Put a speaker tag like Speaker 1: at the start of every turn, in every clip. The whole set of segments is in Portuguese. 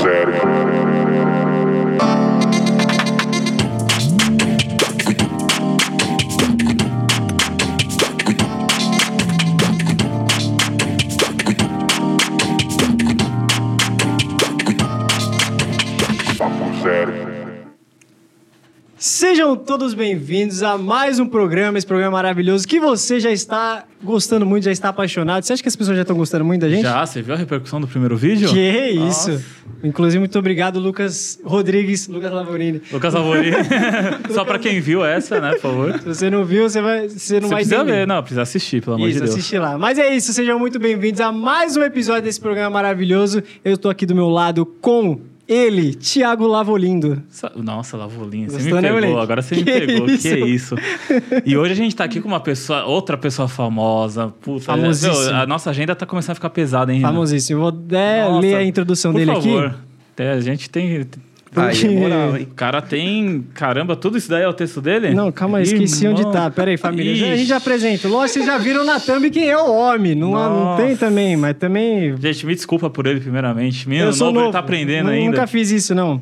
Speaker 1: zero. Papo zero.
Speaker 2: Sejam todos bem-vindos a mais um programa, esse programa maravilhoso que você já está gostando muito, já está apaixonado. Você acha que as pessoas já estão gostando muito da gente?
Speaker 3: Já, você viu a repercussão do primeiro vídeo?
Speaker 2: Que é
Speaker 3: Nossa.
Speaker 2: isso! Inclusive, muito obrigado, Lucas Rodrigues, Lucas Lavorini.
Speaker 3: Lucas Alvorim. Só pra quem viu essa, né, por favor.
Speaker 2: Se você não viu, você, vai, você não
Speaker 3: você
Speaker 2: vai
Speaker 3: precisa
Speaker 2: entender.
Speaker 3: ver, não, precisa assistir, pelo amor
Speaker 2: Isso,
Speaker 3: de Deus.
Speaker 2: assiste lá. Mas é isso, sejam muito bem-vindos a mais um episódio desse programa maravilhoso. Eu estou aqui do meu lado com ele, Tiago Lavolindo.
Speaker 3: Sa- Nossa, Lavolinha, você me
Speaker 2: Gostou, né,
Speaker 3: pegou,
Speaker 2: moleque?
Speaker 3: agora você me
Speaker 2: Que
Speaker 3: pegou, que é
Speaker 2: isso?
Speaker 3: isso. E hoje a gente tá aqui com uma pessoa, outra pessoa famosa. Puta,
Speaker 2: Famosíssima.
Speaker 3: meu, a nossa agenda tá começando a ficar pesada, hein? Renan?
Speaker 2: Famosíssimo. Vou até
Speaker 3: Nossa,
Speaker 2: ler a introdução
Speaker 3: por
Speaker 2: dele
Speaker 3: favor.
Speaker 2: aqui.
Speaker 3: Até a gente tem...
Speaker 4: Aí é moral, hein?
Speaker 3: O cara tem... Caramba, tudo isso daí é o texto dele?
Speaker 2: Não, calma aí, esqueci
Speaker 3: Irmão.
Speaker 2: onde tá. Pera aí, família. Já- a gente
Speaker 3: Ixi.
Speaker 2: já apresenta. Lógico, vocês já viram na thumb quem é o homem. Não, não
Speaker 3: Nossa.
Speaker 2: tem também, mas também.
Speaker 3: Gente, me desculpa por ele, primeiramente. Menino,
Speaker 2: eu sou
Speaker 3: novo,
Speaker 2: novo.
Speaker 3: ele tá aprendendo
Speaker 2: Nunca
Speaker 3: ainda.
Speaker 2: Nunca fiz isso, não.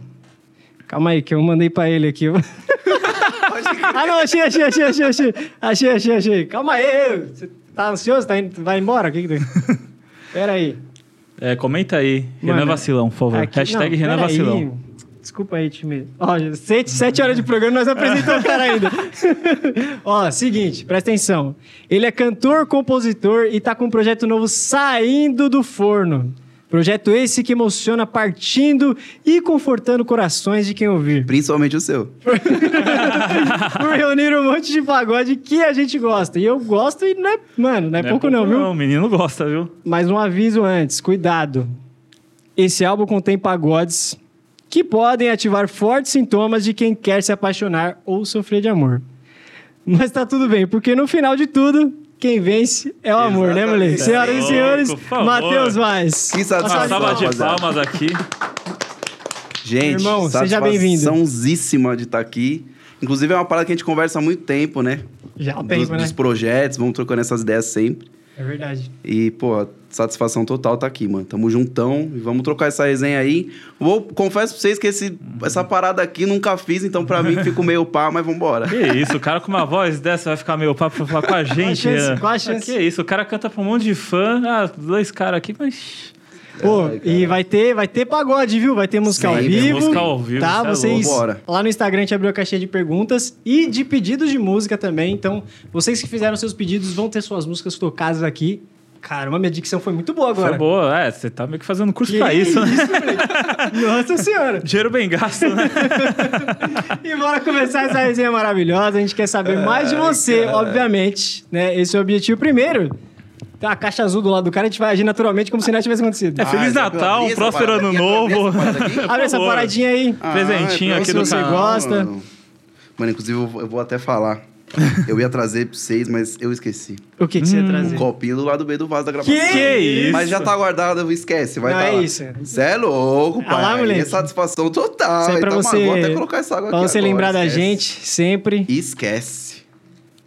Speaker 2: Calma aí, que eu mandei pra ele aqui. ah, não, achei, achei, achei, achei, achei. Achei, achei, achei. Calma aí. Você tá ansioso? Tá indo- vai embora? O que que tem? Pera aí.
Speaker 3: É, comenta aí. Renan
Speaker 2: Mano,
Speaker 3: Vacilão, por favor.
Speaker 2: Aqui-
Speaker 3: Hashtag
Speaker 2: não,
Speaker 3: Renan
Speaker 2: pera aí.
Speaker 3: Vacilão.
Speaker 2: Desculpa aí, time. Ó, já- sete, sete horas de programa e nós apresentamos o cara ainda. Ó, seguinte, presta atenção. Ele é cantor, compositor e tá com um projeto novo saindo do forno. Projeto esse que emociona partindo e confortando corações de quem ouvir.
Speaker 4: Principalmente o seu.
Speaker 2: Por reunir um monte de pagode que a gente gosta. E eu gosto e não é... Mano, não é, pouco não, viu?
Speaker 3: O menino gosta, viu?
Speaker 2: Mas um aviso antes, cuidado. Esse álbum contém pagodes que podem ativar fortes sintomas de quem quer se apaixonar ou sofrer de amor. Mas tá tudo bem, porque no final de tudo, quem vence é o amor, né, moleque?
Speaker 4: Exatamente.
Speaker 2: Senhoras e
Speaker 3: Louco,
Speaker 2: senhores,
Speaker 3: por favor. Ah,
Speaker 2: Matheus Vaz.
Speaker 4: Que satisfação.
Speaker 3: Uma
Speaker 4: Salve,
Speaker 3: salva de
Speaker 4: rapaziada.
Speaker 3: palmas aqui.
Speaker 4: Gente,
Speaker 2: Irmão, seja bem-vindo.
Speaker 4: satisfaçãozíssima de estar aqui. Inclusive, é uma parada que a gente conversa há muito tempo, né?
Speaker 2: Já há um
Speaker 4: Dos,
Speaker 2: tempo, né?
Speaker 4: dos projetos, vamos trocando essas ideias sempre.
Speaker 2: É verdade.
Speaker 4: E, pô, satisfação total tá aqui, mano. Tamo juntão e vamos trocar essa resenha aí. Vou, confesso pra vocês que esse- essa parada aqui nunca fiz, então pra mim fico meio pá, mas vambora.
Speaker 3: Que isso, o cara com uma voz dessa vai ficar meio papo pra falar com a gente.
Speaker 2: chance?
Speaker 3: Renan.
Speaker 2: Qual a chance?
Speaker 3: Que isso, o cara canta pra um monte de fã. Ah, dois caras aqui, mas.
Speaker 2: Pô, e vai ter, vai ter pagode, viu? Vai ter música ao
Speaker 4: Sim,
Speaker 2: vivo.
Speaker 3: música ao vivo,
Speaker 2: Tá,
Speaker 3: cê é
Speaker 2: vocês.
Speaker 4: louco. Bora.
Speaker 2: Lá no Instagram a gente abriu a caixinha de perguntas e de pedidos de música também. Então, vocês que fizeram seus pedidos vão ter suas músicas tocadas aqui. Caramba, minha dicção foi muito boa agora.
Speaker 3: Foi boa. É, você tá meio que fazendo curso
Speaker 2: Que
Speaker 3: pra isso, né?
Speaker 2: moleque? Nossa senhora!
Speaker 3: Dinheiro bem gasto, né?
Speaker 2: E bora começar essa resenha maravilhosa. A gente quer saber mais de você, obviamente. Né? Esse é o objetivo primeiro. Tem uma caixa azul do lado do cara, a gente vai agir naturalmente como se nada tivesse acontecido.
Speaker 3: É, Feliz
Speaker 4: Ah, já que eu
Speaker 3: Natal,
Speaker 4: abri essa
Speaker 3: próspero
Speaker 4: parada
Speaker 3: ano
Speaker 4: aqui, eu abri
Speaker 3: novo.
Speaker 4: essa parada aqui. Ah, é,
Speaker 2: Abre essa
Speaker 3: favor.
Speaker 2: paradinha aí.
Speaker 3: Presentinho
Speaker 4: pra
Speaker 3: aqui
Speaker 4: você
Speaker 3: do
Speaker 4: não
Speaker 3: canal.
Speaker 2: gosta.
Speaker 4: Mano. Mano, inclusive eu vou- eu vou até falar. Eu ia trazer pra vocês, mas eu esqueci.
Speaker 2: O que, que você ia
Speaker 4: Um
Speaker 2: trazer?
Speaker 4: copinho do lado B do vaso da gravação.
Speaker 2: Uhum. Que
Speaker 3: isso?
Speaker 4: Mas já tá guardado, esquece, vai
Speaker 2: Não,
Speaker 4: tá
Speaker 2: é
Speaker 4: lá.
Speaker 2: isso.
Speaker 4: Cê é louco,
Speaker 2: Ah
Speaker 4: pai.
Speaker 2: lá, moleque.
Speaker 4: é satisfação total.
Speaker 2: Isso aí pra
Speaker 4: então,
Speaker 2: você,
Speaker 4: mano, vou até colocar essa água
Speaker 2: pra
Speaker 4: aqui
Speaker 2: você
Speaker 4: agora,
Speaker 2: lembrar da
Speaker 4: esquece.
Speaker 2: gente sempre,
Speaker 4: Esquece.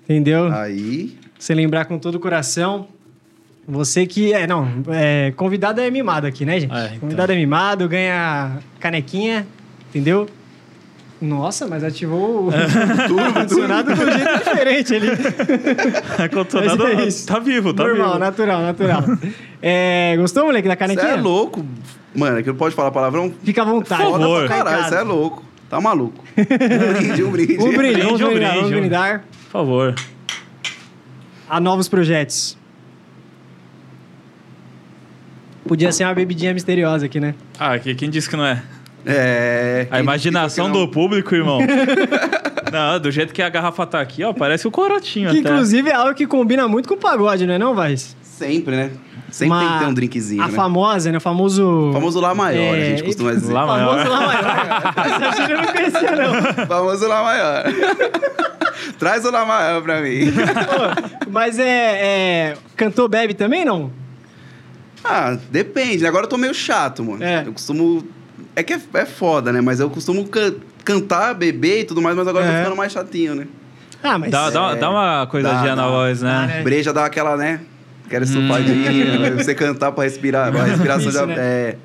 Speaker 2: entendeu?
Speaker 4: Ah. Aí,
Speaker 2: Você lembrar com todo o coração. Você que é, não, é, convidado é mimado aqui, né, gente?
Speaker 3: É, então.
Speaker 2: Convidado é mimado, ganha canequinha, entendeu? Nossa, mas ativou
Speaker 3: É.
Speaker 2: o ar-condicionado de um jeito diferente ali.
Speaker 3: Contornado,
Speaker 2: Mas é isso.
Speaker 3: Tá vivo, tá
Speaker 2: Normal, né?
Speaker 3: vivo.
Speaker 2: natural, natural. É, gostou, moleque, da
Speaker 4: você
Speaker 2: canequinha?
Speaker 4: é louco. Mano, é que não pode falar palavrão?
Speaker 2: Fica à vontade.
Speaker 3: Por
Speaker 4: Foda
Speaker 3: favor.
Speaker 4: pra
Speaker 2: Fica em
Speaker 4: caralho,
Speaker 2: casa.
Speaker 4: você é louco. Tá maluco. Um brinde, um brinde.
Speaker 2: Um brinde, vamos
Speaker 3: Brinde, um
Speaker 2: brindar, vamos
Speaker 3: brinde, um-
Speaker 2: brindar
Speaker 3: Por favor.
Speaker 2: a novos projetos. Podia ser uma bebidinha misteriosa aqui, né?
Speaker 3: Ah, que- quem disse que não é?
Speaker 4: É.
Speaker 3: A imaginação do público, irmão. não, do jeito que a garrafa tá aqui, ó, parece o corotinho
Speaker 2: Que
Speaker 3: até.
Speaker 2: inclusive é algo que combina muito com o pagode, não é não, Vaz?
Speaker 4: Sempre, né? Sempre
Speaker 2: Uma-
Speaker 4: tem que ter um drinkzinho,
Speaker 2: A
Speaker 4: né?
Speaker 2: famosa, né? O famoso...
Speaker 4: O famoso Lá Maior,
Speaker 2: É,
Speaker 4: a gente costuma
Speaker 2: e-
Speaker 4: dizer.
Speaker 3: Lá
Speaker 2: Lá
Speaker 3: maior.
Speaker 2: famoso lá maior. né? Essa gíria eu não conhecia, não.
Speaker 4: Famoso Lá Maior. Traz o Lá Maior pra mim.
Speaker 2: Pô, Mas é, é... Cantor bebe também, não?
Speaker 4: Ah, depende. né? Agora eu tô meio chato, mano.
Speaker 2: É.
Speaker 4: Eu costumo. É que é, é foda, né? Mas eu costumo can- cantar, beber e tudo mais, mas agora eu
Speaker 2: É.
Speaker 4: tô ficando mais chatinho, né?
Speaker 2: Ah, mas...
Speaker 3: Dá, dá, dá uma coisadinha
Speaker 4: Dá,
Speaker 3: na
Speaker 4: dá.
Speaker 3: voz, né?
Speaker 2: Dá, né? É.
Speaker 4: Breja dá
Speaker 2: Hum.
Speaker 4: aquela, né? Quero estufadinha, né? Pra você cantar pra respirar. A respiração
Speaker 2: Isso,
Speaker 4: já.
Speaker 2: né?
Speaker 4: É.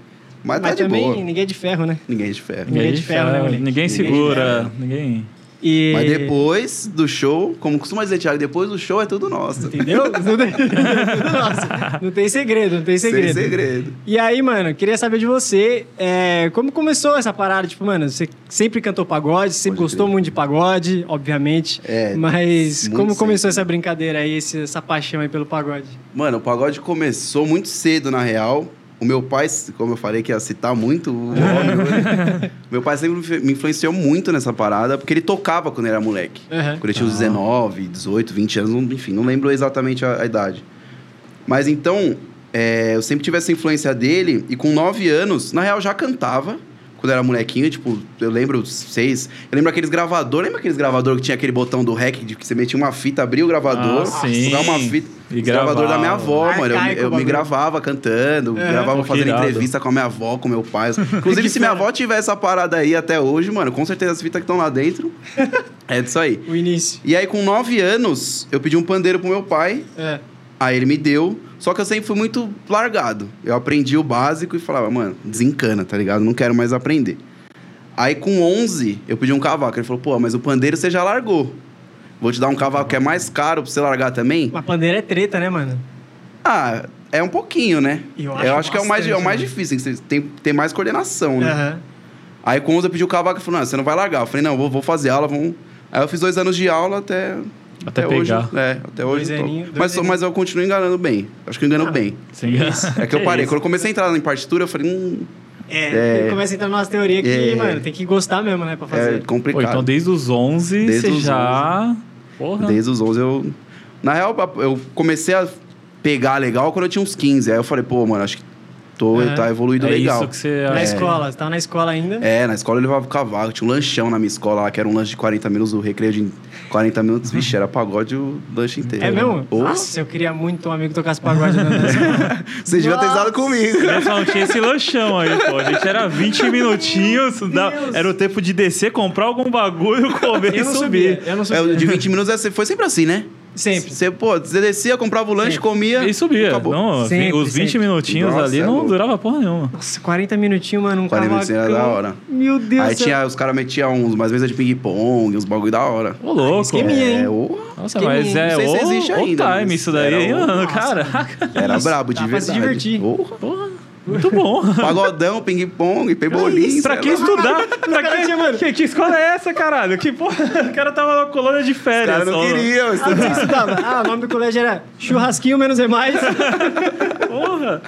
Speaker 4: Mas tá
Speaker 2: Mas
Speaker 4: de
Speaker 2: também
Speaker 4: boa.
Speaker 2: ninguém é de ferro, né?
Speaker 4: Ninguém é de ferro.
Speaker 2: Ninguém é de ferro, né, moleque?
Speaker 3: Ninguém
Speaker 2: Ninguém
Speaker 3: segura, ninguém...
Speaker 2: E...
Speaker 4: Mas depois do show, como costuma dizer, Thiago, depois do show é tudo nosso.
Speaker 2: Entendeu? Não tem- Nossa, não tem segredo, não tem segredo.
Speaker 4: Sem segredo.
Speaker 2: E aí, mano, queria saber de você, é, como começou essa parada? Tipo, mano, você sempre cantou pagode, sempre
Speaker 4: Pode
Speaker 2: gostou
Speaker 4: crer.
Speaker 2: muito de pagode, obviamente.
Speaker 4: É,
Speaker 2: mas
Speaker 4: muito
Speaker 2: como começou
Speaker 4: sempre.
Speaker 2: essa brincadeira aí, esse- essa paixão aí pelo pagode?
Speaker 4: Mano, o pagode começou muito cedo, na real. O meu pai, como eu falei que ia citar muito o óbvio, meu pai sempre me- me influenciou muito nessa parada, porque ele tocava quando era moleque.
Speaker 2: Aham.
Speaker 4: Quando eu tinha uns 19, 18, 20 anos, não- enfim, não lembro exatamente a, a idade. Mas então, é, eu sempre tive essa influência dele, e com 9 anos, na real, já cantava. Quando eu era molequinho, tipo, eu lembro seis. Eu lembro aqueles gravador, lembra aqueles gravador que tinha aquele botão do rec de que você metia uma fita, abria o gravador,
Speaker 3: Ah, sim.
Speaker 4: jogava uma fita.
Speaker 3: E
Speaker 4: Esse gravador da minha avó,
Speaker 2: gravava.
Speaker 4: mano. Eu,
Speaker 2: Arcaico
Speaker 4: eu
Speaker 2: o
Speaker 4: me
Speaker 2: bagulho.
Speaker 4: gravava cantando,
Speaker 2: É.
Speaker 4: gravava
Speaker 3: Pô, que
Speaker 4: fazendo
Speaker 3: irado.
Speaker 4: entrevista com a minha avó, com meu pai. Inclusive, se minha avó tiver essa parada aí até hoje, mano, com certeza as fitas que estão lá dentro é disso aí.
Speaker 2: O início.
Speaker 4: E aí, com 9 anos, eu pedi um pandeiro pro meu pai.
Speaker 2: É.
Speaker 4: Aí ele me deu. Só que eu sempre fui muito largado. Eu aprendi o básico e falava, mano, desencana, tá ligado? Não quero mais aprender. Aí, com 11, eu pedi um cavaco. Ele falou, pô, mas o pandeiro você já largou. Vou te dar um cavaco que é mais caro pra você largar também.
Speaker 2: Mas pandeira é treta, né, mano?
Speaker 4: Ah, é um pouquinho, né?
Speaker 2: Eu
Speaker 4: Eu
Speaker 2: acho
Speaker 4: acho, que é o mais, é o
Speaker 2: bastante,
Speaker 4: mais
Speaker 2: né?
Speaker 4: difícil, tem, que ter- tem, tem mais coordenação, né?
Speaker 2: Aham.
Speaker 4: Aí com 11 eu pedi o cavaco e falou, não, você não vai largar. Eu falei, não, vou, vou fazer aula, vamos... Aí eu fiz dois anos de aula até...
Speaker 3: Até
Speaker 4: hoje.
Speaker 3: pegar.
Speaker 4: É, até
Speaker 2: Dois
Speaker 4: hoje. eu tô.
Speaker 2: aninhos, dois
Speaker 4: mas,
Speaker 2: aninhos.
Speaker 4: só-
Speaker 2: Ah,
Speaker 4: mas eu continuo enganando bem. Acho que eu engano bem.
Speaker 3: Sim.
Speaker 4: É que eu parei.
Speaker 3: isso?
Speaker 4: Quando eu comecei a entrar em partitura, eu falei, hum,
Speaker 2: É,
Speaker 4: É.
Speaker 2: começa a entrar numa teoria que,
Speaker 4: É.
Speaker 2: mano, tem que gostar mesmo, né, pra
Speaker 4: é
Speaker 2: fazer.
Speaker 3: Pô,
Speaker 4: complicado.
Speaker 3: então desde os 11
Speaker 4: Desde
Speaker 3: você
Speaker 4: os
Speaker 3: já... Porra.
Speaker 4: Desde os 11 eu... Na real, eu comecei a pegar legal quando eu tinha uns 15. Aí eu falei, pô, mano, acho que tô,
Speaker 2: É.
Speaker 4: tá evoluído
Speaker 3: é
Speaker 4: legal.
Speaker 3: isso que você...
Speaker 2: Na
Speaker 3: é.
Speaker 2: escola, você tava na escola ainda?
Speaker 4: É, na escola eu levava o cavalo, tinha um lanchão na minha escola lá, que era um lanche de 40 minutos, o recreio de 40 minutos, vixe, era pagode o lanche inteiro.
Speaker 2: É mesmo?
Speaker 4: Ou,
Speaker 2: Nossa, eu queria muito um amigo que tocasse pagode na dança.
Speaker 4: vocês deviam ter
Speaker 2: Nossa.
Speaker 4: dado comigo.
Speaker 3: Mas não tinha esse lanchão aí, pô. A gente era 20 minutinhos, dava-
Speaker 2: Deus.
Speaker 3: era o tempo de descer, comprar algum bagulho, comer e
Speaker 2: Eu não
Speaker 3: subir.
Speaker 2: subia, eu não
Speaker 4: É, o
Speaker 2: subia.
Speaker 4: de 20 minutos é se- foi sempre assim, né?
Speaker 2: Sempre.
Speaker 4: Você, pô, você descia, comprava o lanche,
Speaker 2: Sempre.
Speaker 4: comia.
Speaker 3: E subia.
Speaker 4: Acabou.
Speaker 3: Não,
Speaker 2: Sempre,
Speaker 3: os 20
Speaker 2: sempre.
Speaker 3: minutinhos
Speaker 4: Nossa,
Speaker 3: ali
Speaker 4: é
Speaker 3: não
Speaker 4: louco.
Speaker 3: durava porra nenhuma.
Speaker 2: Nossa, 40 minutinhos, mano, um
Speaker 4: 40
Speaker 2: cavalo.
Speaker 4: minutinhos era da hora.
Speaker 2: Meu Deus
Speaker 4: Aí
Speaker 2: do céu.
Speaker 4: tinha, os caras metiam uns, umas mesas de ping-pong, uns bagulho da hora.
Speaker 3: Ô, louco.
Speaker 2: esqueminha. Minha, hein?
Speaker 4: É, ô,
Speaker 3: Nossa,
Speaker 2: Esqueminha,
Speaker 3: mas é
Speaker 4: não sei se
Speaker 3: o,
Speaker 4: existe ainda, mas
Speaker 3: time isso daí,
Speaker 4: era
Speaker 3: hein,
Speaker 4: o-
Speaker 3: mano.
Speaker 2: Nossa,
Speaker 3: Caraca.
Speaker 4: era brabo, de
Speaker 2: dá pra se
Speaker 4: verdade.
Speaker 2: divertir.
Speaker 4: Ô,
Speaker 3: Porra, muito bom.
Speaker 4: pagodão, ping-pong, pebolim. é
Speaker 3: pra que estudar? Pra que, que, que escola é essa, caralho? Que porra? O cara tava na colônia de
Speaker 4: Os
Speaker 3: férias.
Speaker 4: caras não
Speaker 3: ó.
Speaker 4: queriam
Speaker 2: Ah,
Speaker 4: estudar.
Speaker 2: você estudava? Ah, o nome do colégio era Churrasquinho Menos é Mais.
Speaker 3: Porra.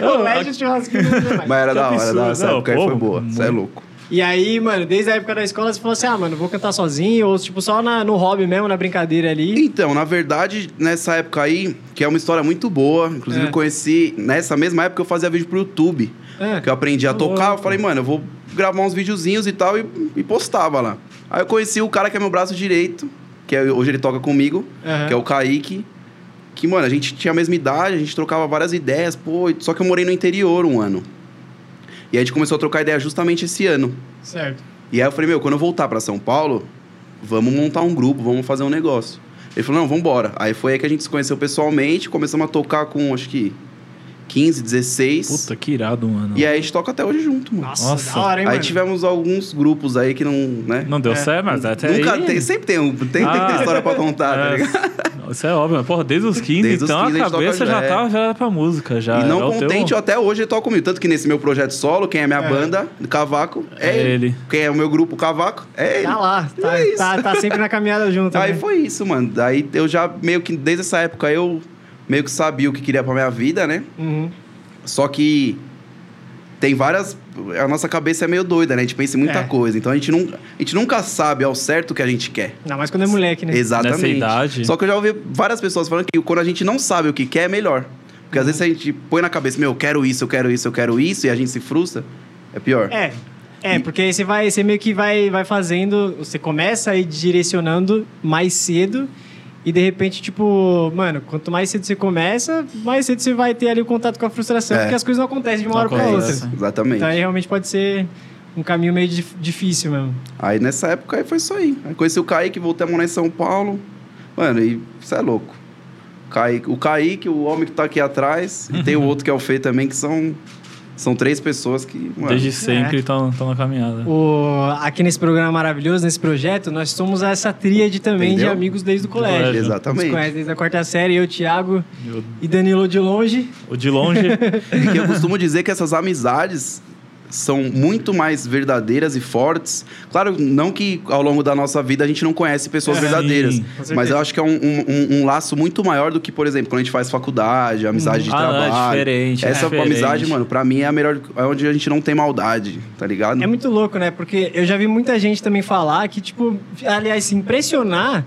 Speaker 2: colégio Churrasquinho Menos é Mais.
Speaker 4: Mas era
Speaker 3: Que
Speaker 4: da hora,
Speaker 3: absurdo.
Speaker 4: da hora. Essa
Speaker 3: Não,
Speaker 4: época aí
Speaker 3: pô,
Speaker 4: foi boa. Você é louco.
Speaker 2: E aí, mano, desde a época da escola, você falou assim, ah, mano, vou cantar sozinho, ou tipo, só na- no hobby mesmo, na brincadeira ali.
Speaker 4: Então, na verdade, nessa época aí, que é uma história muito boa, inclusive
Speaker 2: É.
Speaker 4: eu conheci nessa mesma época eu fazia vídeo pro YouTube,
Speaker 2: É.
Speaker 4: que eu aprendi a
Speaker 3: Ô,
Speaker 4: tocar, eu
Speaker 3: louco.
Speaker 4: falei, mano, eu vou gravar uns videozinhos e tal e, e postava lá. Aí eu conheci o cara que é meu braço direito, que é- hoje ele toca comigo,
Speaker 2: Aham.
Speaker 4: que é o Kaique, que, mano, a gente tinha a mesma idade, a gente trocava várias ideias, pô, e- só que eu morei no interior um ano. E aí a gente começou a trocar ideia justamente esse ano.
Speaker 2: Certo.
Speaker 4: E aí eu falei, meu, quando eu voltar pra São Paulo, vamos montar um grupo, vamos fazer um negócio. Ele falou, não, vambora. Aí foi aí que a gente se conheceu pessoalmente, começamos a tocar com, acho que, 15, 16.
Speaker 3: Puta, que irado, mano.
Speaker 4: E aí a gente toca até hoje junto, mano.
Speaker 2: Nossa,
Speaker 3: Nossa.
Speaker 2: da hora, hein,
Speaker 4: aí
Speaker 2: mano?
Speaker 4: tivemos alguns grupos aí que não, né?
Speaker 3: Não deu certo, mas até
Speaker 4: Nunca
Speaker 3: aí...
Speaker 4: tem, sempre tem um, tem, tem que
Speaker 3: Ah.
Speaker 4: ter história pra contar, tá
Speaker 3: É.
Speaker 4: ligado?
Speaker 3: Isso é óbvio, mas porra, desde os 15,
Speaker 4: Desde os
Speaker 3: então
Speaker 4: 15
Speaker 3: a
Speaker 4: a gente toca
Speaker 3: cabeça já
Speaker 4: já, é.
Speaker 3: tava já era pra música, já.
Speaker 4: e
Speaker 3: era
Speaker 4: não
Speaker 3: o teu-
Speaker 4: contente, eu até hoje ele toca comigo. Tanto que nesse meu projeto solo, quem é minha
Speaker 2: É.
Speaker 4: banda, Cavaco, é,
Speaker 3: É
Speaker 4: ele.
Speaker 3: ele.
Speaker 4: Quem é o meu grupo Cavaco, é ele.
Speaker 2: Tá lá, tá,
Speaker 4: É isso.
Speaker 2: tá, tá sempre na caminhada junto.
Speaker 4: Aí
Speaker 2: né?
Speaker 4: foi isso, mano. Daí eu já meio que, desde essa época, eu meio que sabia o que queria pra minha vida, né?
Speaker 2: Uhum.
Speaker 4: Só que tem várias. A nossa cabeça é meio doida, né? A gente pensa em muita
Speaker 2: É.
Speaker 4: coisa. Então a gente, não, a gente nunca sabe ao certo o que a gente quer.
Speaker 2: Ainda mais quando é moleque, né?
Speaker 4: Exatamente.
Speaker 3: Nessa idade.
Speaker 4: Só que eu já ouvi várias pessoas falando que quando a gente não sabe o que quer, é melhor. Porque às vezes a gente põe na cabeça, meu, eu quero isso, eu quero isso, eu quero isso, e a gente se frustra, é pior.
Speaker 2: É. É, porque aí você vai, você meio que vai, vai fazendo, você começa a ir direcionando mais cedo e de repente, tipo, mano, quanto mais cedo você começa, mais cedo você vai ter ali o contato com a frustração,
Speaker 4: É.
Speaker 2: porque as coisas não acontecem de uma
Speaker 3: Não
Speaker 2: hora pra
Speaker 3: acontece.
Speaker 2: outra.
Speaker 4: Exatamente.
Speaker 2: É Então aí realmente pode ser um caminho meio dif- difícil mesmo.
Speaker 4: Aí nessa época aí foi isso aí. Aí conheci o Kaique, voltei a morar em São Paulo. Mano, e isso é louco. Kaique- o Kaique, o homem que tá aqui atrás, e tem o outro que é o Fê também, que são São três pessoas que. mano, É.
Speaker 3: Desde sempre estão na caminhada.
Speaker 2: O- aqui nesse programa maravilhoso, nesse projeto, nós somos essa tríade também
Speaker 4: Entendeu?
Speaker 2: de amigos desde o colégio.
Speaker 3: colégio.
Speaker 2: Nos
Speaker 4: Exatamente.
Speaker 2: conhece desde a quarta série, eu, Thiago
Speaker 3: Eu-
Speaker 2: e Danilo de longe.
Speaker 3: O de longe,
Speaker 4: E que eu costumo dizer que essas amizades são muito mais verdadeiras e fortes. Claro, não que ao longo da nossa vida a gente não conhece pessoas
Speaker 3: É,
Speaker 4: verdadeiras.
Speaker 3: sim,
Speaker 2: com certeza.
Speaker 4: mas eu acho que é um, um- um- um laço muito maior do que, por exemplo, quando a gente faz faculdade, amizade de
Speaker 3: Ah, não, é
Speaker 4: trabalho.
Speaker 3: diferente, é
Speaker 4: Essa
Speaker 3: diferente.
Speaker 4: amizade, mano, pra mim é a melhor. É onde a gente não tem maldade, tá ligado?
Speaker 2: É muito louco, né? Porque eu já vi muita gente também falar que, tipo, aliás, se impressionar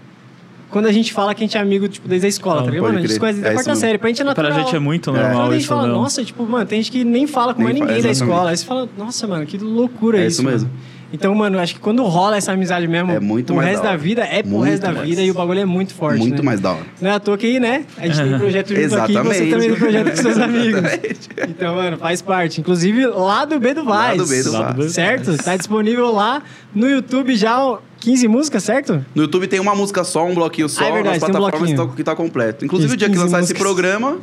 Speaker 2: quando a gente fala que a gente é amigo, tipo, desde a escola,
Speaker 3: Não,
Speaker 2: tá ligado?
Speaker 4: pode
Speaker 2: Mano, a gente se
Speaker 4: crer.
Speaker 2: conhece desde
Speaker 4: É
Speaker 2: a
Speaker 4: isso
Speaker 2: quarta
Speaker 4: mesmo.
Speaker 2: série, pra gente é natural.
Speaker 3: pra gente é muito
Speaker 2: Quando
Speaker 3: normal
Speaker 2: a gente
Speaker 3: isso,
Speaker 2: fala,
Speaker 3: não.
Speaker 2: nossa, tipo, mano, tem gente que nem fala com
Speaker 4: Nem
Speaker 2: mais
Speaker 4: fa-
Speaker 2: ninguém da
Speaker 4: exatamente.
Speaker 2: escola. Aí você fala, nossa, mano, que loucura
Speaker 4: É
Speaker 2: isso.
Speaker 4: isso mesmo.
Speaker 2: mano. Então, mano, acho que quando rola essa amizade mesmo,
Speaker 4: É muito
Speaker 2: o
Speaker 4: mais
Speaker 2: resto
Speaker 4: da
Speaker 2: da
Speaker 4: hora.
Speaker 2: vida é pro
Speaker 4: Muito
Speaker 2: resto da
Speaker 4: mais.
Speaker 2: vida e o bagulho é muito forte.
Speaker 4: muito
Speaker 2: né?
Speaker 4: mais da hora.
Speaker 2: Não é à toa que aí, né? A gente tem um projeto junto aqui e você
Speaker 4: Exatamente.
Speaker 2: também tem um projeto com seus amigos.
Speaker 4: Exatamente.
Speaker 2: Então, mano, faz parte. Inclusive, lá do B do
Speaker 4: Lá
Speaker 2: Vaz.
Speaker 4: do B do
Speaker 3: Lá do
Speaker 4: Vaz.
Speaker 3: B do
Speaker 2: Certo? Tá disponível lá no YouTube já ó, 15 músicas, certo?
Speaker 4: No YouTube tem uma música só, um bloquinho só,
Speaker 2: Ah, é verdade,
Speaker 4: nas
Speaker 2: tem um
Speaker 4: plataformas
Speaker 2: bloquinho.
Speaker 4: tá- que tá completo. Inclusive, o dia que
Speaker 2: 15
Speaker 4: lançar esse
Speaker 2: músicas.
Speaker 4: programa,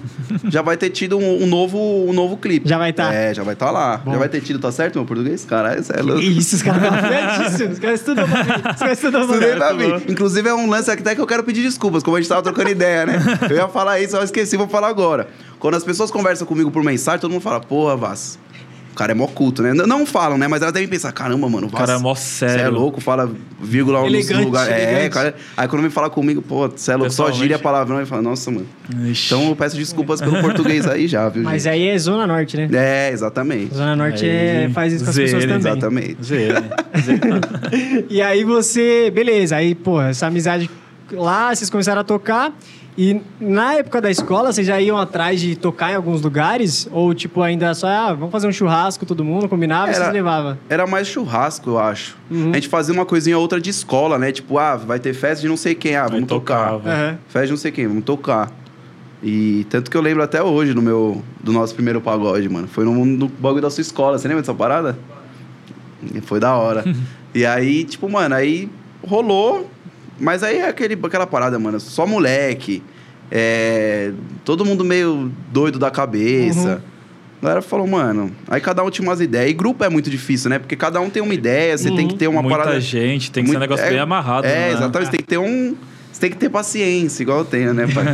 Speaker 4: já vai ter tido um, um novo, um novo clipe.
Speaker 2: Já vai tá.
Speaker 4: É, já vai estar lá. Já vai ter tido, tá certo, meu português? Caralho, isso é louco.
Speaker 2: Que isso, os caras estão afetíssimos. Os caras estudam pra mim. Os caras estudam pra
Speaker 4: Isso nem
Speaker 2: mim.
Speaker 4: pra mim. Inclusive, é um lance até que eu quero pedir desculpas, como a gente tava trocando ideia, né? Eu ia falar isso, eu esqueci, vou falar agora. Quando as pessoas conversam comigo por mensagem, todo mundo fala, porra, Vaz, o cara é mó culto, né? Não, não falam, né? Mas elas devem pensar, caramba, mano, Vaz.
Speaker 3: cara é mó
Speaker 4: Você é
Speaker 3: sério.
Speaker 4: louco, fala vírgula no
Speaker 2: Elegante,
Speaker 4: lugar. É,
Speaker 2: elegante.
Speaker 4: cara. Aí quando me fala comigo, pô, você é louco, só
Speaker 3: Pessoalmente.
Speaker 4: gíria palavrão e fala, nossa, mano.
Speaker 3: Ixi.
Speaker 4: Então eu peço desculpas pelo português aí já, viu?
Speaker 2: Mas
Speaker 4: gente?
Speaker 2: aí é Zona Norte, né?
Speaker 4: É, exatamente.
Speaker 2: Zona Norte é-
Speaker 3: Aí,
Speaker 2: faz isso com as
Speaker 3: zero,
Speaker 2: pessoas também.
Speaker 4: Exatamente.
Speaker 3: Zero.
Speaker 2: E aí você, beleza, aí, pô, essa amizade lá, vocês começaram a tocar. E na época da escola, vocês já iam atrás de tocar em alguns lugares? Ou, tipo, ainda só, ah, vamos fazer um churrasco, todo mundo, combinava, e
Speaker 4: Era-
Speaker 2: vocês levavam?
Speaker 4: Era mais churrasco, eu acho. A gente fazia uma coisinha ou outra de escola, né? Tipo, ah, vai ter festa de não sei quem, ah,
Speaker 3: Aí
Speaker 4: vamos tocar.
Speaker 3: tocava.
Speaker 2: Aham.
Speaker 4: Festa de não sei quem, vamos tocar. E tanto que eu lembro até hoje do meu do nosso primeiro pagode, mano. Foi no no bagulho da sua escola, você lembra dessa parada? E Foi da hora. e aí, tipo, mano, aí rolou, mas aí é aquele, aquela parada, mano, só moleque. É, todo mundo meio doido da cabeça. A galera falou, mano. Aí cada um tinha umas ideias. E grupo é muito difícil, né? Porque cada um tem uma ideia, você tem que ter uma
Speaker 3: Muita
Speaker 4: parada.
Speaker 3: gente, tem que ser um
Speaker 4: Muito-
Speaker 3: negócio
Speaker 4: é-
Speaker 3: bem amarrado.
Speaker 4: É,
Speaker 3: né?
Speaker 4: exatamente. Você tem que ter um. Você tem que ter paciência, igual eu tenho, né, pai?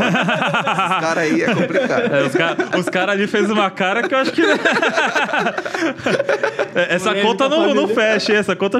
Speaker 4: Esse cara aí é complicado.
Speaker 3: É, os caras ali fez uma cara que eu acho que. É, essa
Speaker 2: Mulher
Speaker 3: conta
Speaker 2: tá
Speaker 3: não, não
Speaker 2: fazendo-
Speaker 3: fecha, hein? essa conta.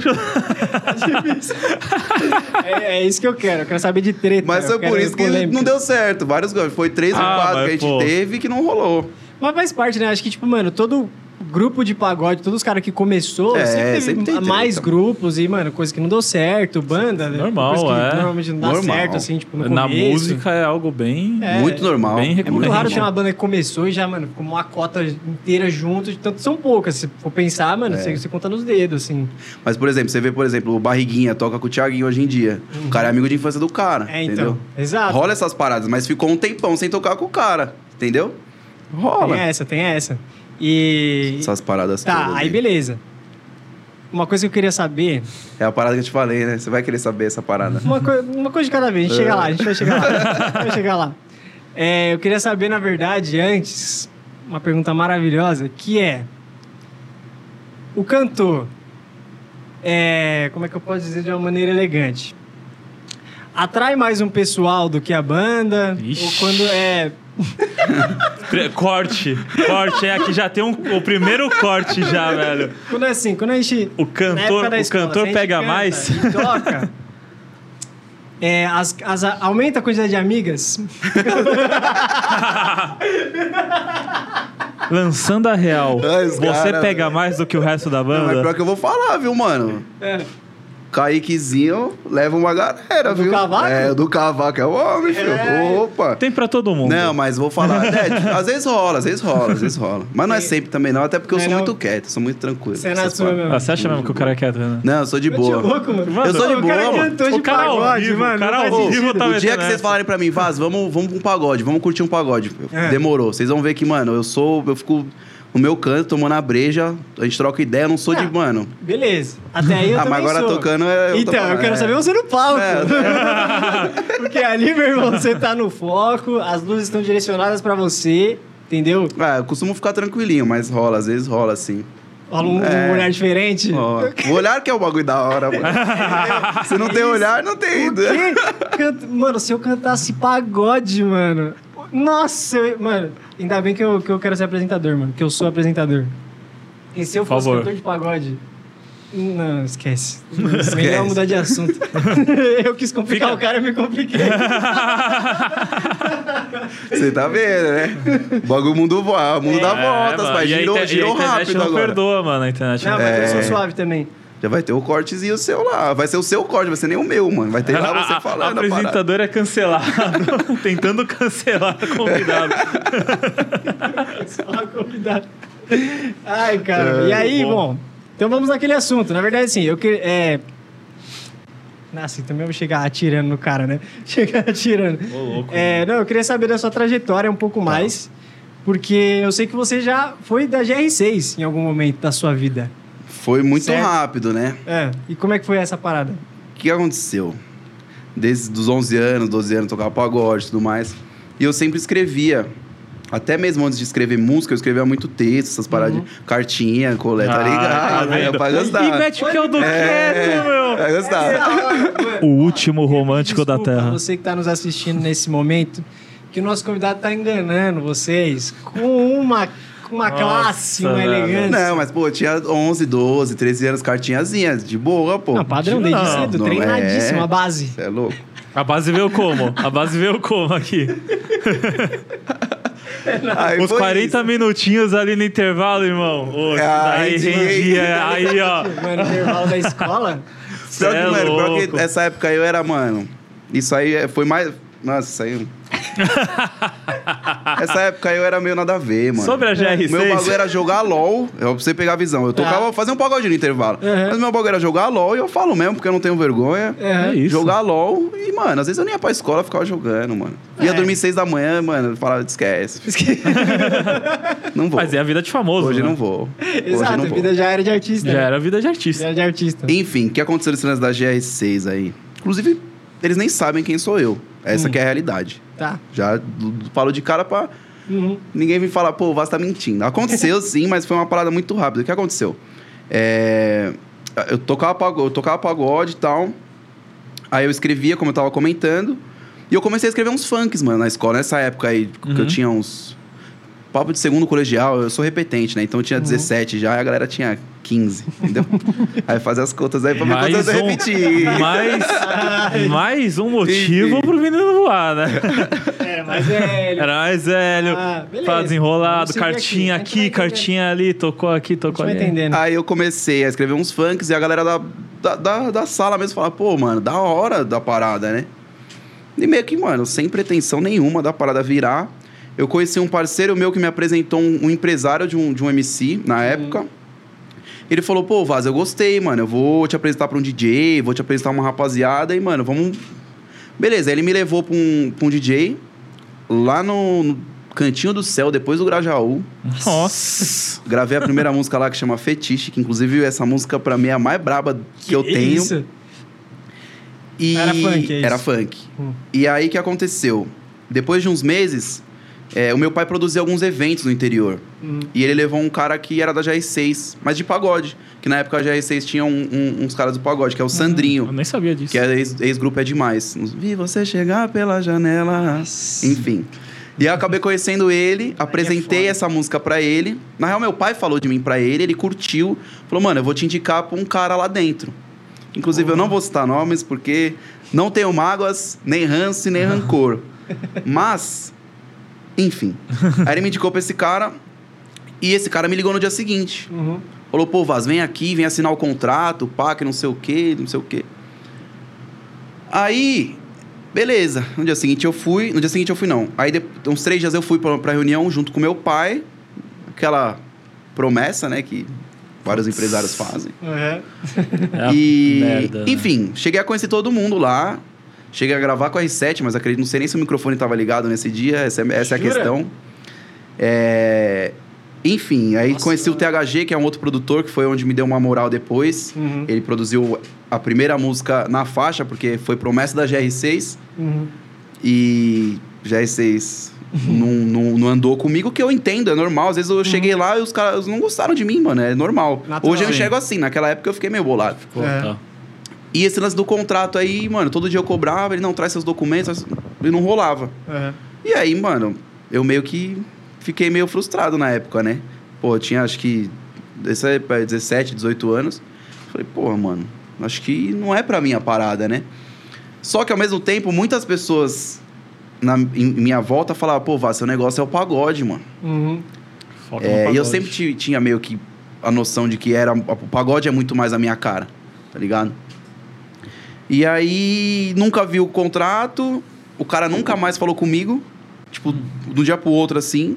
Speaker 2: É, é isso que eu quero, eu quero saber de treta.
Speaker 4: Mas
Speaker 2: eu
Speaker 4: foi por
Speaker 2: quero
Speaker 4: isso que
Speaker 2: polêmica.
Speaker 4: não deu certo. Vários gols. Foi três
Speaker 3: Ah,
Speaker 4: ou quatro
Speaker 3: mas,
Speaker 4: que a gente
Speaker 3: pô.
Speaker 4: teve que não rolou.
Speaker 2: Mas faz parte, né? Acho que, tipo, mano, todo grupo de pagode, todos os caras que começou,
Speaker 4: É,
Speaker 2: sempre teve
Speaker 4: sempre tem treta.
Speaker 2: mais grupos e, mano, coisa que não deu certo, banda, né?
Speaker 3: Normal,
Speaker 2: coisa que
Speaker 3: é.
Speaker 2: normalmente não dá
Speaker 4: Normal.
Speaker 2: certo, assim, tipo, no
Speaker 3: Na
Speaker 2: começo.
Speaker 3: música é algo bem.
Speaker 2: É.
Speaker 4: muito normal.
Speaker 3: bem
Speaker 2: É muito
Speaker 3: Normal.
Speaker 2: raro ter uma banda que começou e já, mano, ficou uma cota inteira junto. Tanto são poucas. Se for pensar,
Speaker 4: É.
Speaker 2: mano, você, você conta nos dedos, assim.
Speaker 4: Mas, por exemplo, você vê, por exemplo, o Barriguinha toca com o Thiaguinho hoje em dia. O cara é amigo de infância do cara.
Speaker 2: É,
Speaker 4: entendeu?
Speaker 2: então. Exato.
Speaker 4: Rola essas paradas, mas ficou um tempão sem tocar com o cara. Entendeu? Rola.
Speaker 2: Tem essa, tem essa. E.
Speaker 4: Essas paradas
Speaker 2: É. Tá,
Speaker 4: todas,
Speaker 2: aí
Speaker 4: né?
Speaker 2: beleza. Uma coisa que eu queria saber.
Speaker 4: É a parada que eu te falei, né? Você vai querer saber essa parada.
Speaker 2: Uma, coi- uma coisa de cada vez, a gente chega lá, a gente vai chegar lá. a gente vai chegar lá. É, eu queria saber, na verdade, antes, uma pergunta maravilhosa, que é. O cantor. É, como é que eu posso dizer de uma maneira elegante? Atrai mais um pessoal do que a banda? Ou
Speaker 3: Ixi.
Speaker 2: quando é.
Speaker 3: Pre- Corte, corte, é aqui já tem um, o primeiro corte já, velho.
Speaker 2: Quando é assim, quando a gente.
Speaker 3: O
Speaker 2: na época
Speaker 3: cantor,
Speaker 2: da
Speaker 3: o
Speaker 2: escola, se a
Speaker 3: cantor
Speaker 2: gente
Speaker 3: pega
Speaker 2: canta
Speaker 3: mais.
Speaker 2: e toca. é, as- as- aumenta a quantidade de amigas?
Speaker 3: Lançando a real.
Speaker 4: Ai, os
Speaker 3: Você
Speaker 4: cara,
Speaker 3: pega
Speaker 4: velho.
Speaker 3: mais do que o resto da
Speaker 4: Não, mas
Speaker 3: banda?
Speaker 4: pior que eu vou falar, viu, mano?
Speaker 2: É.
Speaker 4: Kaiquezinho leva uma galera,
Speaker 2: Do
Speaker 4: viu?
Speaker 2: cavaco?
Speaker 4: É, do cavaco é o homem, filho.
Speaker 2: É. um
Speaker 4: Opa!
Speaker 3: Tem pra todo mundo.
Speaker 4: Não, mas vou falar. né, tipo, às vezes rola, às vezes rola, às vezes rola. Mas não é sempre também, não. Até porque eu
Speaker 2: Não é
Speaker 4: sou
Speaker 2: não?
Speaker 4: muito quieto, sou muito tranquilo.
Speaker 2: Você é na
Speaker 4: Essas
Speaker 2: sua
Speaker 4: paradas.
Speaker 2: mesmo.
Speaker 3: Ah, você acha mesmo que o cara é quieto, né?
Speaker 4: Não, eu sou de boa.
Speaker 2: Eu sou louco, mano.
Speaker 4: Eu sou de
Speaker 2: O cara
Speaker 4: boa, mano.
Speaker 2: cantou de
Speaker 3: O cara ao
Speaker 2: pagode,
Speaker 3: vivo,
Speaker 2: mano.
Speaker 3: o cara
Speaker 2: não
Speaker 3: ao
Speaker 2: faz
Speaker 3: vivo
Speaker 2: sentido.
Speaker 3: tá
Speaker 4: o dia que
Speaker 3: metendo
Speaker 4: vocês
Speaker 3: essa.
Speaker 4: falarem pra mim, Vaz, vamos, vamos pra um pagode, vamos curtir um pagode. Eu-
Speaker 2: É.
Speaker 4: Demorou. Vocês vão ver que, mano, eu sou. Eu fico no meu canto, tomando a breja, a gente troca ideia, eu não sou
Speaker 2: Ah.
Speaker 4: de, mano.
Speaker 2: Beleza. Até aí eu
Speaker 4: Ah, mas
Speaker 2: também
Speaker 4: agora
Speaker 2: sou.
Speaker 4: tocando é- eu tô
Speaker 2: Então, eu
Speaker 4: falando,
Speaker 2: quero
Speaker 4: é.
Speaker 2: saber você no palco.
Speaker 4: É.
Speaker 2: Porque ali, meu irmão, você tá no foco, as luzes estão direcionadas pra você. Entendeu?
Speaker 4: Ah, eu costumo ficar tranquilinho, mas rola, às vezes rola assim.
Speaker 2: Rola um, um
Speaker 4: É.
Speaker 2: olhar diferente.
Speaker 4: Ó, o olhar que é o bagulho da hora, mano. Se não tem olhar, não tem
Speaker 2: O
Speaker 4: ainda.
Speaker 2: quê? Canta- Mano, se eu cantasse pagode, mano. Nossa, eu- mano, ainda bem que eu, que eu quero ser apresentador, mano, que eu sou apresentador. E se eu
Speaker 3: Por
Speaker 2: fosse
Speaker 3: favor.
Speaker 2: cantor de pagode? Não, esquece. Melhor
Speaker 4: Esquece.
Speaker 2: mudar de assunto. eu quis complicar
Speaker 3: Fica-
Speaker 2: o cara, eu me compliquei.
Speaker 4: Você tá vendo, né? O bagulho mundo voa, o mundo dá voltas,
Speaker 3: É, mano.
Speaker 4: pai.
Speaker 3: E a
Speaker 4: Girou,
Speaker 3: inter-
Speaker 4: girou
Speaker 3: e a internet
Speaker 4: rápido
Speaker 3: não
Speaker 4: agora.
Speaker 3: perdoa, mano, a internet.
Speaker 2: Não,
Speaker 3: Não,
Speaker 2: mas eu sou
Speaker 4: É.
Speaker 2: suave também.
Speaker 4: Já vai ter o cortezinho seu lá. Vai ser o seu corte, vai ser nem o meu, mano. Vai ter lá
Speaker 3: A- a-
Speaker 4: você
Speaker 3: a
Speaker 4: falando. a parada.
Speaker 3: apresentador é cancelado, tentando cancelar o convidado.
Speaker 2: Só convidado. Ai, cara.
Speaker 4: É,
Speaker 2: e aí,
Speaker 3: bom.
Speaker 2: bom. Então vamos naquele assunto. Na verdade, assim, eu que. É... Nossa, também eu vou chegar atirando no cara, né? Chegar atirando.
Speaker 3: Ô, louco. né? Tá.
Speaker 2: É, não, eu queria saber da sua trajetória um pouco mais. Porque eu sei que você já foi da GR6 em algum momento da sua vida.
Speaker 4: Foi muito
Speaker 2: Certo.
Speaker 4: rápido, né?
Speaker 2: É. E como é que foi essa parada?
Speaker 4: O que aconteceu? Desde os 11 anos, 12 anos, tocava pagode e tudo mais. E eu sempre escrevia. Até mesmo antes de escrever música, eu escrevia muito texto, essas paradas de cartinha, coleta,
Speaker 3: Uhum. Ah,
Speaker 4: tá
Speaker 3: tá
Speaker 4: ligado? né?
Speaker 3: vendo?
Speaker 4: pra gostar.
Speaker 3: E mete o que eu dou
Speaker 4: É,
Speaker 3: quieto, meu.
Speaker 4: Pra gostar.
Speaker 3: O último romântico da
Speaker 2: Desculpa,
Speaker 3: Terra.
Speaker 2: Você que está nos assistindo nesse momento, que o nosso convidado está enganando vocês com uma, com uma
Speaker 3: Nossa,
Speaker 2: classe, uma
Speaker 3: velho.
Speaker 2: elegância.
Speaker 4: Não, mas, pô, eu tinha 11, 12, 13 anos, cartinhazinha, de boa, pô.
Speaker 2: Não, padrão desde
Speaker 3: Não,
Speaker 2: cedo,
Speaker 4: não é.
Speaker 2: treinadíssimo, a base.
Speaker 4: Você é louco?
Speaker 3: A base veio como? A base veio como aqui?
Speaker 4: Aí
Speaker 3: Os
Speaker 4: foi
Speaker 3: 40 minutinhos ali no intervalo, irmão. Ô, isso
Speaker 4: Ai,
Speaker 3: daí
Speaker 4: dinheiro.
Speaker 3: rendia. Aí, ó.
Speaker 2: Mano, intervalo da escola.
Speaker 4: Só que,
Speaker 3: Cê é
Speaker 4: mano, pior
Speaker 3: louco.
Speaker 4: que essa época aí eu era, mano. Isso aí é- foi mais. Nossa, isso aí. essa época aí eu era meio nada a ver, mano.
Speaker 3: Sobre a GR6.
Speaker 4: Meu bagulho era jogar LOL, é pra você pegar a visão. Eu tocava,
Speaker 3: Ah.
Speaker 4: fazer um pagode no intervalo.
Speaker 2: Uhum.
Speaker 4: Mas meu bagulho era jogar LOL e eu falo mesmo, porque eu não tenho vergonha.
Speaker 2: É.
Speaker 3: É isso.
Speaker 4: Jogar LOL e, mano, às vezes eu nem ia pra escola, eu ficava jogando, mano. Ia
Speaker 2: É.
Speaker 4: dormir seis da manhã, mano, falava, esquece. Não vou.
Speaker 3: Mas é a vida de famoso.
Speaker 4: Hoje
Speaker 3: né?
Speaker 4: não vou. Hoje
Speaker 2: Exato,
Speaker 4: não
Speaker 2: a
Speaker 4: vou.
Speaker 2: vida já era de artista.
Speaker 3: Já
Speaker 2: né?
Speaker 3: era a vida de
Speaker 2: Já
Speaker 3: artista.
Speaker 2: era de artista.
Speaker 4: Enfim, o que aconteceu nesse lance da GR6 aí? Inclusive, eles nem sabem quem sou eu. Essa
Speaker 3: Hum.
Speaker 4: que é a realidade.
Speaker 2: Tá.
Speaker 4: Já l- falo de cara pra
Speaker 2: Uhum.
Speaker 4: ninguém vir falar, pô, o Vaz tá mentindo. Aconteceu sim, mas foi uma parada muito rápida. O que aconteceu? É, Eu tocava pagode, eu tocava pagode e tal. Aí eu escrevia, como eu tava comentando. E eu comecei a escrever uns funks, mano, na escola. Nessa época aí, que
Speaker 3: Uhum.
Speaker 4: eu tinha uns... Papo de segundo colegial, eu sou repetente, né? Então eu tinha
Speaker 3: Uhum.
Speaker 4: 17 já e a galera tinha 15, entendeu? aí fazer as contas aí pra ver
Speaker 3: Mais
Speaker 4: quantas eu
Speaker 3: um.
Speaker 4: repeti.
Speaker 3: Mais, mais um motivo pro menino voar, né?
Speaker 2: Era é, mais velho.
Speaker 3: Era mais velho,
Speaker 2: Ah, beleza.
Speaker 3: faz
Speaker 2: Vamos
Speaker 3: desenrolado,
Speaker 2: seguir
Speaker 3: cartinha
Speaker 2: aqui. A gente
Speaker 3: aqui,
Speaker 2: vai entender.
Speaker 3: cartinha ali, tocou aqui,
Speaker 2: A gente
Speaker 3: tocou
Speaker 2: vai
Speaker 3: ali.
Speaker 2: entendendo.
Speaker 4: Aí eu comecei a escrever uns funks e a galera da, da, da, da sala mesmo falava, pô, mano, da hora da parada, né? E meio que, mano, sem pretensão nenhuma da parada virar. Eu conheci um parceiro meu que me apresentou um, um empresário de um, de um MC na época. Ele falou, pô, Vaz, eu gostei, mano. Eu vou te apresentar pra um DJ, vou te apresentar uma rapaziada e, mano, vamos. Beleza, aí ele me levou pra um, pra um DJ lá no, no Cantinho do Céu, depois do Grajaú.
Speaker 3: Nossa.
Speaker 4: Gravei a primeira música lá que chama Fetiche, que inclusive essa música pra mim é a mais braba que, eu tenho.
Speaker 2: Isso.
Speaker 4: E
Speaker 2: Era funk, é isso?
Speaker 4: Era funk.
Speaker 2: Hum.
Speaker 4: E aí o que aconteceu? Depois de uns meses, é, o meu pai produzia alguns eventos no interior.
Speaker 2: Hum.
Speaker 4: E ele levou um cara que era da GR6, mas de pagode. Que na época a GR6 tinha um- um- uns caras do pagode,
Speaker 2: Hum.
Speaker 4: que é o
Speaker 3: Eu
Speaker 4: Sandrinho,
Speaker 3: nem sabia disso.
Speaker 4: que é ex- ex-grupo É Demais. Uns, Vi você chegar pela janela. Enfim. E eu acabei conhecendo ele, apresentei
Speaker 2: foda.
Speaker 4: essa música pra ele. Na real, meu pai falou de mim pra ele, ele curtiu. Falou, mano, eu vou te indicar pra um cara lá dentro. Inclusive, eu não vou citar nomes, porque não tenho mágoas, nem ranço e nem rancor. Mas, enfim. Aí ele me indicou pra esse cara, e esse cara me ligou no dia seguinte.
Speaker 2: Uhum.
Speaker 4: Falou, pô, Vaz, vem aqui, vem assinar o contrato, pá, que não sei o quê, não sei o quê. Aí, beleza. No dia seguinte eu fui. No dia seguinte eu fui, não. Aí, de- uns três dias eu fui pra, pra reunião junto com meu pai. Aquela promessa, né, que vários empresários fazem.
Speaker 2: Uhum.
Speaker 3: É a
Speaker 4: e,
Speaker 3: merda, né?
Speaker 4: enfim, cheguei a conhecer todo mundo lá. Cheguei a gravar com a R7, mas acredito, não sei nem se o microfone estava ligado nesse dia. Essa, é- essa é a
Speaker 2: Jura?
Speaker 4: questão. É, Enfim, aí
Speaker 2: Nossa,
Speaker 4: conheci o
Speaker 2: mano.
Speaker 4: THG, que é um outro produtor, que foi onde me deu uma moral depois.
Speaker 2: Uhum.
Speaker 4: Ele produziu a primeira música na faixa, porque foi promessa da GR6.
Speaker 2: Uhum.
Speaker 4: E GR6 não, não, não andou comigo, que eu entendo, é normal. Às vezes eu cheguei lá e os caras não gostaram de mim, mano, é normal.
Speaker 2: Uhum. Natural.
Speaker 4: Hoje eu
Speaker 2: Sim.
Speaker 4: enxergo assim, naquela época eu fiquei meio bolado.
Speaker 3: Pô,
Speaker 2: É.
Speaker 3: tá.
Speaker 4: E esse lance do contrato aí, mano, todo dia eu cobrava, ele não traz seus documentos, ele não rolava.
Speaker 2: É.
Speaker 4: E aí, mano, eu meio que fiquei meio frustrado na época, né? Pô, eu tinha acho que 17, 17, 18 anos. Falei, pô, mano, acho que não é pra mim a parada, né? Só que ao mesmo tempo, muitas pessoas na em em minha volta falavam, pô, Vá, seu negócio é o pagode, mano.
Speaker 2: Uhum.
Speaker 3: Foca no
Speaker 4: É, e eu
Speaker 3: pagode.
Speaker 4: sempre ti- tinha meio que a noção de que era o pagode é muito mais a minha cara, tá ligado? E aí nunca vi o contrato, o cara nunca mais falou comigo, tipo, de um dia pro outro assim.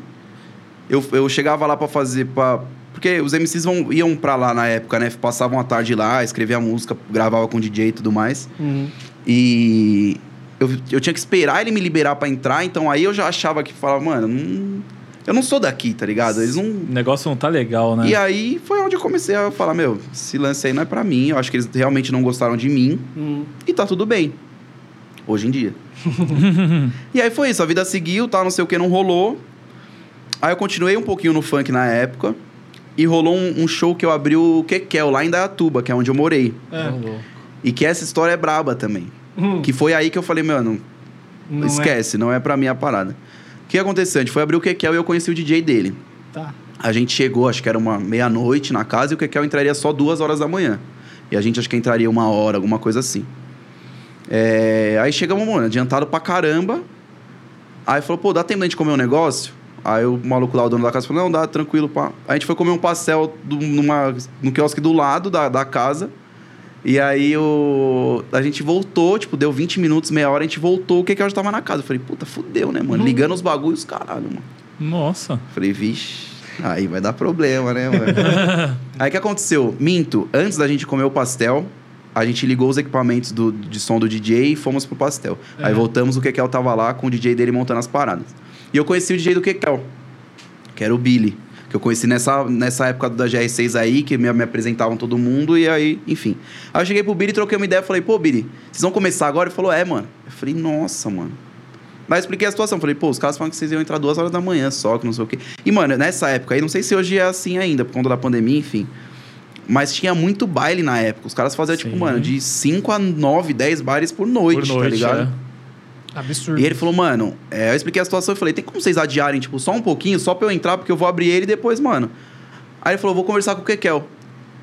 Speaker 4: Eu, eu chegava lá pra fazer pra porque os MCs vão, iam pra lá na época, né? Passavam a tarde lá, escrevia música, gravava com DJ e tudo mais.
Speaker 2: Uhum.
Speaker 4: E eu, eu tinha que esperar ele me liberar pra entrar, então aí eu já achava que falava, mano, não- eu não sou daqui, tá ligado? Eles não
Speaker 3: O negócio não tá legal,
Speaker 2: É.
Speaker 3: né?
Speaker 4: e aí foi onde eu comecei a falar, meu, esse lance aí não é pra mim, eu acho que eles realmente não gostaram de mim
Speaker 2: Uhum.
Speaker 4: e tá tudo bem. Hoje em dia. e aí foi isso, a vida seguiu, tal, não sei o que, não rolou. Aí eu continuei um pouquinho no funk na época e rolou um, um show que eu abri o Kekel lá em Dayatuba, que é onde eu morei.
Speaker 2: É.
Speaker 3: Tá
Speaker 4: E que essa história é braba também.
Speaker 2: Uhum.
Speaker 4: Que foi aí que eu falei, mano,
Speaker 2: Não é-
Speaker 4: esquece, não é pra mim a parada. O que aconteceu? A gente foi abrir o Kekel e eu conheci o DJ dele.
Speaker 2: Tá.
Speaker 4: A gente chegou, acho que era uma meia-noite na casa e o Kekel entraria só duas horas da manhã. E a gente acho que entraria uma hora, alguma coisa assim. É, aí chegamos, mano, adiantado pra caramba. Aí falou, pô, dá tempo da gente comer um negócio? Aí o maluco lá, o dono da casa, falou, não, dá, tranquilo, pá. Aí a gente foi comer um pastel do- numa, no quiosque do lado da, da casa. E aí o, a gente voltou, tipo, deu 20 minutos, meia hora, a gente voltou, o Kekel já tava na casa. Eu falei, puta, fudeu, né, mano? Ligando os bagulhos, caralho, mano.
Speaker 3: Nossa.
Speaker 4: Falei, vixe, aí vai dar problema, né, mano? aí o que aconteceu? Minto, antes da gente comer o pastel, a gente ligou os equipamentos do, de som do DJ e fomos pro pastel. Aí voltamos, o Kekel tava lá com o DJ dele montando as paradas. E eu conheci o DJ do Kekel, que era o Billy. Que eu conheci nessa, nessa época da GR6 aí, que me, me apresentavam todo mundo, e aí, enfim. Aí eu cheguei pro Billy, troquei uma ideia, falei, pô, Billy, vocês vão começar agora? Ele falou, é, mano. Eu falei, nossa, mano. Mas expliquei a situação. Falei, pô, os caras falam que vocês iam entrar duas horas da manhã só, que não sei o quê. E, mano, nessa época aí, não sei se hoje é assim ainda, por conta da pandemia, enfim. Mas tinha muito baile na época. Os caras faziam, tipo,
Speaker 3: Sim.
Speaker 4: mano, de 5 a 9, 10 bailes por noite,
Speaker 3: Por noite,
Speaker 4: tá ligado?
Speaker 3: é.
Speaker 2: Absurdo.
Speaker 4: E ele falou, mano, é, eu expliquei a situação e falei, tem como vocês adiarem, tipo, só um pouquinho, só pra eu entrar, porque eu vou abrir ele e depois, mano. Aí ele falou, vou conversar com o Kekel.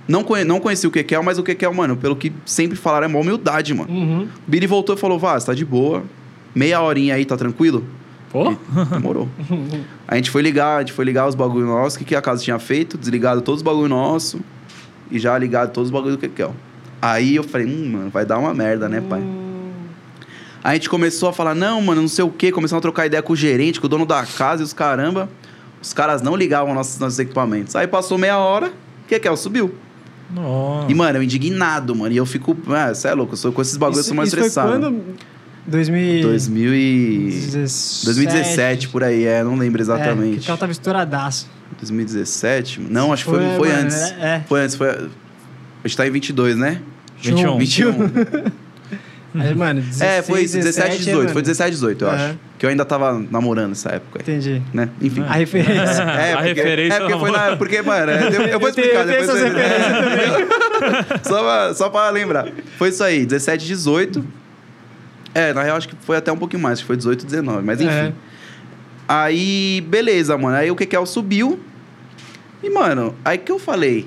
Speaker 4: Não, conhe não conheci o Kekel, mas o Kekel, mano, pelo que sempre falaram, é mó humildade, mano.
Speaker 2: Uhum.
Speaker 4: O Billy voltou e falou, Vá, você tá de boa. Meia horinha aí, tá tranquilo?
Speaker 3: Pô,
Speaker 4: Demorou. A gente foi ligar, a gente foi ligar os bagulho nossos, o que, que a casa tinha feito, desligado todos os bagulho nosso e já ligado todos os bagulho do Kekel. Aí eu falei, hum, mano, vai dar uma merda, né, pai?
Speaker 2: Hum.
Speaker 4: Aí a gente começou a falar, não, mano, não sei o quê. Começamos a trocar ideia com o gerente, com o dono da casa e os caramba. Os caras não ligavam nossos, nossos equipamentos. Aí passou meia hora, o que que é? Subiu.
Speaker 3: nossa.
Speaker 4: E, mano, eu indignado, mano. E eu fico, ah, você é louco, eu sou, com esses bagulhos eu sou mais
Speaker 2: isso, isso foi
Speaker 4: estressado.
Speaker 2: quando? 2000
Speaker 4: 2000 e...
Speaker 2: 2017.
Speaker 4: 2017, por aí, é, não lembro
Speaker 2: É, que o
Speaker 4: exatamente.
Speaker 2: cara tava estouradaço.
Speaker 4: 2017? Não, acho que foi, foi,
Speaker 2: mano,
Speaker 4: antes.
Speaker 2: É, é.
Speaker 4: Foi antes, foi. A gente tá em 22, né?
Speaker 3: 21.
Speaker 4: 21.
Speaker 2: Aí, mano, 16,
Speaker 4: é, foi 17, 18.
Speaker 2: é,
Speaker 4: foi 17, 18, eu
Speaker 2: Aham.
Speaker 4: acho. Que eu ainda tava namorando nessa época aí,
Speaker 2: Entendi.
Speaker 4: né? Enfim.
Speaker 2: A referência.
Speaker 4: É,
Speaker 3: A
Speaker 4: porque,
Speaker 3: referência
Speaker 4: é porque foi
Speaker 3: não.
Speaker 4: na. Porque, mano, é, eu, eu vou
Speaker 2: Eu tenho-
Speaker 4: explicar
Speaker 2: eu tenho
Speaker 4: depois.
Speaker 2: essas
Speaker 4: só, pra, só pra lembrar. Foi isso aí, 17, 18. É, na real, acho que foi até um pouquinho mais, acho que foi 18, 19, mas enfim.
Speaker 2: É.
Speaker 4: Aí, beleza, mano. Aí o Kekel subiu. E, mano, aí que eu falei.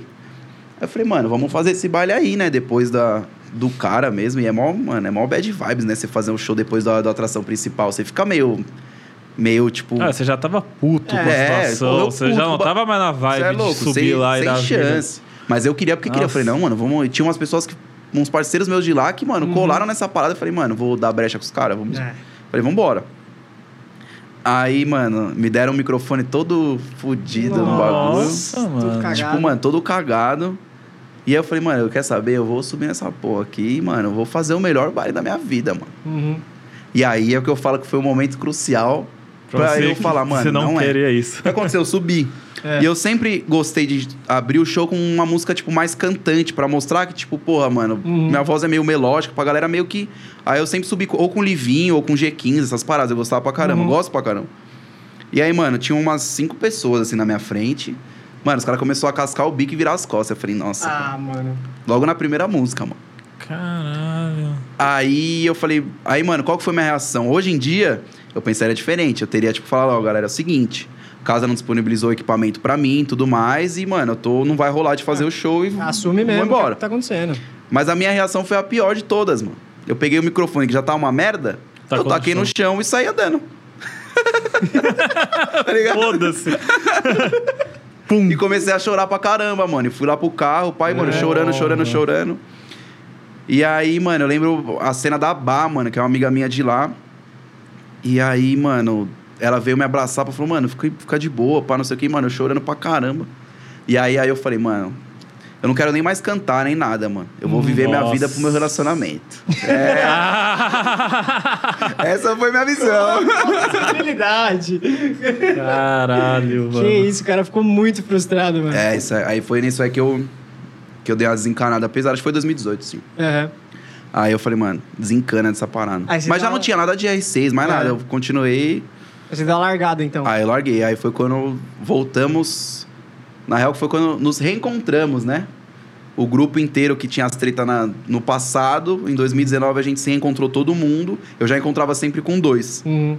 Speaker 4: Aí eu falei, mano, vamos fazer esse baile aí, né? Depois da, do cara mesmo. E é mó, mano, é mó bad vibes, né? Você fazer um show depois da, da atração principal. Você fica meio. Meio, tipo.
Speaker 3: Ah, você já tava puto com a
Speaker 4: É,
Speaker 3: situação.
Speaker 4: eu
Speaker 3: você
Speaker 4: puto,
Speaker 3: já não
Speaker 4: ba-
Speaker 3: tava mais na
Speaker 4: Você
Speaker 3: vibe
Speaker 4: é
Speaker 3: de
Speaker 4: louco,
Speaker 3: subir
Speaker 4: sem,
Speaker 3: lá e
Speaker 4: sem
Speaker 3: dar
Speaker 4: chance. Mas eu queria porque queria. Eu
Speaker 3: Nossa.
Speaker 4: falei, não, mano, vamos. e Tinha umas pessoas que. Uns parceiros meus de lá que, mano,
Speaker 3: Uhum.
Speaker 4: colaram nessa parada. Eu falei, mano, vou dar brecha com os caras, vamos.
Speaker 2: É.
Speaker 4: Falei, vambora. Aí, mano, me deram um microfone todo fudido no bagulho.
Speaker 3: Nossa, mano.
Speaker 2: Tudo cagado.
Speaker 4: Tipo, mano, todo cagado. E aí eu falei, mano, eu quero saber, eu vou subir nessa porra aqui, mano, eu vou fazer o melhor baile da minha vida, mano.
Speaker 2: Uhum.
Speaker 4: E aí é o que eu falo que foi um momento crucial pra,
Speaker 3: você-
Speaker 4: eu falar, mano,
Speaker 3: Você não,
Speaker 4: é.
Speaker 3: queria isso.
Speaker 4: O que aconteceu? Eu subi.
Speaker 2: É.
Speaker 4: E eu sempre gostei de abrir o show com uma música, tipo, mais cantante, pra mostrar que, tipo, porra, mano,
Speaker 2: Uhum.
Speaker 4: minha voz é meio melódica, pra galera meio que. Aí eu sempre subi co- ou com Livinho, ou com G15, essas paradas. Eu gostava pra caramba,
Speaker 2: Uhum.
Speaker 4: gosto pra caramba. E aí, mano, tinha umas cinco pessoas assim na minha frente. Mano, os caras começaram a cascar o bico e virar as costas. Eu falei, nossa.
Speaker 2: Ah, mano.
Speaker 4: Logo na primeira música, mano.
Speaker 3: Caralho.
Speaker 4: Aí eu falei, aí, mano, qual que foi minha reação? Hoje em dia, eu pensaria diferente. Eu teria, tipo, falado, ó, galera, é o seguinte. A casa não disponibilizou equipamento pra mim e tudo mais. E, mano, eu tô, não vai rolar de fazer o show e
Speaker 2: Assume mesmo.
Speaker 4: vou embora.
Speaker 2: O que tá acontecendo?
Speaker 4: Mas a minha reação foi a pior de todas, mano. Eu peguei o microfone que já tá uma merda, eu
Speaker 3: Tacou no
Speaker 4: taquei no chão e saí andando. tá ligado?
Speaker 3: Foda-se.
Speaker 4: E comecei a chorar pra caramba, mano. E fui lá pro carro, o pai, mano,
Speaker 3: É,
Speaker 4: chorando, chorando,
Speaker 3: mano.
Speaker 4: chorando. E aí, mano, eu lembro a cena da Bá, mano, que é uma amiga minha de lá. E aí, mano, ela veio me abraçar, falou, mano, fica, fica de boa, pá, não sei o que, mano, eu chorando pra caramba. E aí, aí eu falei, mano, eu não quero nem mais cantar, nem nada, mano. Eu vou viver minha vida pro meu
Speaker 3: Nossa.
Speaker 4: relacionamento.
Speaker 3: Ah!
Speaker 4: Essa foi minha visão.
Speaker 2: Habilidade.
Speaker 3: Caralho, mano.
Speaker 2: Que isso, o cara ficou muito frustrado, mano.
Speaker 4: é, isso aí, aí foi nisso aí que eu, que eu dei uma desencanada pesada. Acho que foi 2018, sim.
Speaker 2: Aham.
Speaker 4: Aí eu falei, mano, desencana dessa parada.
Speaker 2: Aí
Speaker 4: Mas
Speaker 2: você
Speaker 4: já
Speaker 2: tava-
Speaker 4: não tinha nada de R6, mais
Speaker 2: É.
Speaker 4: nada. Eu continuei,
Speaker 2: Você dá uma largada, então.
Speaker 4: aí eu larguei. Aí foi quando voltamos. Na real, foi quando nos reencontramos, né? O grupo inteiro que tinha as treta na- no passado, em 2019 a gente se reencontrou todo mundo. Eu já encontrava sempre com dois.
Speaker 2: Uhum.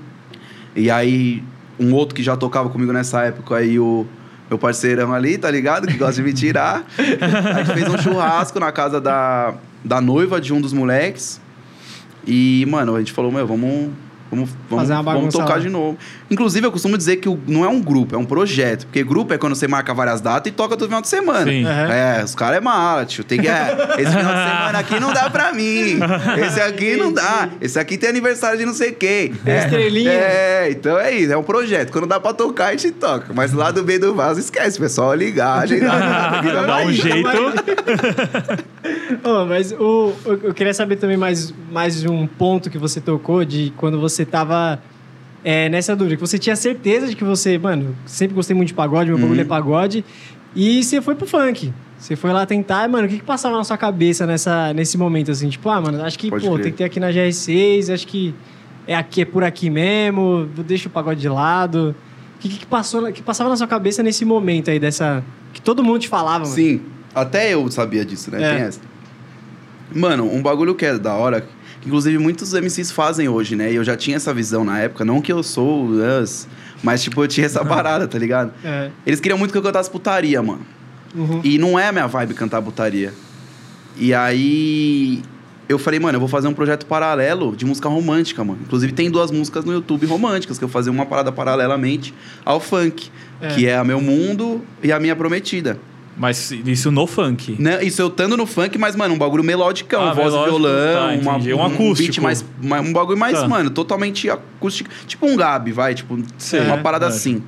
Speaker 4: E aí, um outro que já tocava comigo nessa época, aí o meu parceirão ali, tá ligado? Que gosta de me tirar. a gente fez um churrasco na casa da, da noiva de um dos moleques. E, mano, a gente falou, meu, vamos. Vamos, vamos,
Speaker 2: Fazer uma
Speaker 4: vamos
Speaker 2: bagunça
Speaker 4: tocar
Speaker 2: lá.
Speaker 4: de novo. Inclusive, eu costumo dizer que o- não é um grupo, é um projeto. Porque grupo é quando você marca várias datas e toca todo final de semana.
Speaker 3: Sim.
Speaker 2: Aham.
Speaker 4: É, os caras é mala, tio. Tem que, é, esse final de semana aqui não dá pra mim. Esse aqui não dá. Esse aqui tem aniversário de não sei quem.
Speaker 2: Tem estrelinha.
Speaker 4: É, então é isso. É um projeto. Quando dá pra tocar, a gente toca. Mas lá do meio do vaso, esquece, pessoal. Ligar, agendar. nada, que não
Speaker 3: Dá
Speaker 4: vai.
Speaker 3: um jeito.
Speaker 2: Ô, Oh, mas o, eu- eu queria saber também mais, mais de um ponto que você tocou de quando você tava é, nessa dúvida, que você tinha certeza de que você, mano, sempre gostei muito de pagode, meu
Speaker 3: Uhum.
Speaker 2: bagulho é pagode, e você foi pro funk. Você foi lá tentar, e, mano, o que, que passava na sua cabeça nessa, nesse momento, assim? Tipo, ah, mano, acho que,
Speaker 4: Pode
Speaker 2: pô,
Speaker 4: crer.
Speaker 2: tem que ter aqui na GR6, acho que é aqui, é por aqui mesmo, deixa o pagode de lado. O que, que, passou, na- que passava na sua cabeça nesse momento aí dessa... Que todo mundo te falava, mano.
Speaker 4: Sim, até eu sabia disso, né?
Speaker 2: É.
Speaker 4: Tem essa. Mano, um bagulho que é da hora, que inclusive muitos MCs fazem hoje, né? E eu já tinha essa visão na época. Não que eu sou o Us, mas tipo, eu tinha essa parada, tá ligado?
Speaker 2: É,
Speaker 4: Eles queriam muito que eu cantasse putaria, mano.
Speaker 2: uhum.
Speaker 4: E não é a minha vibe cantar putaria. E aí eu falei, mano, eu vou fazer um projeto paralelo de música romântica, mano. Inclusive tem duas músicas no YouTube românticas que eu fazia uma parada paralelamente ao funk,
Speaker 2: É.
Speaker 4: que é a Meu Mundo e a Minha Prometida.
Speaker 3: Mas isso no funk.
Speaker 4: Né? Isso eu tando no funk, mas, mano, um bagulho melódico,
Speaker 3: Ah,
Speaker 4: voz e
Speaker 3: melódico,
Speaker 4: violão,
Speaker 3: tá,
Speaker 4: uma,
Speaker 3: entendi. Um
Speaker 4: beat
Speaker 3: acústico.
Speaker 4: mais, ma- um bagulho mais,
Speaker 3: Tá.
Speaker 4: mano, totalmente acústico. Tipo um Gabi, vai, tipo,
Speaker 3: Sei.
Speaker 4: uma
Speaker 3: É,
Speaker 4: parada
Speaker 3: é.
Speaker 4: assim.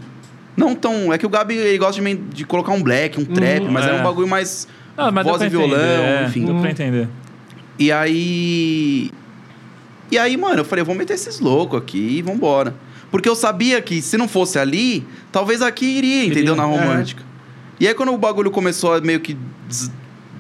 Speaker 4: Não tão. É que o Gabi ele gosta de, men- de colocar um black, um trap, mas
Speaker 3: é.
Speaker 4: era um bagulho mais.
Speaker 3: Ah, mas
Speaker 4: voz
Speaker 3: dá
Speaker 4: e
Speaker 3: pra
Speaker 4: violão,
Speaker 3: entender, é,
Speaker 4: enfim.
Speaker 3: Dá pra entender.
Speaker 4: E aí. E aí, mano, eu falei, eu vou meter esses loucos aqui e vambora. Porque eu sabia que se não fosse ali, talvez aqui iria, entendeu? Na
Speaker 2: é.
Speaker 4: romântica. E aí, quando o bagulho começou a meio que des-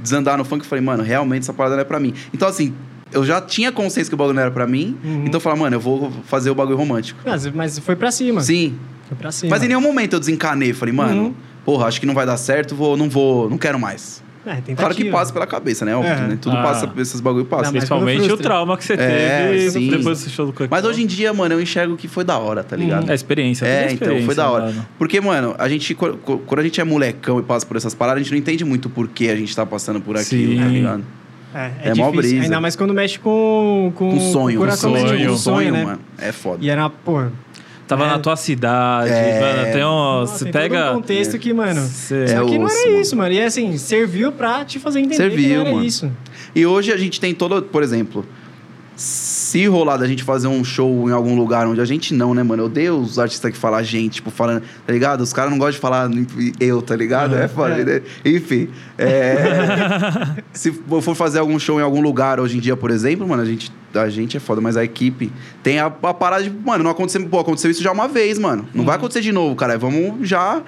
Speaker 4: desandar no funk, eu falei, mano, realmente essa parada não é pra mim. Então, assim, eu já tinha consciência que o bagulho não era pra mim.
Speaker 2: Uhum.
Speaker 4: Então, eu falei, mano, eu vou fazer o bagulho romântico.
Speaker 2: Mas, mas foi pra cima.
Speaker 4: Sim.
Speaker 2: Foi pra cima.
Speaker 4: Mas em nenhum momento eu desencanei. Falei, mano,
Speaker 2: Uhum.
Speaker 4: porra, acho que não vai dar certo, vou, não vou, não quero mais.
Speaker 2: É, tentativa.
Speaker 4: Claro que passa pela cabeça, né? Óbvio,
Speaker 2: É.
Speaker 4: né? Tudo
Speaker 3: Ah.
Speaker 4: passa, esses bagulho passa.
Speaker 2: Não, mas quando
Speaker 3: Principalmente o
Speaker 2: frustra.
Speaker 3: trauma que você
Speaker 4: É,
Speaker 3: teve
Speaker 4: sim.
Speaker 3: depois do show do Coquetel.
Speaker 4: Mas hoje em dia, mano, eu enxergo que foi da hora, tá
Speaker 2: Uhum.
Speaker 4: ligado?
Speaker 3: É experiência. tudo
Speaker 4: É, então, foi
Speaker 3: experiência,
Speaker 4: da hora.
Speaker 3: mano.
Speaker 4: Porque, mano, a gente, co- co- quando a gente é molecão e passa por essas paradas, a gente não entende muito por que a gente tá passando por aquilo,
Speaker 3: Sim.
Speaker 4: tá ligado?
Speaker 2: É, é,
Speaker 4: É
Speaker 2: difícil.
Speaker 4: mó brisa.
Speaker 2: Ainda mais quando mexe com... Com,
Speaker 4: Com Um sonho,
Speaker 2: com o
Speaker 4: com
Speaker 2: coração
Speaker 4: sonho,
Speaker 2: mesmo,
Speaker 3: sonho.
Speaker 2: com
Speaker 4: com
Speaker 2: o sonho, né?
Speaker 4: mano. É foda.
Speaker 2: E era, pô...
Speaker 3: Tava
Speaker 2: É.
Speaker 3: na tua cidade.
Speaker 4: É.
Speaker 3: Mano, tem um,
Speaker 2: nossa,
Speaker 3: você
Speaker 2: tem todo
Speaker 3: pega.
Speaker 2: um contexto que, mano...
Speaker 3: Cê-
Speaker 2: Isso
Speaker 4: É
Speaker 2: aqui não
Speaker 4: osso,
Speaker 2: era
Speaker 4: mano.
Speaker 2: isso, mano. E assim, serviu pra te fazer entender que
Speaker 4: Serviu,
Speaker 2: não era
Speaker 4: mano.
Speaker 2: isso.
Speaker 4: E hoje a gente tem todo, por exemplo, se rolar da gente fazer um show em algum lugar onde a gente não, né, mano? Eu odeio os artistas que falam a gente, tipo, falando, tá ligado? Os caras não gostam de falar eu, tá ligado? é foda,
Speaker 2: é.
Speaker 4: né? Enfim.
Speaker 3: Ah,
Speaker 4: é, se eu for fazer algum show em algum lugar hoje em dia, por exemplo, mano, a gente, a gente é foda, mas a equipe tem a, a parada de, mano, não aconteceu, pô, aconteceu isso já uma vez, mano. Não
Speaker 3: Uhum.
Speaker 4: vai acontecer de novo, cara. Vamos já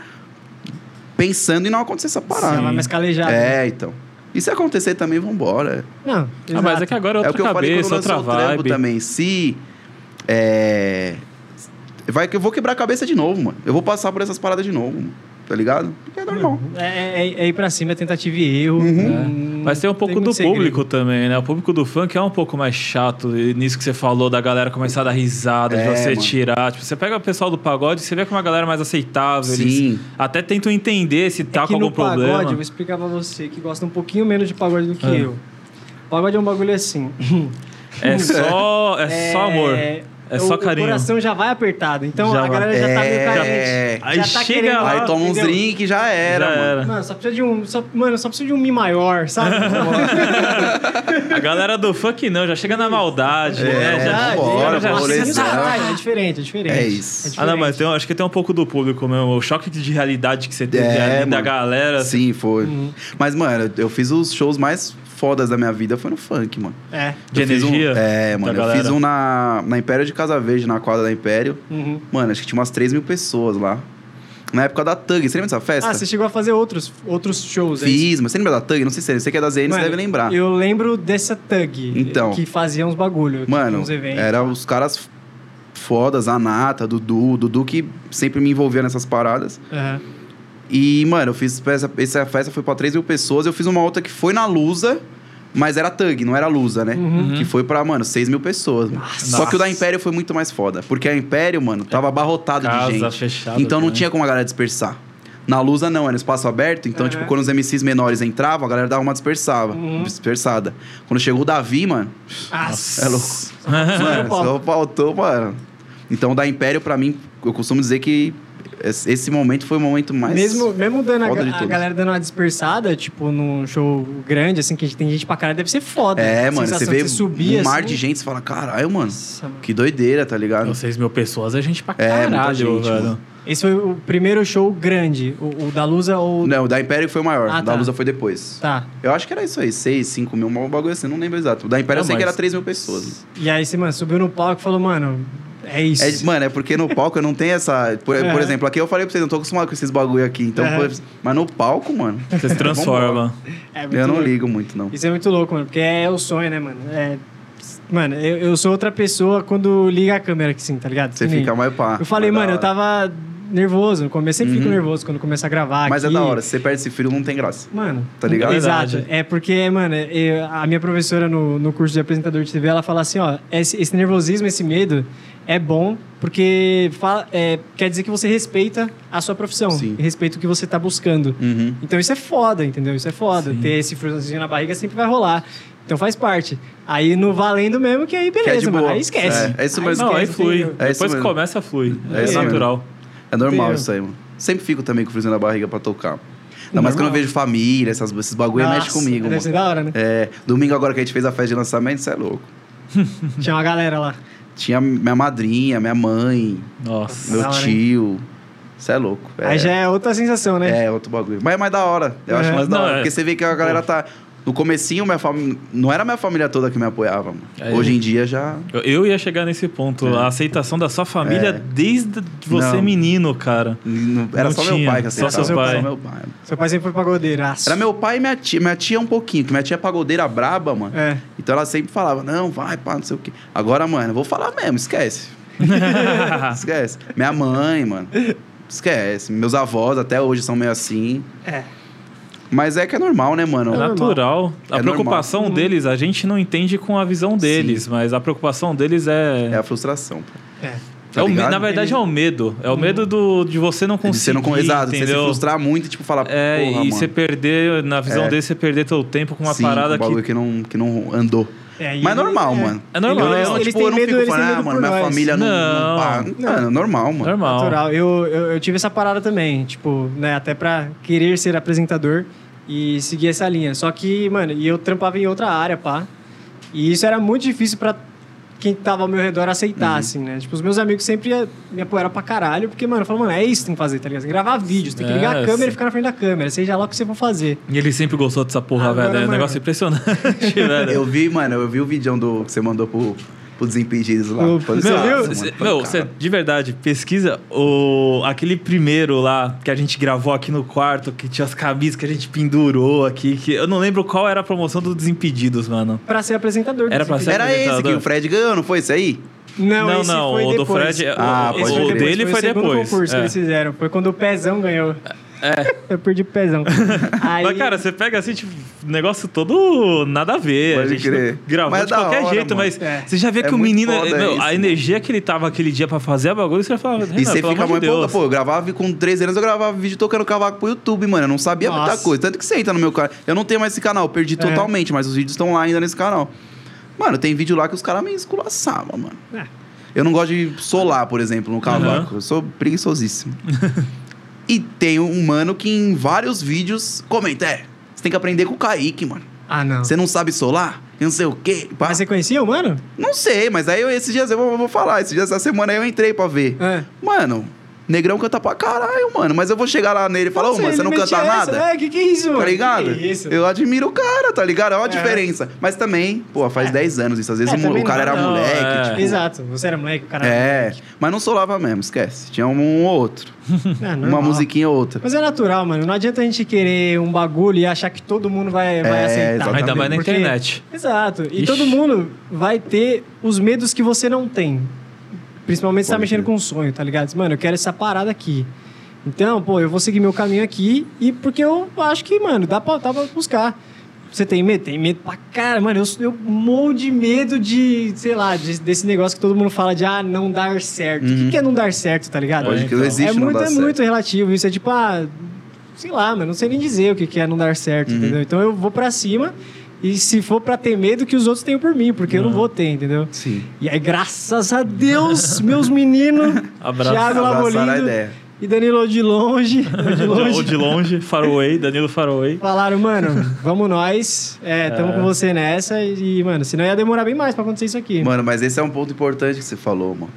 Speaker 4: pensando em não acontecer essa
Speaker 2: Ela vai
Speaker 4: parada.
Speaker 2: mais calejada.
Speaker 4: É, então. E se acontecer também, vambora.
Speaker 2: Não,
Speaker 3: Ah,
Speaker 2: exato.
Speaker 3: mas é que agora é
Speaker 4: É o que
Speaker 3: outra
Speaker 4: eu falei
Speaker 3: cabeça,
Speaker 4: quando
Speaker 3: outra
Speaker 4: lançou o trampo
Speaker 3: vibe.
Speaker 4: também. Se é, Vai que eu vou quebrar a cabeça de novo, mano. Eu vou passar por essas paradas de novo, mano. Tá ligado? Porque é normal.
Speaker 2: É, é- é ir pra cima, é tentativa e erro.
Speaker 4: Uhum.
Speaker 2: Hum,
Speaker 3: Mas tem um pouco do
Speaker 2: muito segredo.
Speaker 3: público também, né? O público do funk é um pouco mais chato. E nisso que você falou, da galera começar a dar risada, de
Speaker 4: É,
Speaker 3: você
Speaker 4: mano.
Speaker 3: tirar. Tipo, você pega o pessoal do pagode, você vê que é uma galera mais aceitável. Eles
Speaker 4: Sim.
Speaker 3: até tentam entender se tá
Speaker 2: é que
Speaker 3: com algum
Speaker 2: no pagode,
Speaker 3: problema.
Speaker 2: eu vou explicar pra você que gosta um pouquinho menos de pagode do que
Speaker 3: Ah.
Speaker 2: eu. Pagode é um bagulho assim.
Speaker 3: É só, é só amor.
Speaker 2: É,
Speaker 3: É só
Speaker 2: o-
Speaker 3: carinho.
Speaker 2: O coração já vai apertado. Então
Speaker 3: Já
Speaker 2: a galera
Speaker 4: vai.
Speaker 2: já tá meio
Speaker 4: É.
Speaker 2: carente.
Speaker 3: Aí
Speaker 2: já tá
Speaker 3: chega
Speaker 2: querendo
Speaker 3: lá,
Speaker 2: algo,
Speaker 4: Aí toma um uns
Speaker 2: entendeu?
Speaker 4: drinks e já
Speaker 3: Já
Speaker 4: era, mano.
Speaker 3: era.
Speaker 2: Mano, só precisa de um. Só, mano, só precisa de um Mi maior, sabe?
Speaker 3: A galera do funk não, já chega na maldade, né? Já,
Speaker 4: É, vambora,
Speaker 3: já, já,
Speaker 4: vambora,
Speaker 3: chega
Speaker 4: vambora.
Speaker 3: na-
Speaker 2: é diferente, é diferente.
Speaker 4: É isso.
Speaker 3: Ah, não, mas
Speaker 2: diferente.
Speaker 3: tem, acho que tem um pouco do público mesmo. O choque de realidade que você teve
Speaker 4: É,
Speaker 3: ali da
Speaker 4: mano.
Speaker 3: galera.
Speaker 4: Sim, foi. Mas, mano, eu- eu fiz os shows mais fodas da minha vida foi no funk, mano.
Speaker 2: É.
Speaker 3: De
Speaker 4: Eu fiz um-
Speaker 3: energia?
Speaker 4: é,
Speaker 3: da
Speaker 4: mano. Eu
Speaker 3: galera.
Speaker 4: fiz um na, na Império de Casa Verde, na quadra da Império.
Speaker 2: Uhum.
Speaker 4: Mano, acho que tinha umas 3 mil pessoas lá. Na época da Tug. Você lembra dessa festa?
Speaker 2: Ah, você chegou a fazer outros, outros shows, é isso?
Speaker 4: Fiz, mas você lembra da Tug? Não sei se você que é da ZN,
Speaker 2: Mano,
Speaker 4: você deve lembrar.
Speaker 2: Eu lembro dessa thug.
Speaker 4: Então.
Speaker 2: Que fazia uns bagulho. que tinha
Speaker 4: Mano,
Speaker 2: uns eventos.
Speaker 4: era os caras fodas, a Nata, Dudu, Dudu que sempre me envolvia nessas paradas.
Speaker 2: Aham.
Speaker 4: E, mano, eu fiz essa, essa festa foi pra 3 mil pessoas, eu fiz uma outra que foi na Lusa, mas era Tug, não era Lusa, né?
Speaker 2: Uhum.
Speaker 4: Que foi pra, mano, 6 mil pessoas. mano. Só que o da
Speaker 3: Nossa.
Speaker 4: Império foi muito mais foda. Porque a Império, mano, tava abarrotado de
Speaker 3: Casa
Speaker 4: gente.
Speaker 3: fechada. né?
Speaker 4: Então não
Speaker 3: também.
Speaker 4: tinha como a galera dispersar. Na Lusa não, era um espaço aberto, então,
Speaker 2: Uhum.
Speaker 4: tipo, quando os MCs menores entravam, a galera dava uma dispersava,
Speaker 2: Uhum.
Speaker 4: dispersada. Quando chegou o Davi, mano,
Speaker 2: Ah,
Speaker 3: Nossa.
Speaker 4: é louco.
Speaker 2: Mano,
Speaker 4: Mano,
Speaker 2: Paulo.
Speaker 4: só faltou, mano. Então, da Império, pra mim, eu costumo dizer que esse esse momento foi o momento mais.
Speaker 2: mesmo, mesmo dando a,
Speaker 4: foda
Speaker 2: ga-
Speaker 4: de
Speaker 2: a
Speaker 4: todos.
Speaker 2: galera dando uma dispersada, tipo, num show grande, assim, que a gente tem gente pra caralho, deve ser foda.
Speaker 4: É, mano,
Speaker 2: Sensação
Speaker 4: você
Speaker 2: de
Speaker 4: vê
Speaker 2: subir,
Speaker 4: um mar
Speaker 2: assim.
Speaker 4: de gente e fala, caralho, mano,
Speaker 2: Nossa, mano.
Speaker 4: que doideira, tá ligado?
Speaker 3: Então, 6 mil pessoas é gente pra
Speaker 4: É,
Speaker 3: caralho,
Speaker 4: muita gente,
Speaker 3: velho.
Speaker 4: mano.
Speaker 2: Esse foi o primeiro show grande. O, o da Lusa ou.
Speaker 4: Não, o da Império foi o maior,
Speaker 2: Ah,
Speaker 4: o da
Speaker 2: tá.
Speaker 4: Lusa foi depois.
Speaker 2: Tá.
Speaker 4: Eu acho que era isso aí, 6, 5 mil, um bagulho assim, não lembro exato. O da Império
Speaker 3: Não,
Speaker 4: eu sei que
Speaker 3: mas-
Speaker 4: era 3 mil pessoas.
Speaker 2: E aí você, mano, subiu no palco e falou, mano, é isso.
Speaker 4: É, mano, é porque no palco eu não tenho essa. Por,
Speaker 2: É.
Speaker 4: por exemplo, aqui eu falei pra vocês, eu não tô acostumado com esses bagulho aqui. Então,
Speaker 2: É.
Speaker 4: pô, mas no palco, mano,
Speaker 3: Você se transforma.
Speaker 2: É muito
Speaker 4: eu não
Speaker 2: louco.
Speaker 4: ligo muito, não.
Speaker 2: Isso é muito louco, mano, porque é o sonho, né, mano? É. Mano, eu, eu sou outra pessoa quando liga a câmera aqui, sim, tá ligado?
Speaker 4: Você
Speaker 2: Que nem-
Speaker 4: fica mais pá.
Speaker 2: Eu falei,
Speaker 4: mais
Speaker 2: mano,
Speaker 4: da
Speaker 2: eu
Speaker 4: hora. Uhum.
Speaker 2: tava nervoso no começo, sempre fico nervoso quando começa a gravar.
Speaker 4: Mas é
Speaker 2: aqui.
Speaker 4: da hora, se você perde esse frio, não tem graça.
Speaker 2: Mano,
Speaker 4: Tá ligado?
Speaker 2: Exato.
Speaker 3: Verdade.
Speaker 2: É porque, mano, eu- a minha professora no, no curso de apresentador de TV, ela fala assim, ó, esse, esse nervosismo, esse medo é bom porque fa- é, quer dizer que você respeita a sua profissão,
Speaker 4: Sim.
Speaker 2: e respeita o que você tá buscando.
Speaker 4: Uhum.
Speaker 2: Então isso é foda, entendeu? Isso é foda. Ter esse friozinho na barriga sempre vai rolar. Então faz parte. Aí no valendo mesmo, que aí beleza,
Speaker 4: de
Speaker 2: mano.
Speaker 4: boa.
Speaker 2: Aí esquece.
Speaker 4: É, é isso
Speaker 2: Aí
Speaker 4: mesmo.
Speaker 3: Não, aí
Speaker 2: esquece,
Speaker 3: flui.
Speaker 2: entendeu?
Speaker 4: É isso
Speaker 3: Depois que
Speaker 4: mesmo.
Speaker 3: começa, flui.
Speaker 4: É
Speaker 3: É,
Speaker 4: isso mesmo.
Speaker 3: natural.
Speaker 4: É normal
Speaker 2: Entendeu?
Speaker 4: isso aí, mano. Sempre fico também com friozinho na barriga pra tocar. Ainda mais quando eu vejo família, essas, esses bagulho
Speaker 2: Nossa,
Speaker 4: mexe
Speaker 2: Deve
Speaker 4: comigo, mano.
Speaker 2: ser da hora, né?
Speaker 4: É, domingo agora que a gente fez a festa de lançamento, isso é louco.
Speaker 2: Tinha uma galera lá.
Speaker 4: Tinha minha madrinha, minha mãe,
Speaker 3: Nossa.
Speaker 4: meu
Speaker 2: Da hora, hein?
Speaker 4: tio. Isso é louco. É,
Speaker 2: Aí já é outra sensação, né?
Speaker 4: é outro bagulho. Mas é mais da hora. Eu
Speaker 2: É.
Speaker 4: acho mais da
Speaker 3: Não,
Speaker 4: hora.
Speaker 3: é.
Speaker 4: Porque você vê que a galera tá. No comecinho, minha família. Não era minha família toda que me apoiava, mano.
Speaker 3: É.
Speaker 4: Hoje em dia já.
Speaker 3: Eu, eu ia chegar nesse ponto. A aceitação da sua família
Speaker 4: É.
Speaker 3: desde você
Speaker 4: Não.
Speaker 3: menino, cara.
Speaker 4: não- era
Speaker 3: Não
Speaker 4: só meu
Speaker 3: tinha,
Speaker 4: pai que
Speaker 3: só
Speaker 4: aceitava.
Speaker 3: seu pai.
Speaker 4: Só meu pai.
Speaker 2: Seu pai sempre foi pagodeiraço.
Speaker 4: Era meu pai e minha tia. Minha tia um pouquinho, porque minha tia é pagodeira braba, mano.
Speaker 2: É.
Speaker 4: Então ela sempre falava, não, vai, pá, não sei o quê. Agora, mano, eu vou falar mesmo, esquece.
Speaker 3: É Ah.
Speaker 4: esquece. Minha mãe, mano, esquece. Meus avós até hoje são meio assim.
Speaker 2: É.
Speaker 4: Mas é que é normal, né, mano?
Speaker 3: É natural. A
Speaker 4: É
Speaker 3: preocupação deles, a gente não entende com a visão deles, mas a preocupação deles é.
Speaker 4: É a frustração, pô.
Speaker 2: É.
Speaker 4: Tá
Speaker 3: é o, me-
Speaker 4: ligado? Uhum.
Speaker 3: na verdade, é o medo. É o medo do, de você não
Speaker 4: De
Speaker 3: conseguir.
Speaker 4: você não com exato, você se
Speaker 3: entendeu?
Speaker 4: frustrar muito e, tipo, falar,
Speaker 3: É,
Speaker 4: porra,
Speaker 3: e
Speaker 4: mano. É.
Speaker 3: você perder, na visão deles, você perder teu tempo com uma
Speaker 4: Sim,
Speaker 3: parada
Speaker 4: um bagulho
Speaker 3: que.
Speaker 4: que... não, que não andou.
Speaker 2: É, e
Speaker 4: Mas é
Speaker 2: ele-
Speaker 4: normal, mano.
Speaker 3: É normal.
Speaker 4: Eu,
Speaker 3: Eles-
Speaker 4: não,
Speaker 2: eles
Speaker 4: tipo,
Speaker 2: têm
Speaker 4: eu não
Speaker 2: medo,
Speaker 4: fico
Speaker 2: eles têm
Speaker 4: falando, ah,
Speaker 2: medo
Speaker 4: mano,
Speaker 2: por
Speaker 4: minha
Speaker 2: nós."
Speaker 4: família não,
Speaker 3: Não.
Speaker 4: não pá. Não, é normal, mano.
Speaker 3: Normal.
Speaker 2: Natural. Eu, eu, eu tive essa parada também, tipo, né, até pra querer ser apresentador e seguir essa linha. Só que, mano, e eu trampava em outra área, pá. E isso era muito difícil pra quem tava ao meu redor
Speaker 3: Uhum.
Speaker 2: aceitar, assim, né? Tipo, os meus amigos sempre ia- me apoiaram pra caralho, porque, mano, falaram, mano, é isso que tem que fazer, tá ligado? Você tem que Gravar vídeos, tem que ligar
Speaker 3: É,
Speaker 2: a câmera
Speaker 3: sim.
Speaker 2: e ficar na frente da câmera, seja lá o que você for fazer.
Speaker 3: E ele sempre gostou dessa porra,
Speaker 2: Agora,
Speaker 3: velho. É um
Speaker 2: mano.
Speaker 3: negócio impressionante, velho.
Speaker 4: Eu vi, mano, eu vi o vídeo do, que você mandou pro, pro Desimpedidos lá.
Speaker 2: Meu,
Speaker 4: Falei,
Speaker 2: você
Speaker 4: "Nossa,
Speaker 2: viu?
Speaker 3: Cê-
Speaker 4: mano, falei,
Speaker 3: Meu,
Speaker 4: "Cara,
Speaker 3: você de verdade, pesquisa o aquele primeiro lá que a gente gravou aqui no quarto, que tinha as camisas que a gente pendurou aqui, que eu não lembro qual era a promoção do Desimpedidos, mano.
Speaker 2: Pra ser apresentador.
Speaker 3: Era pra
Speaker 2: desse
Speaker 3: ser
Speaker 2: vídeo.
Speaker 4: Era esse que
Speaker 3: apresentador.
Speaker 4: o Fred ganhou, não foi isso aí?
Speaker 2: Não,
Speaker 3: Não,
Speaker 2: esse
Speaker 3: não,
Speaker 2: foi
Speaker 3: o do
Speaker 2: depois.
Speaker 3: Fred é-
Speaker 4: Ah,
Speaker 2: Esse
Speaker 4: pode
Speaker 2: foi
Speaker 4: o
Speaker 2: depois,
Speaker 3: dele foi
Speaker 2: o segundo
Speaker 3: depois,
Speaker 2: concurso que
Speaker 3: é.
Speaker 2: eles fizeram. Foi quando o Pezão ganhou. É. Eu perdi o Pezão. Aí,
Speaker 3: Mas, cara, você pega assim, tipo, negócio todo nada a ver.
Speaker 4: Pode
Speaker 3: a gente
Speaker 4: crer.
Speaker 3: não gravou
Speaker 4: Mas é
Speaker 3: de
Speaker 4: da
Speaker 3: qualquer
Speaker 4: hora,
Speaker 3: jeito,
Speaker 4: mano.
Speaker 3: mas
Speaker 2: É.
Speaker 3: você já vê
Speaker 4: É
Speaker 3: que o
Speaker 4: muito
Speaker 3: menino.
Speaker 4: foda
Speaker 3: não,
Speaker 4: isso,
Speaker 3: a
Speaker 4: mano.
Speaker 3: energia que ele tava aquele dia pra fazer a bagulho, você falava, Renan,
Speaker 4: E você
Speaker 3: É, pelo
Speaker 4: fica
Speaker 3: amor
Speaker 4: muito
Speaker 3: de
Speaker 4: empolgado.
Speaker 3: Deus.
Speaker 4: Pô, eu gravava com 13 anos, eu gravava vídeo tocando cavaco pro YouTube, mano. Eu não sabia muita
Speaker 2: Nossa.
Speaker 4: coisa. Tanto que você entra no meu canal. Eu não tenho mais esse canal, eu
Speaker 3: É.
Speaker 4: perdi totalmente, mas os vídeos estão lá ainda nesse canal. Mano, tem vídeo lá que os caras me esculaçavam, mano.
Speaker 2: É.
Speaker 4: Eu não gosto de solar, por exemplo, no cavaco. Eu sou preguiçosíssimo. e tem um mano que em vários vídeos comenta: é, você tem que aprender com o Kaique, mano.
Speaker 2: Ah, não.
Speaker 4: Você não sabe solar? Eu não sei o quê. pá."
Speaker 2: Mas
Speaker 3: é
Speaker 2: você conhecia o mano?
Speaker 4: Não sei, mas aí eu, esses dias eu vou, vou falar. Esses dias, essa semana aí eu entrei pra ver.
Speaker 2: É.
Speaker 4: Mano, negrão canta pra caralho, mano. Mas eu vou chegar lá nele e falar, ô,
Speaker 2: Nossa,
Speaker 4: mano, você
Speaker 2: ele
Speaker 4: não
Speaker 2: metia
Speaker 4: canta
Speaker 2: essa.
Speaker 4: nada?
Speaker 2: É, que que é isso, mano?
Speaker 4: Tá ligado?
Speaker 2: Que isso?
Speaker 4: Eu admiro o cara, tá ligado? Olha a
Speaker 2: É.
Speaker 4: diferença. Mas também, pô, faz 10 anos isso. Às vezes
Speaker 2: É,
Speaker 4: o, mo-
Speaker 2: também
Speaker 4: o cara
Speaker 2: não,
Speaker 4: era
Speaker 3: não,
Speaker 4: moleque,
Speaker 3: é.
Speaker 4: tipo.
Speaker 2: Exato. Você era moleque, o cara...
Speaker 4: É, mas não solava mesmo, esquece. Tinha um ou outro.
Speaker 2: Ah,
Speaker 4: Uma
Speaker 2: normal.
Speaker 4: musiquinha ou outra.
Speaker 2: Mas é natural, mano. Não adianta a gente querer um bagulho e achar que todo mundo vai, vai
Speaker 4: É,
Speaker 2: aceitar.
Speaker 4: exatamente.
Speaker 3: Ainda mais na
Speaker 2: Porque-
Speaker 3: internet.
Speaker 2: Exato. E
Speaker 3: Ixi.
Speaker 2: todo mundo vai ter os medos que você não tem. Principalmente se tá
Speaker 4: Pode
Speaker 2: mexendo
Speaker 4: crer.
Speaker 2: com um sonho, tá ligado? Mano, eu quero essa parada aqui. Então, pô, eu vou seguir meu caminho aqui e porque eu acho que, mano, dá pra, dá pra buscar. Você tem medo? Tem medo pra cara, mano. Eu, eu morro de medo de, sei lá, de- desse negócio que todo mundo fala de, ah, não dar certo. O que, que é não dar certo, tá ligado?
Speaker 4: Uhum. Pode
Speaker 2: É,
Speaker 4: que não existe
Speaker 2: é
Speaker 4: não
Speaker 2: muito,
Speaker 4: dar
Speaker 2: é
Speaker 4: certo.
Speaker 2: muito relativo. Isso é tipo, ah, sei lá, mano, não sei nem dizer o que que é não dar certo,
Speaker 4: Uhum.
Speaker 2: entendeu? Então eu vou pra cima e se for pra ter medo que os outros tenham por mim, porque eu
Speaker 4: Uhum.
Speaker 2: não vou ter, entendeu?
Speaker 4: Sim.
Speaker 2: E aí, graças a Deus, meus meninos,
Speaker 3: Abraço.
Speaker 2: Thiago
Speaker 4: Abraçaram a
Speaker 2: Labolindo
Speaker 4: ideia.
Speaker 2: e Danilo de longe, de
Speaker 3: Ou
Speaker 2: longe,
Speaker 3: de longe, Faraway, Danilo Faraway.
Speaker 2: falaram, mano, vamos nós, é, tamo com você nessa e, mano, senão ia demorar bem mais pra acontecer isso aqui.
Speaker 4: Mano, mas esse é um ponto importante que você falou, mano.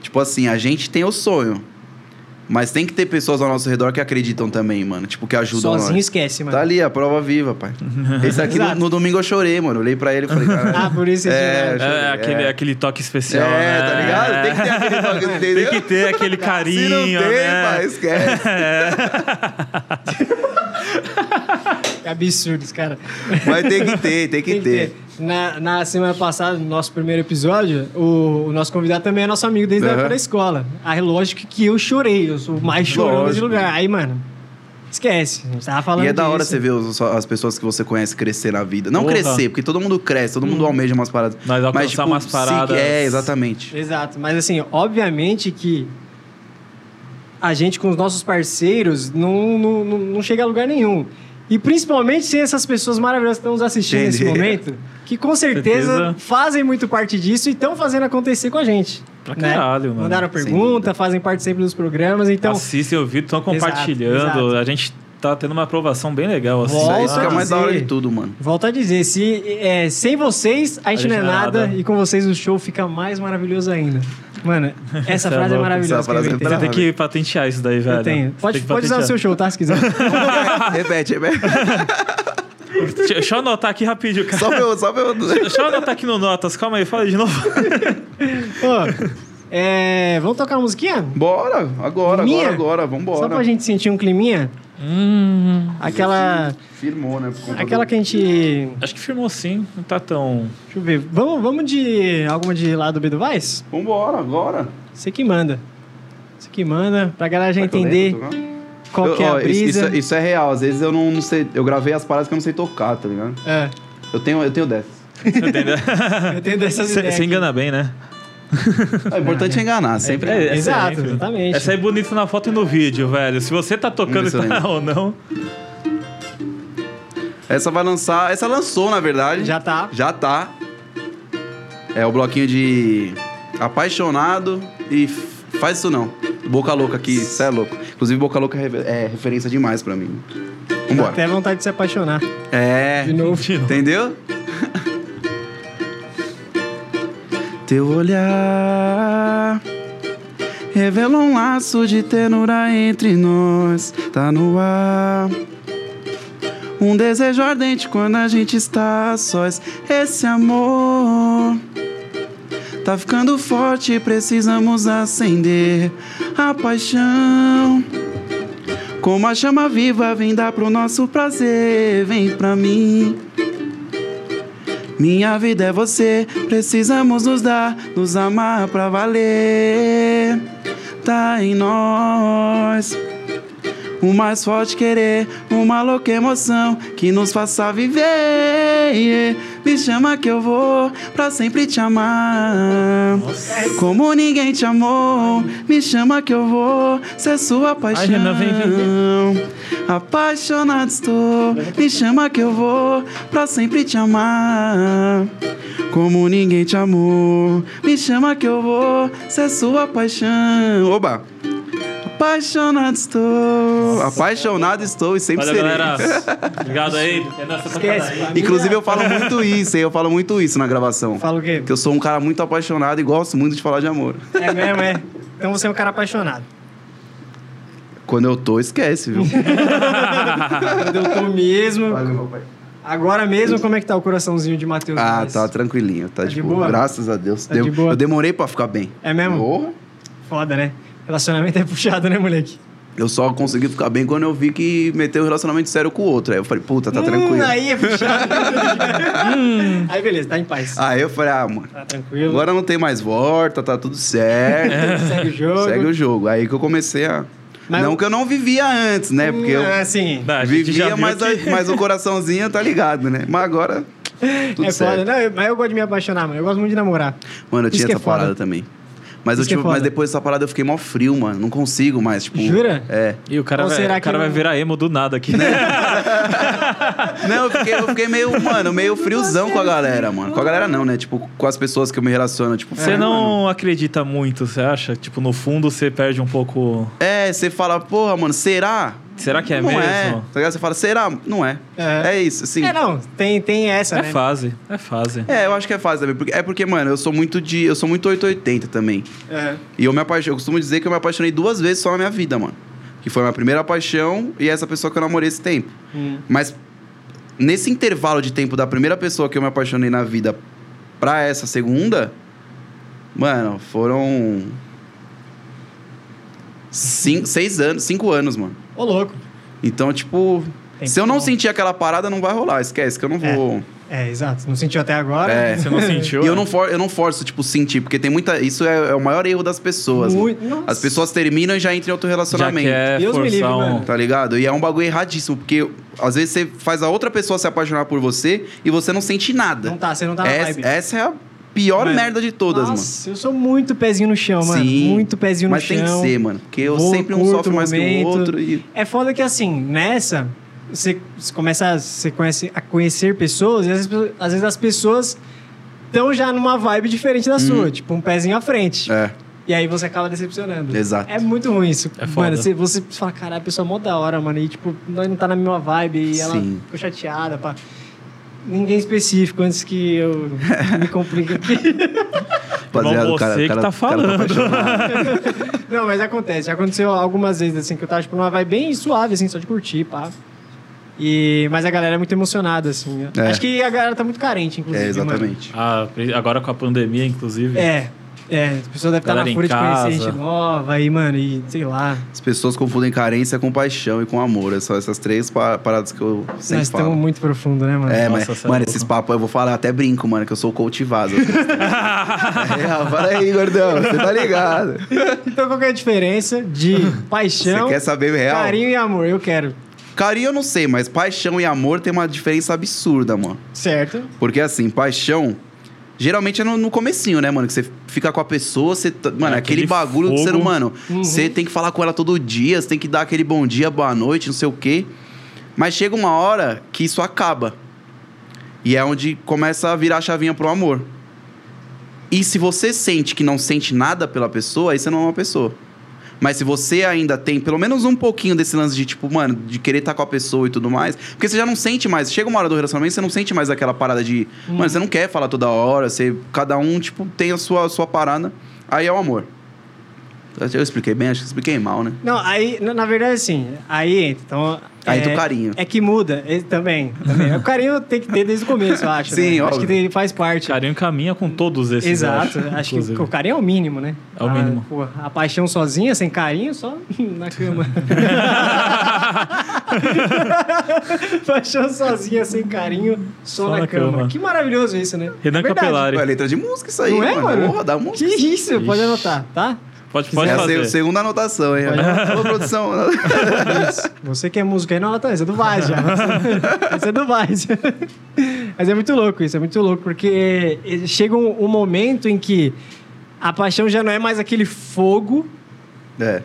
Speaker 4: Tipo assim, a gente tem o sonho. Mas tem que ter pessoas ao nosso redor que acreditam também, mano. Tipo, que ajudam
Speaker 2: Sozinho
Speaker 4: nós.
Speaker 2: esquece, mano.
Speaker 4: Tá ali, a prova viva, pai. Esse aqui no,
Speaker 2: Exato.
Speaker 4: no domingo eu chorei, mano. Olhei pra ele e falei, caralho.
Speaker 2: Ah, por isso você
Speaker 4: é,
Speaker 2: chorou.
Speaker 4: eu chorei,
Speaker 3: É, aquele,
Speaker 4: é.
Speaker 3: aquele toque
Speaker 4: É,
Speaker 3: especial. né?
Speaker 4: tá ligado? Tem que ter aquele toque,
Speaker 3: Tem
Speaker 4: entendeu?
Speaker 3: que ter aquele
Speaker 4: Se
Speaker 3: carinho.
Speaker 4: não tem,
Speaker 3: né?
Speaker 4: pai, esquece.
Speaker 2: Que absurdo, esse cara.
Speaker 4: Mas tem que ter, tem que,
Speaker 2: Tem que
Speaker 4: ter.
Speaker 2: ter. Na, na semana passada, no nosso primeiro episódio, o, o nosso convidado também é nosso amigo desde a
Speaker 4: Aham.
Speaker 2: época da escola. Aí, lógico que eu chorei, eu sou o mais chorando desse
Speaker 4: Lógico.
Speaker 2: lugar. Aí, mano, esquece, a gente tava falando
Speaker 4: E é da hora
Speaker 2: disso.
Speaker 4: você ver os- as pessoas que você conhece crescer na vida. Não
Speaker 3: Porra.
Speaker 4: crescer, porque todo mundo cresce, todo
Speaker 2: Hum.
Speaker 4: mundo almeja umas paradas.
Speaker 3: Mas alcançar umas
Speaker 4: se-
Speaker 3: paradas-
Speaker 4: É, exatamente.
Speaker 2: Exato, mas assim, obviamente que a gente com os nossos parceiros não, não, não, não chega a lugar nenhum. E principalmente sem essas pessoas maravilhosas que estão nos assistindo nesse
Speaker 4: Entendi.
Speaker 2: momento, que com certeza,
Speaker 3: Certeza.
Speaker 2: fazem muito parte disso e estão fazendo acontecer com a gente.
Speaker 3: Pra
Speaker 2: né?
Speaker 3: caralho, mano.
Speaker 2: Mandaram
Speaker 4: Sem
Speaker 2: pergunta,
Speaker 4: dúvida.
Speaker 2: fazem parte sempre dos programas, então.
Speaker 3: Assistem o vídeo, estão compartilhando.
Speaker 2: Exato, exato.
Speaker 3: A gente tá tendo uma aprovação bem legal. Assim,
Speaker 4: Isso
Speaker 2: Volta
Speaker 4: aí
Speaker 3: né?
Speaker 2: Volto
Speaker 4: fica
Speaker 2: a
Speaker 4: mais da hora
Speaker 2: dizer.
Speaker 4: de tudo, mano.
Speaker 2: Volto a dizer, se é, sem vocês a gente, não é nada,
Speaker 3: né?
Speaker 2: e com vocês o show fica mais maravilhoso ainda. Mano, essa
Speaker 3: é
Speaker 2: frase é
Speaker 3: louco.
Speaker 2: maravilhosa.
Speaker 4: Essa
Speaker 2: que eu
Speaker 4: frase é
Speaker 2: inventei.
Speaker 3: Você tem que patentear isso daí, velho.
Speaker 2: Eu tenho.
Speaker 3: Você
Speaker 2: Pode,
Speaker 3: tem que
Speaker 2: pode usar o seu show,
Speaker 3: patentear.
Speaker 2: tá? Se quiser.
Speaker 4: repete, repete.
Speaker 3: Deixa- Deixa eu anotar aqui rapidinho, cara.
Speaker 4: Só pra eu, só pra eu.
Speaker 3: Deixa eu anotar aqui no Notas. Calma aí, fala aí de novo.
Speaker 2: Ô, é, vamos tocar uma musiquinha?
Speaker 4: Bora, agora,
Speaker 2: Minha?
Speaker 4: agora, agora, vambora.
Speaker 2: Só pra gente sentir um climinha? Aquela,
Speaker 4: Firmou, né? por conta
Speaker 2: aquela
Speaker 4: do-
Speaker 2: que a gente.
Speaker 3: Acho que firmou sim. Não tá tão...
Speaker 2: Deixa eu ver. Vamos, vamos de alguma de lá do B do Vice?
Speaker 4: Vambora, agora.
Speaker 2: Você que manda. Você que manda, pra galera já
Speaker 4: Será que eu
Speaker 2: entender
Speaker 4: lembro tocar?
Speaker 2: qual
Speaker 4: Eu-
Speaker 2: que é
Speaker 4: ó,
Speaker 2: a
Speaker 4: isso-
Speaker 2: brisa.
Speaker 4: Isso, isso é real. Às vezes eu não, não sei. Eu gravei as paradas que eu não sei tocar, tá ligado?
Speaker 2: É,
Speaker 4: Eu tenho, eu tenho dessas.
Speaker 3: Entendeu?
Speaker 2: eu tenho dessas
Speaker 3: Você
Speaker 2: ideias.
Speaker 3: você
Speaker 2: aqui.
Speaker 3: engana bem, né?
Speaker 4: Ah, O importante é enganar, sempre.
Speaker 3: É, é
Speaker 2: Exato,
Speaker 3: sempre.
Speaker 2: exatamente.
Speaker 3: É sair bonito na foto e no vídeo, velho. Se você tá tocando
Speaker 4: Vamos ver se eu
Speaker 3: tá
Speaker 4: lembro.
Speaker 3: ou não...
Speaker 4: Essa vai lançar. Essa lançou, na verdade.
Speaker 2: Já tá.
Speaker 4: Já tá. É o bloquinho de apaixonado e f- faz isso não. Boca Louca aqui, cê é louco. Inclusive, Boca Louca é rever- é referência demais pra mim. Vambora.
Speaker 2: Até vontade de se apaixonar.
Speaker 4: É.
Speaker 2: De novo.
Speaker 4: Entendeu? Teu olhar revela um laço de ternura entre nós, tá no ar. Um desejo ardente quando a gente está sós. Esse amor tá ficando forte, precisamos acender a paixão. Como a chama viva, vem dar pro nosso prazer, vem pra mim. Minha vida é você, precisamos nos dar, nos amar pra valer. Tá em nós. O mais forte querer, uma louca emoção que nos faça viver. Me chama que eu vou pra sempre te amar. Como ninguém te amou, me chama que eu vou ser sua paixão.
Speaker 3: Renan, vem, vem, vem.
Speaker 4: Apaixonado estou, me chama que eu vou pra sempre te amar. Como ninguém te amou, me chama que eu vou ser sua paixão. Oba! Apaixonado estou, apaixonado estou e sempre
Speaker 3: Valeu,
Speaker 4: serei.
Speaker 3: galera. Obrigado aí. É nossa
Speaker 2: Esquece.
Speaker 3: sacanagem.
Speaker 4: Inclusive eu falo muito isso, hein? eu falo muito isso na gravação.
Speaker 2: Fala o quê?
Speaker 4: Que eu sou um cara muito apaixonado e gosto muito de falar de amor.
Speaker 2: É mesmo, é. Então você é um cara apaixonado.
Speaker 4: Quando eu tô, esquece, viu?
Speaker 2: Quando eu tô mesmo.
Speaker 4: Valeu, meu pai.
Speaker 2: Agora mesmo, como é que tá o coraçãozinho de Matheus?
Speaker 4: Ah,
Speaker 2: Nunes?
Speaker 4: tá tranquilinho, tá, de, boa. É Graças a Deus.
Speaker 2: Tá de
Speaker 4: Deu-
Speaker 2: boa.
Speaker 4: Eu demorei pra ficar bem.
Speaker 2: É mesmo?
Speaker 4: Porra.
Speaker 2: Foda, né? Relacionamento é puxado, né, moleque?
Speaker 4: Eu só consegui ficar bem quando eu vi que meteu um relacionamento sério com o outro. Aí eu falei, puta, tá tranquilo.
Speaker 2: Aí
Speaker 4: Aí...
Speaker 2: é puxado. Hum. aí beleza, tá em paz.
Speaker 4: eu falei, ah, mano,
Speaker 2: Tá tranquilo.
Speaker 4: agora não tem mais volta, tá tudo certo.
Speaker 2: segue o jogo.
Speaker 4: Segue o jogo. Aí que eu comecei a.
Speaker 2: Mas-
Speaker 4: não que eu não vivia antes, né? Porque eu
Speaker 2: Ah, sim.
Speaker 3: Não, a gente já
Speaker 4: vivia,
Speaker 3: viu
Speaker 4: mas, a-
Speaker 3: que-
Speaker 4: mas o coraçãozinho tá ligado, né? Mas agora. Tudo
Speaker 2: é
Speaker 4: certo.
Speaker 2: foda. Não, eu- mas eu gosto de me apaixonar, mano. Eu gosto muito de namorar.
Speaker 4: Mano, eu
Speaker 2: Isso
Speaker 4: tinha
Speaker 2: que é
Speaker 4: essa
Speaker 2: foda.
Speaker 4: parada também. Mas, eu,
Speaker 2: Isso que é
Speaker 4: tipo, mas
Speaker 2: foda.
Speaker 4: depois dessa parada eu fiquei mal frio, mano. Não consigo mais, tipo.
Speaker 2: Jura?
Speaker 4: É.
Speaker 3: E o cara,
Speaker 2: Ou
Speaker 3: vai,
Speaker 2: será
Speaker 3: o cara
Speaker 2: que
Speaker 3: vai
Speaker 2: não-
Speaker 3: virar emo do nada aqui, né?
Speaker 4: Não, eu fiquei, eu fiquei meio, mano, meio friozão com a galera, mano. Com a galera não, né? Tipo, com as pessoas que eu me relaciono. Tipo,
Speaker 3: Você
Speaker 4: é, mano.
Speaker 3: não acredita muito, você acha? Tipo, no fundo você perde um pouco.
Speaker 4: É, você fala, porra, mano, será?
Speaker 3: Será que é
Speaker 4: não
Speaker 3: mesmo?
Speaker 4: é. Tá ligado? Você fala, será? Não é.
Speaker 2: É.
Speaker 4: É, isso, assim.
Speaker 2: É,
Speaker 4: É,
Speaker 2: não. Tem, tem essa,
Speaker 3: É
Speaker 2: né?
Speaker 3: fase, é fase.
Speaker 4: eu acho que é fácil também. Porque, é porque, mano, eu sou muito de. Eu sou muito 880 também.
Speaker 2: É.
Speaker 4: E eu me apaixonei. Eu costumo dizer que eu me apaixonei duas vezes só na minha vida, mano. Que foi a minha primeira paixão e essa pessoa que eu namorei esse tempo.
Speaker 2: Hum.
Speaker 4: Mas nesse intervalo de tempo da primeira pessoa que eu me apaixonei na vida pra essa segunda, mano, foram. Cinco, seis anos, cinco anos, mano.
Speaker 2: Ô, louco.
Speaker 4: Então, tipo,
Speaker 2: Tem
Speaker 4: se eu não
Speaker 2: que-
Speaker 4: sentir aquela parada, não vai rolar. Esquece que eu não vou.
Speaker 2: É, exato. Não sentiu até agora?
Speaker 4: É.
Speaker 3: Você não sentiu?
Speaker 4: E
Speaker 3: é?
Speaker 4: eu não, for, eu não forço, tipo, sentir, porque tem muita. Isso é, é o maior erro das pessoas. mano.
Speaker 2: Muito. Nossa.
Speaker 4: As pessoas terminam e já entram em outro
Speaker 3: já
Speaker 4: relacionamento.
Speaker 3: quer
Speaker 2: Deus me
Speaker 3: forçar
Speaker 2: livre,
Speaker 3: um.
Speaker 2: mano.
Speaker 4: Tá ligado? E é um bagulho erradíssimo, porque às vezes você faz a outra pessoa se apaixonar por você e você não sente nada.
Speaker 2: Não tá, você não tá na
Speaker 4: essa,
Speaker 2: vibe.
Speaker 4: essa é a pior
Speaker 2: Mano.
Speaker 4: merda de todas, mano.
Speaker 2: Nossa, eu sou muito pezinho no chão, mano.
Speaker 4: Sim.
Speaker 2: Muito pezinho
Speaker 4: Mas
Speaker 2: no
Speaker 4: tem
Speaker 2: chão.
Speaker 4: que ser, mano. Porque eu
Speaker 2: Vou,
Speaker 4: sempre um
Speaker 2: curto
Speaker 4: sofre
Speaker 2: o
Speaker 4: mais que o
Speaker 2: momento.
Speaker 4: outro. E...
Speaker 2: É foda que assim, nessa, você você começa a, você conhece, a conhecer pessoas, e às vezes, pe- às vezes as pessoas estão já numa vibe diferente da sua, tipo um pezinho à frente.
Speaker 4: Uhum. É,
Speaker 2: E aí você acaba decepcionando.
Speaker 4: Exato.
Speaker 2: É muito ruim isso.
Speaker 3: É foda.
Speaker 2: mano, você, você fala, caralho, a pessoa é mó da hora, mano. E tipo, nós não tá na mesma vibe, e ela
Speaker 4: Sim.
Speaker 2: ficou chateada, pá. Ninguém específico, antes que eu me complique aqui.
Speaker 4: rapaziada, o cara,
Speaker 3: você que
Speaker 4: o cara,
Speaker 3: tá
Speaker 4: o cara
Speaker 3: falando.
Speaker 4: apaixonado.
Speaker 2: Não, mas acontece. Já aconteceu algumas vezes, assim, que eu tava, tipo, numa vibe bem suave, assim, só de curtir, pá. E... Mas a galera é muito emocionada, assim.
Speaker 4: É.
Speaker 2: Acho que a galera tá muito carente, inclusive.
Speaker 4: é,
Speaker 2: mano.
Speaker 4: exatamente.
Speaker 3: Ah, agora com a pandemia, inclusive.
Speaker 2: É. É, as pessoas devem estar na
Speaker 3: Galera em
Speaker 2: fúria de conhecer
Speaker 3: casa.
Speaker 2: gente nova e, mano, e sei lá.
Speaker 4: As pessoas confundem carência com paixão e com amor. É só essas três pa- paradas que eu sempre
Speaker 2: nós
Speaker 4: falo.
Speaker 2: estamos muito profundo, né, mano?
Speaker 4: É,
Speaker 3: Nossa,
Speaker 4: mas,
Speaker 3: você é
Speaker 4: mano,
Speaker 3: louco.
Speaker 4: esses papos eu vou falar, até brinco, mano, que eu sou cultivado. é, fala aí, gordão, você tá ligado.
Speaker 2: Então qual que é a diferença de
Speaker 4: Você
Speaker 2: paixão,
Speaker 4: quer saber o real?
Speaker 2: carinho e amor? Eu quero.
Speaker 4: Carinho eu não sei, mas paixão e amor tem uma diferença absurda, mano.
Speaker 2: Certo?
Speaker 4: Porque assim, paixão. Geralmente é no, no comecinho, né, mano? Que você fica com a pessoa, você. tá- Mano,
Speaker 3: É,
Speaker 4: é aquele,
Speaker 3: aquele
Speaker 4: bagulho do
Speaker 3: fogo.
Speaker 4: ser humano.
Speaker 2: Uhum.
Speaker 4: Você tem que falar com ela todo dia, você tem que dar aquele bom dia, boa noite, não sei o quê. Mas chega uma hora que isso acaba. E é onde começa a virar a chavinha pro amor. E se você sente que não sente nada pela pessoa, aí você não é uma pessoa. Mas se você ainda tem pelo menos um pouquinho desse lance de, tipo, mano, de querer estar com a pessoa e tudo mais, porque você já não sente mais. Chega uma hora do relacionamento, você não sente mais aquela parada de.
Speaker 2: Uhum.
Speaker 4: Mano, você não quer falar toda hora, você, cada um, tipo, tem a sua, sua parada. Aí é o amor. Eu expliquei bem, acho que expliquei mal, né?
Speaker 2: Não, aí, na, na verdade, assim, aí, então...
Speaker 4: Aí
Speaker 2: é,
Speaker 4: do carinho.
Speaker 2: É que muda, é, também, também. O carinho tem que ter desde o começo, eu acho.
Speaker 4: Sim,
Speaker 2: né? Acho
Speaker 4: óbvio.
Speaker 2: que tem- faz parte.
Speaker 3: Carinho caminha com todos esses. eu
Speaker 2: Exato. Acho, que
Speaker 3: inclusive.
Speaker 2: o carinho é o mínimo, né?
Speaker 3: É o mínimo.
Speaker 2: A, pô, a paixão sozinha, sem carinho, só na cama. Paixão sozinha, sem carinho, só, na, cama. Que maravilhoso isso, né?
Speaker 3: Renan
Speaker 2: Verdade.
Speaker 3: Capelari.
Speaker 4: É letra de música isso aí,
Speaker 2: Não é, mano?
Speaker 4: Porra, dá
Speaker 2: Que
Speaker 4: música.
Speaker 2: isso, pode anotar, tá?
Speaker 3: Pode,
Speaker 4: É
Speaker 3: pode
Speaker 4: a se-
Speaker 3: fazer.
Speaker 4: segunda anotação, hein? Ô, produção.
Speaker 2: Isso. Você que é músico aí, não, anota essa é do Vaz já. Essa é do Vaz. Mas é muito louco isso, é muito louco, porque chega um, um momento em que a paixão já não é mais aquele fogo
Speaker 4: é.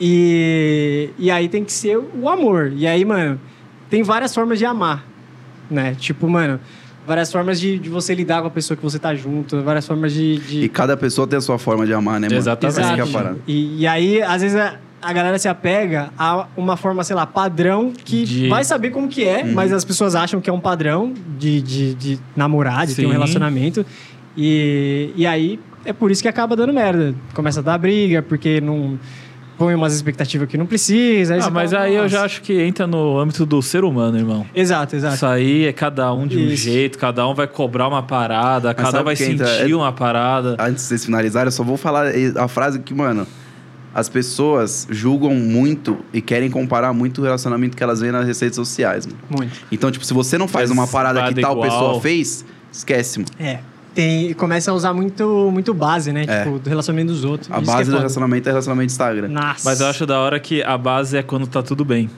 Speaker 2: e, e aí tem que ser o amor. E aí, mano, tem várias formas de amar, né? Tipo, mano, várias formas de, de você lidar com a pessoa que você tá junto, várias formas de... de-
Speaker 4: E cada pessoa tem a sua forma de amar, né, mano?
Speaker 3: Exatamente.
Speaker 4: Essa que é a
Speaker 2: Exato.
Speaker 4: parada.
Speaker 2: E, e aí, às vezes, a, a galera se apega a uma forma, sei lá, padrão que
Speaker 3: De- Uhum.
Speaker 2: vai saber como que é, mas as pessoas acham que é um padrão de, de, de namorar, de ter um
Speaker 3: Sim.
Speaker 2: relacionamento. E, e aí, é por isso que acaba dando merda. Começa a dar briga, porque não põe umas expectativas que não precisa.
Speaker 3: Ah,
Speaker 2: você
Speaker 3: mas
Speaker 2: fala,
Speaker 3: aí eu
Speaker 2: "Nossa."
Speaker 3: já acho que entra no âmbito do ser humano, irmão.
Speaker 2: Exato, exato.
Speaker 3: Isso aí é cada um de um
Speaker 2: Isso.
Speaker 3: jeito, cada um vai cobrar uma parada, cada um
Speaker 4: sabe
Speaker 3: vai
Speaker 4: que
Speaker 3: sentir
Speaker 4: entra- é-
Speaker 3: uma parada.
Speaker 4: Antes de vocês finalizarem, eu só vou falar a frase que, mano, as pessoas julgam muito e querem comparar muito o relacionamento que elas veem nas redes sociais, mano.
Speaker 2: Muito.
Speaker 4: Então, tipo, se você não faz
Speaker 3: Mas
Speaker 4: uma parada
Speaker 3: parada
Speaker 4: que tal
Speaker 3: igual.
Speaker 4: pessoa fez, esquece, mano.
Speaker 2: É. Tem, começa a usar muito, muito base, né?
Speaker 3: É.
Speaker 2: Tipo, do relacionamento dos outros.
Speaker 4: A
Speaker 2: Isso que é
Speaker 4: base do
Speaker 2: foda.
Speaker 4: relacionamento é relacionamento de Instagram.
Speaker 2: Nossa.
Speaker 3: Mas eu acho da hora que a base é quando tá tudo bem.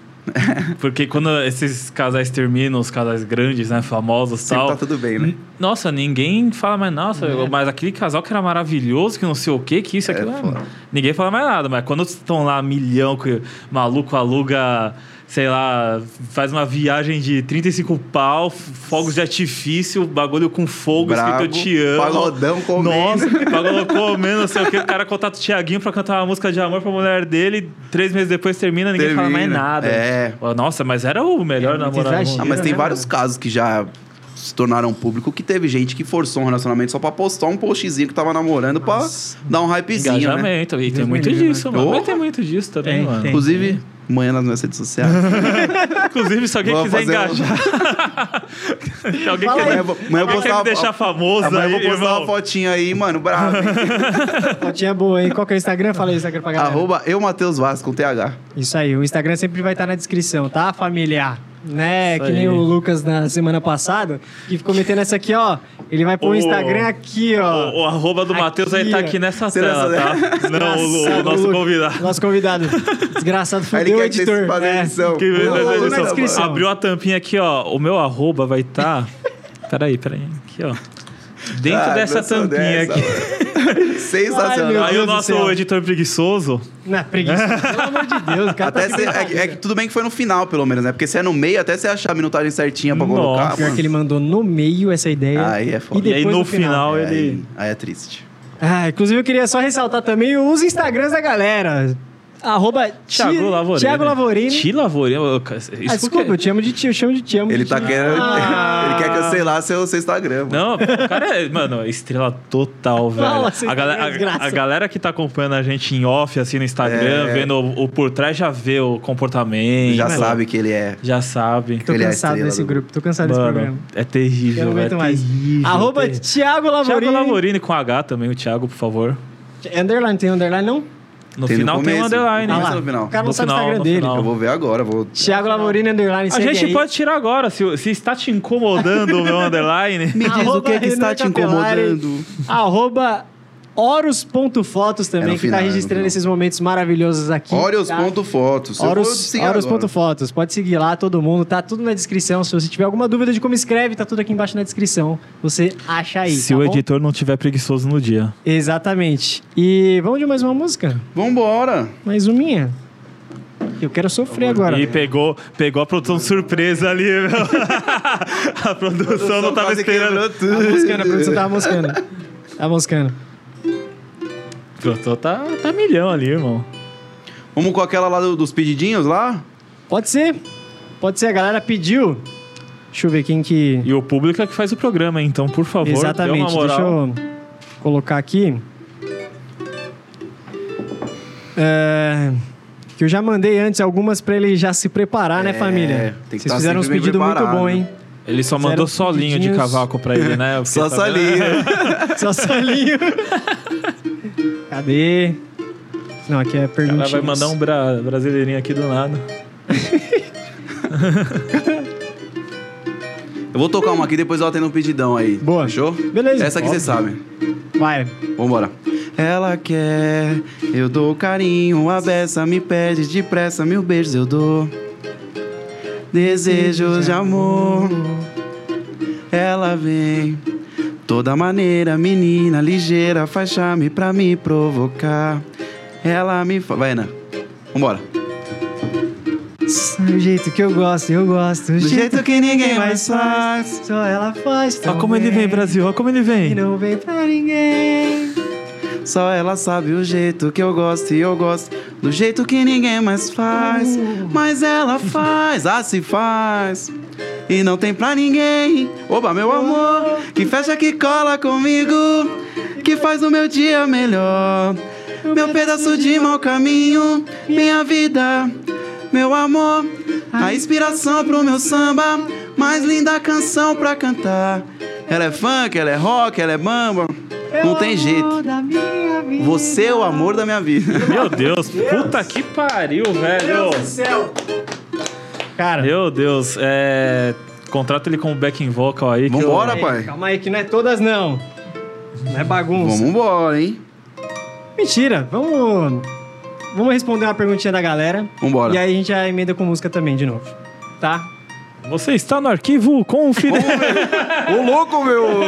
Speaker 3: Porque quando esses casais terminam, os casais grandes, né, famosos e
Speaker 4: Sempre
Speaker 3: tal.
Speaker 4: tá tudo bem, né?
Speaker 3: n- Nossa, ninguém fala mais, nossa,
Speaker 2: É.
Speaker 3: mas aquele casal que era maravilhoso, que não sei o que, que isso,
Speaker 4: É,
Speaker 3: aquilo. é,
Speaker 4: foda.
Speaker 3: ninguém fala mais nada, mas quando estão lá milhão, que o maluco aluga, sei lá, faz uma viagem de 35 pau, f- fogos de artifício, bagulho com fogo, escrito eu te amo.
Speaker 4: pagodão comendo.
Speaker 3: Nossa, falou comendo, não sei o que. O cara contata o Tiaguinho pra cantar uma música de amor pra mulher dele. Três meses depois termina, ninguém fala mais
Speaker 4: Termina.
Speaker 3: nada.
Speaker 4: É.
Speaker 3: Ó, Nossa, mas era o melhor
Speaker 2: É muito
Speaker 3: namorado. do
Speaker 2: exagero.
Speaker 4: Ah,
Speaker 3: mundo.
Speaker 4: mas tem
Speaker 2: né,
Speaker 4: vários
Speaker 2: mano?
Speaker 4: casos que já se tornaram público que teve gente que forçou um relacionamento só pra postar um postzinho que tava namorando
Speaker 2: Nossa.
Speaker 4: pra dar um hypezinho, né?
Speaker 3: Engajamento. E tem
Speaker 2: Deus
Speaker 3: muito
Speaker 2: me livre,
Speaker 3: disso,
Speaker 4: né?
Speaker 3: mano. Mas
Speaker 4: Porra.
Speaker 3: tem muito disso também,
Speaker 2: Tem,
Speaker 3: mano.
Speaker 2: tem.
Speaker 4: Inclusive, amanhã nas minhas redes sociais.
Speaker 3: Inclusive, se alguém
Speaker 4: Vamos
Speaker 3: quiser
Speaker 4: fazer um-
Speaker 3: engajar. se alguém
Speaker 2: um- Fala aí.
Speaker 3: quiser,
Speaker 4: Amanhã eu vou- amanhã eu
Speaker 3: alguém quer
Speaker 4: vou postar
Speaker 3: me
Speaker 4: uma-
Speaker 3: deixar famoso
Speaker 4: Amanhã eu
Speaker 3: aí,
Speaker 4: vou postar
Speaker 3: irmão.
Speaker 4: uma fotinha aí, mano, bravo. hein?
Speaker 2: Fotinha boa, hein? Qual que é o Instagram? Fala aí o Instagram pra galera.
Speaker 4: Arroba eu, Matheus Vaz, com TH.
Speaker 2: Isso aí, o Instagram sempre vai estar na descrição, tá, família? Né,
Speaker 3: Isso
Speaker 2: que nem
Speaker 3: aí.
Speaker 2: o Lucas na semana passada, que ficou metendo essa aqui, ó. Ele vai pôr o
Speaker 3: Ô,
Speaker 2: Instagram aqui, ó.
Speaker 3: O, o arroba do
Speaker 2: Aqui,
Speaker 3: Matheus aí tá aqui nessa
Speaker 4: Será
Speaker 3: tela, tá? Não, o, o
Speaker 2: Desgraçado,
Speaker 3: nosso
Speaker 2: Lucas.
Speaker 3: convidado.
Speaker 2: Nosso convidado. Desgraçado,
Speaker 4: Aí ele
Speaker 2: fudeu o
Speaker 4: quer que vocês
Speaker 2: editor.
Speaker 4: façam
Speaker 2: É.
Speaker 4: edição.
Speaker 3: Que
Speaker 2: Vou- vou
Speaker 3: beleza,
Speaker 2: na
Speaker 3: edição.
Speaker 2: descrição.
Speaker 3: Abriu a tampinha aqui, ó. O meu arroba vai estar. Peraí, peraí. Aqui, ó. Dentro
Speaker 4: Ah,
Speaker 3: dessa
Speaker 4: gostou
Speaker 3: tampinha
Speaker 4: dessa,
Speaker 3: aqui.
Speaker 4: mano.
Speaker 2: Ai, meu
Speaker 4: Sensacional.
Speaker 3: Aí
Speaker 2: Deus do
Speaker 3: o nosso
Speaker 2: céu.
Speaker 3: editor preguiçoso.
Speaker 2: Na é preguiça, pelo amor de Deus, o cara tá
Speaker 4: Até
Speaker 2: de
Speaker 4: cê- é, que- é que tudo bem que foi no final, pelo menos, né? Porque se é no meio, até você achar a minutagem certinha pra
Speaker 3: Nossa.
Speaker 4: colocar,
Speaker 2: Pior
Speaker 4: mano.
Speaker 2: que ele mandou no meio essa ideia.
Speaker 4: Aí é foda.
Speaker 2: E
Speaker 3: E, aí
Speaker 2: depois
Speaker 3: no
Speaker 2: no final,
Speaker 3: final,
Speaker 4: É,
Speaker 3: ele.
Speaker 4: aí, aí é triste.
Speaker 2: Ah, inclusive eu queria só ressaltar também os Instagrams da galera. Arroba Ti-
Speaker 3: Thiago Lavorini. né?
Speaker 2: Thiago Lavorini.
Speaker 3: Ti Lavorini. eu- Isso
Speaker 2: Ah, desculpa, eu
Speaker 3: porque...
Speaker 2: te amo de tio, eu chamo de tio.
Speaker 4: Ele tá querendo.
Speaker 2: Ah.
Speaker 4: Ele quer cancelar seu, seu Instagram. mano.
Speaker 3: Não, o cara é, mano, é estrela total, velho.
Speaker 2: Fala, você
Speaker 3: a, galera,
Speaker 2: tem é desgraça.
Speaker 3: a- a galera que tá acompanhando a gente em off, assim, no Instagram,
Speaker 4: É.
Speaker 3: vendo o, o por trás, já vê o comportamento.
Speaker 4: Já
Speaker 3: mano.
Speaker 4: sabe que ele é.
Speaker 3: Já sabe.
Speaker 2: Tô
Speaker 4: Ele é a
Speaker 2: cansado
Speaker 4: estrela
Speaker 2: desse
Speaker 4: do-
Speaker 2: grupo, tô cansado desse programa.
Speaker 3: Mano, é terrível,
Speaker 2: Eu não
Speaker 3: velho,
Speaker 2: aguento
Speaker 3: é
Speaker 2: mais.
Speaker 3: terrível,
Speaker 2: Arroba
Speaker 3: terrível.
Speaker 2: Thiago Lavorini.
Speaker 3: Thiago Lavorini com H também, o Thiago, por favor.
Speaker 2: É Underline, tem underline não?
Speaker 3: No
Speaker 4: Tem no
Speaker 3: final tem um
Speaker 4: começo.
Speaker 3: underline.
Speaker 4: Ah
Speaker 2: Olha
Speaker 4: lá.
Speaker 3: Mas
Speaker 4: no final.
Speaker 2: O cara não
Speaker 3: No
Speaker 2: sabe o
Speaker 3: final,
Speaker 2: Instagram
Speaker 3: no
Speaker 2: dele.
Speaker 3: final.
Speaker 4: Eu vou ver agora, vou.
Speaker 2: Thiago Lavorini, underline,
Speaker 3: A
Speaker 2: segue
Speaker 3: gente
Speaker 2: aí.
Speaker 3: pode tirar agora, se, se está te incomodando o meu underline.
Speaker 4: Me diz o que, é
Speaker 2: Arroba
Speaker 4: que está te
Speaker 2: Renan Capelari.
Speaker 4: incomodando.
Speaker 2: Arroba Horus.fotos
Speaker 4: É
Speaker 2: também,
Speaker 4: no
Speaker 2: que
Speaker 4: final,
Speaker 2: tá
Speaker 4: é no
Speaker 2: registrando
Speaker 4: final.
Speaker 2: esses momentos maravilhosos aqui. tá?
Speaker 4: Óreos.fotos. Eu vou
Speaker 2: Horus,
Speaker 4: seguir
Speaker 2: Horus
Speaker 4: agora.
Speaker 2: ponto fotos. Pode seguir lá, todo mundo. Tá tudo na descrição. Se você tiver alguma dúvida de como escreve, tá tudo aqui embaixo na descrição. Você acha aí.
Speaker 3: se
Speaker 2: tá
Speaker 3: o
Speaker 2: bom?
Speaker 3: editor não tiver preguiçoso no dia.
Speaker 2: Exatamente. E vamos de mais uma música?
Speaker 4: Vambora.
Speaker 2: Mais uminha. Eu quero sofrer agora.
Speaker 3: E pegou, pegou a produção surpresa ali, meu. a produção não tava
Speaker 4: Quase
Speaker 3: esperando.
Speaker 4: quebrou
Speaker 2: Tá moscando, a
Speaker 4: tudo.
Speaker 2: produção tava moscando. Tá moscando.
Speaker 3: A produção tá, tá milhão ali, irmão.
Speaker 4: Vamos com aquela lá do- dos pedidinhos lá?
Speaker 2: Pode ser. Pode ser, a galera pediu. Deixa eu ver quem que.
Speaker 3: E o público é que faz o programa, então, por favor, dê uma
Speaker 2: Exatamente.
Speaker 3: moral.
Speaker 2: Deixa eu colocar aqui. É, Que eu já mandei antes algumas pra ele já se preparar, né,
Speaker 4: É,
Speaker 2: família?
Speaker 4: tem que
Speaker 2: Vocês
Speaker 4: tá
Speaker 2: fizeram uns
Speaker 4: sempre bem
Speaker 2: pedidos muito
Speaker 4: preparado.
Speaker 2: bom, hein?
Speaker 3: Ele só mandou
Speaker 2: Fizeram
Speaker 3: solinho de
Speaker 2: pedidinhos.
Speaker 3: cavaco pra ele, né? Eu fiquei
Speaker 4: Só
Speaker 3: sabendo.
Speaker 4: salinha.
Speaker 2: Só solinho. Cadê? Não, aqui é
Speaker 3: O cara
Speaker 2: perguntinha.
Speaker 3: um vai mandar um bra- brasileirinho aqui do lado.
Speaker 4: Eu vou tocar uma aqui, depois ela tem um pedidão aí.
Speaker 2: Boa.
Speaker 4: Fechou?
Speaker 2: Beleza.
Speaker 4: Essa aqui
Speaker 2: Óbvio.
Speaker 4: você sabe.
Speaker 2: Vai.
Speaker 4: Vambora. Ela quer, eu dou carinho, a beça me pede depressa, mil beijos eu dou. Desejos de amor, ela vem. Toda maneira, menina ligeira, faz charme pra me provocar. Ela me. fa- Vai, Ana. Vambora.
Speaker 2: Do jeito que eu gosto, eu gosto. Do,
Speaker 4: que ninguém
Speaker 2: Só ela faz.
Speaker 3: Olha como ele vem,
Speaker 2: também.
Speaker 3: Brasil. Olha como ele
Speaker 2: E
Speaker 3: vem.
Speaker 2: não vem pra ninguém.
Speaker 4: Só ela sabe o jeito que eu gosto e eu gosto do jeito que ninguém mais faz. Mas ela faz, ah, se faz. E não tem pra ninguém. Oba, meu amor, que fecha que cola comigo, que faz o meu dia melhor. Meu pedaço de mau caminho, minha vida, meu amor, a inspiração pro meu samba, mais linda canção pra cantar. Ela é funk, ela é rock, ela é bamba. Não tem jeito. Você é o amor da minha vida.
Speaker 3: Meu Deus, puta que pariu, velho.
Speaker 2: céu. Cara,
Speaker 3: Meu Deus, é. Contrata ele como backing vocal aí. que eu-
Speaker 4: Vambora,
Speaker 2: Ei,
Speaker 4: pai.
Speaker 2: Calma aí, que não é todas, não. Não é bagunça.
Speaker 4: Vamos embora, hein?
Speaker 2: Mentira, vamos. Vamos responder uma perguntinha da galera.
Speaker 4: Vambora.
Speaker 2: E aí a gente já emenda com música também de novo. Tá?
Speaker 3: Você está no arquivo confidencial.
Speaker 4: Ô, louco, meu!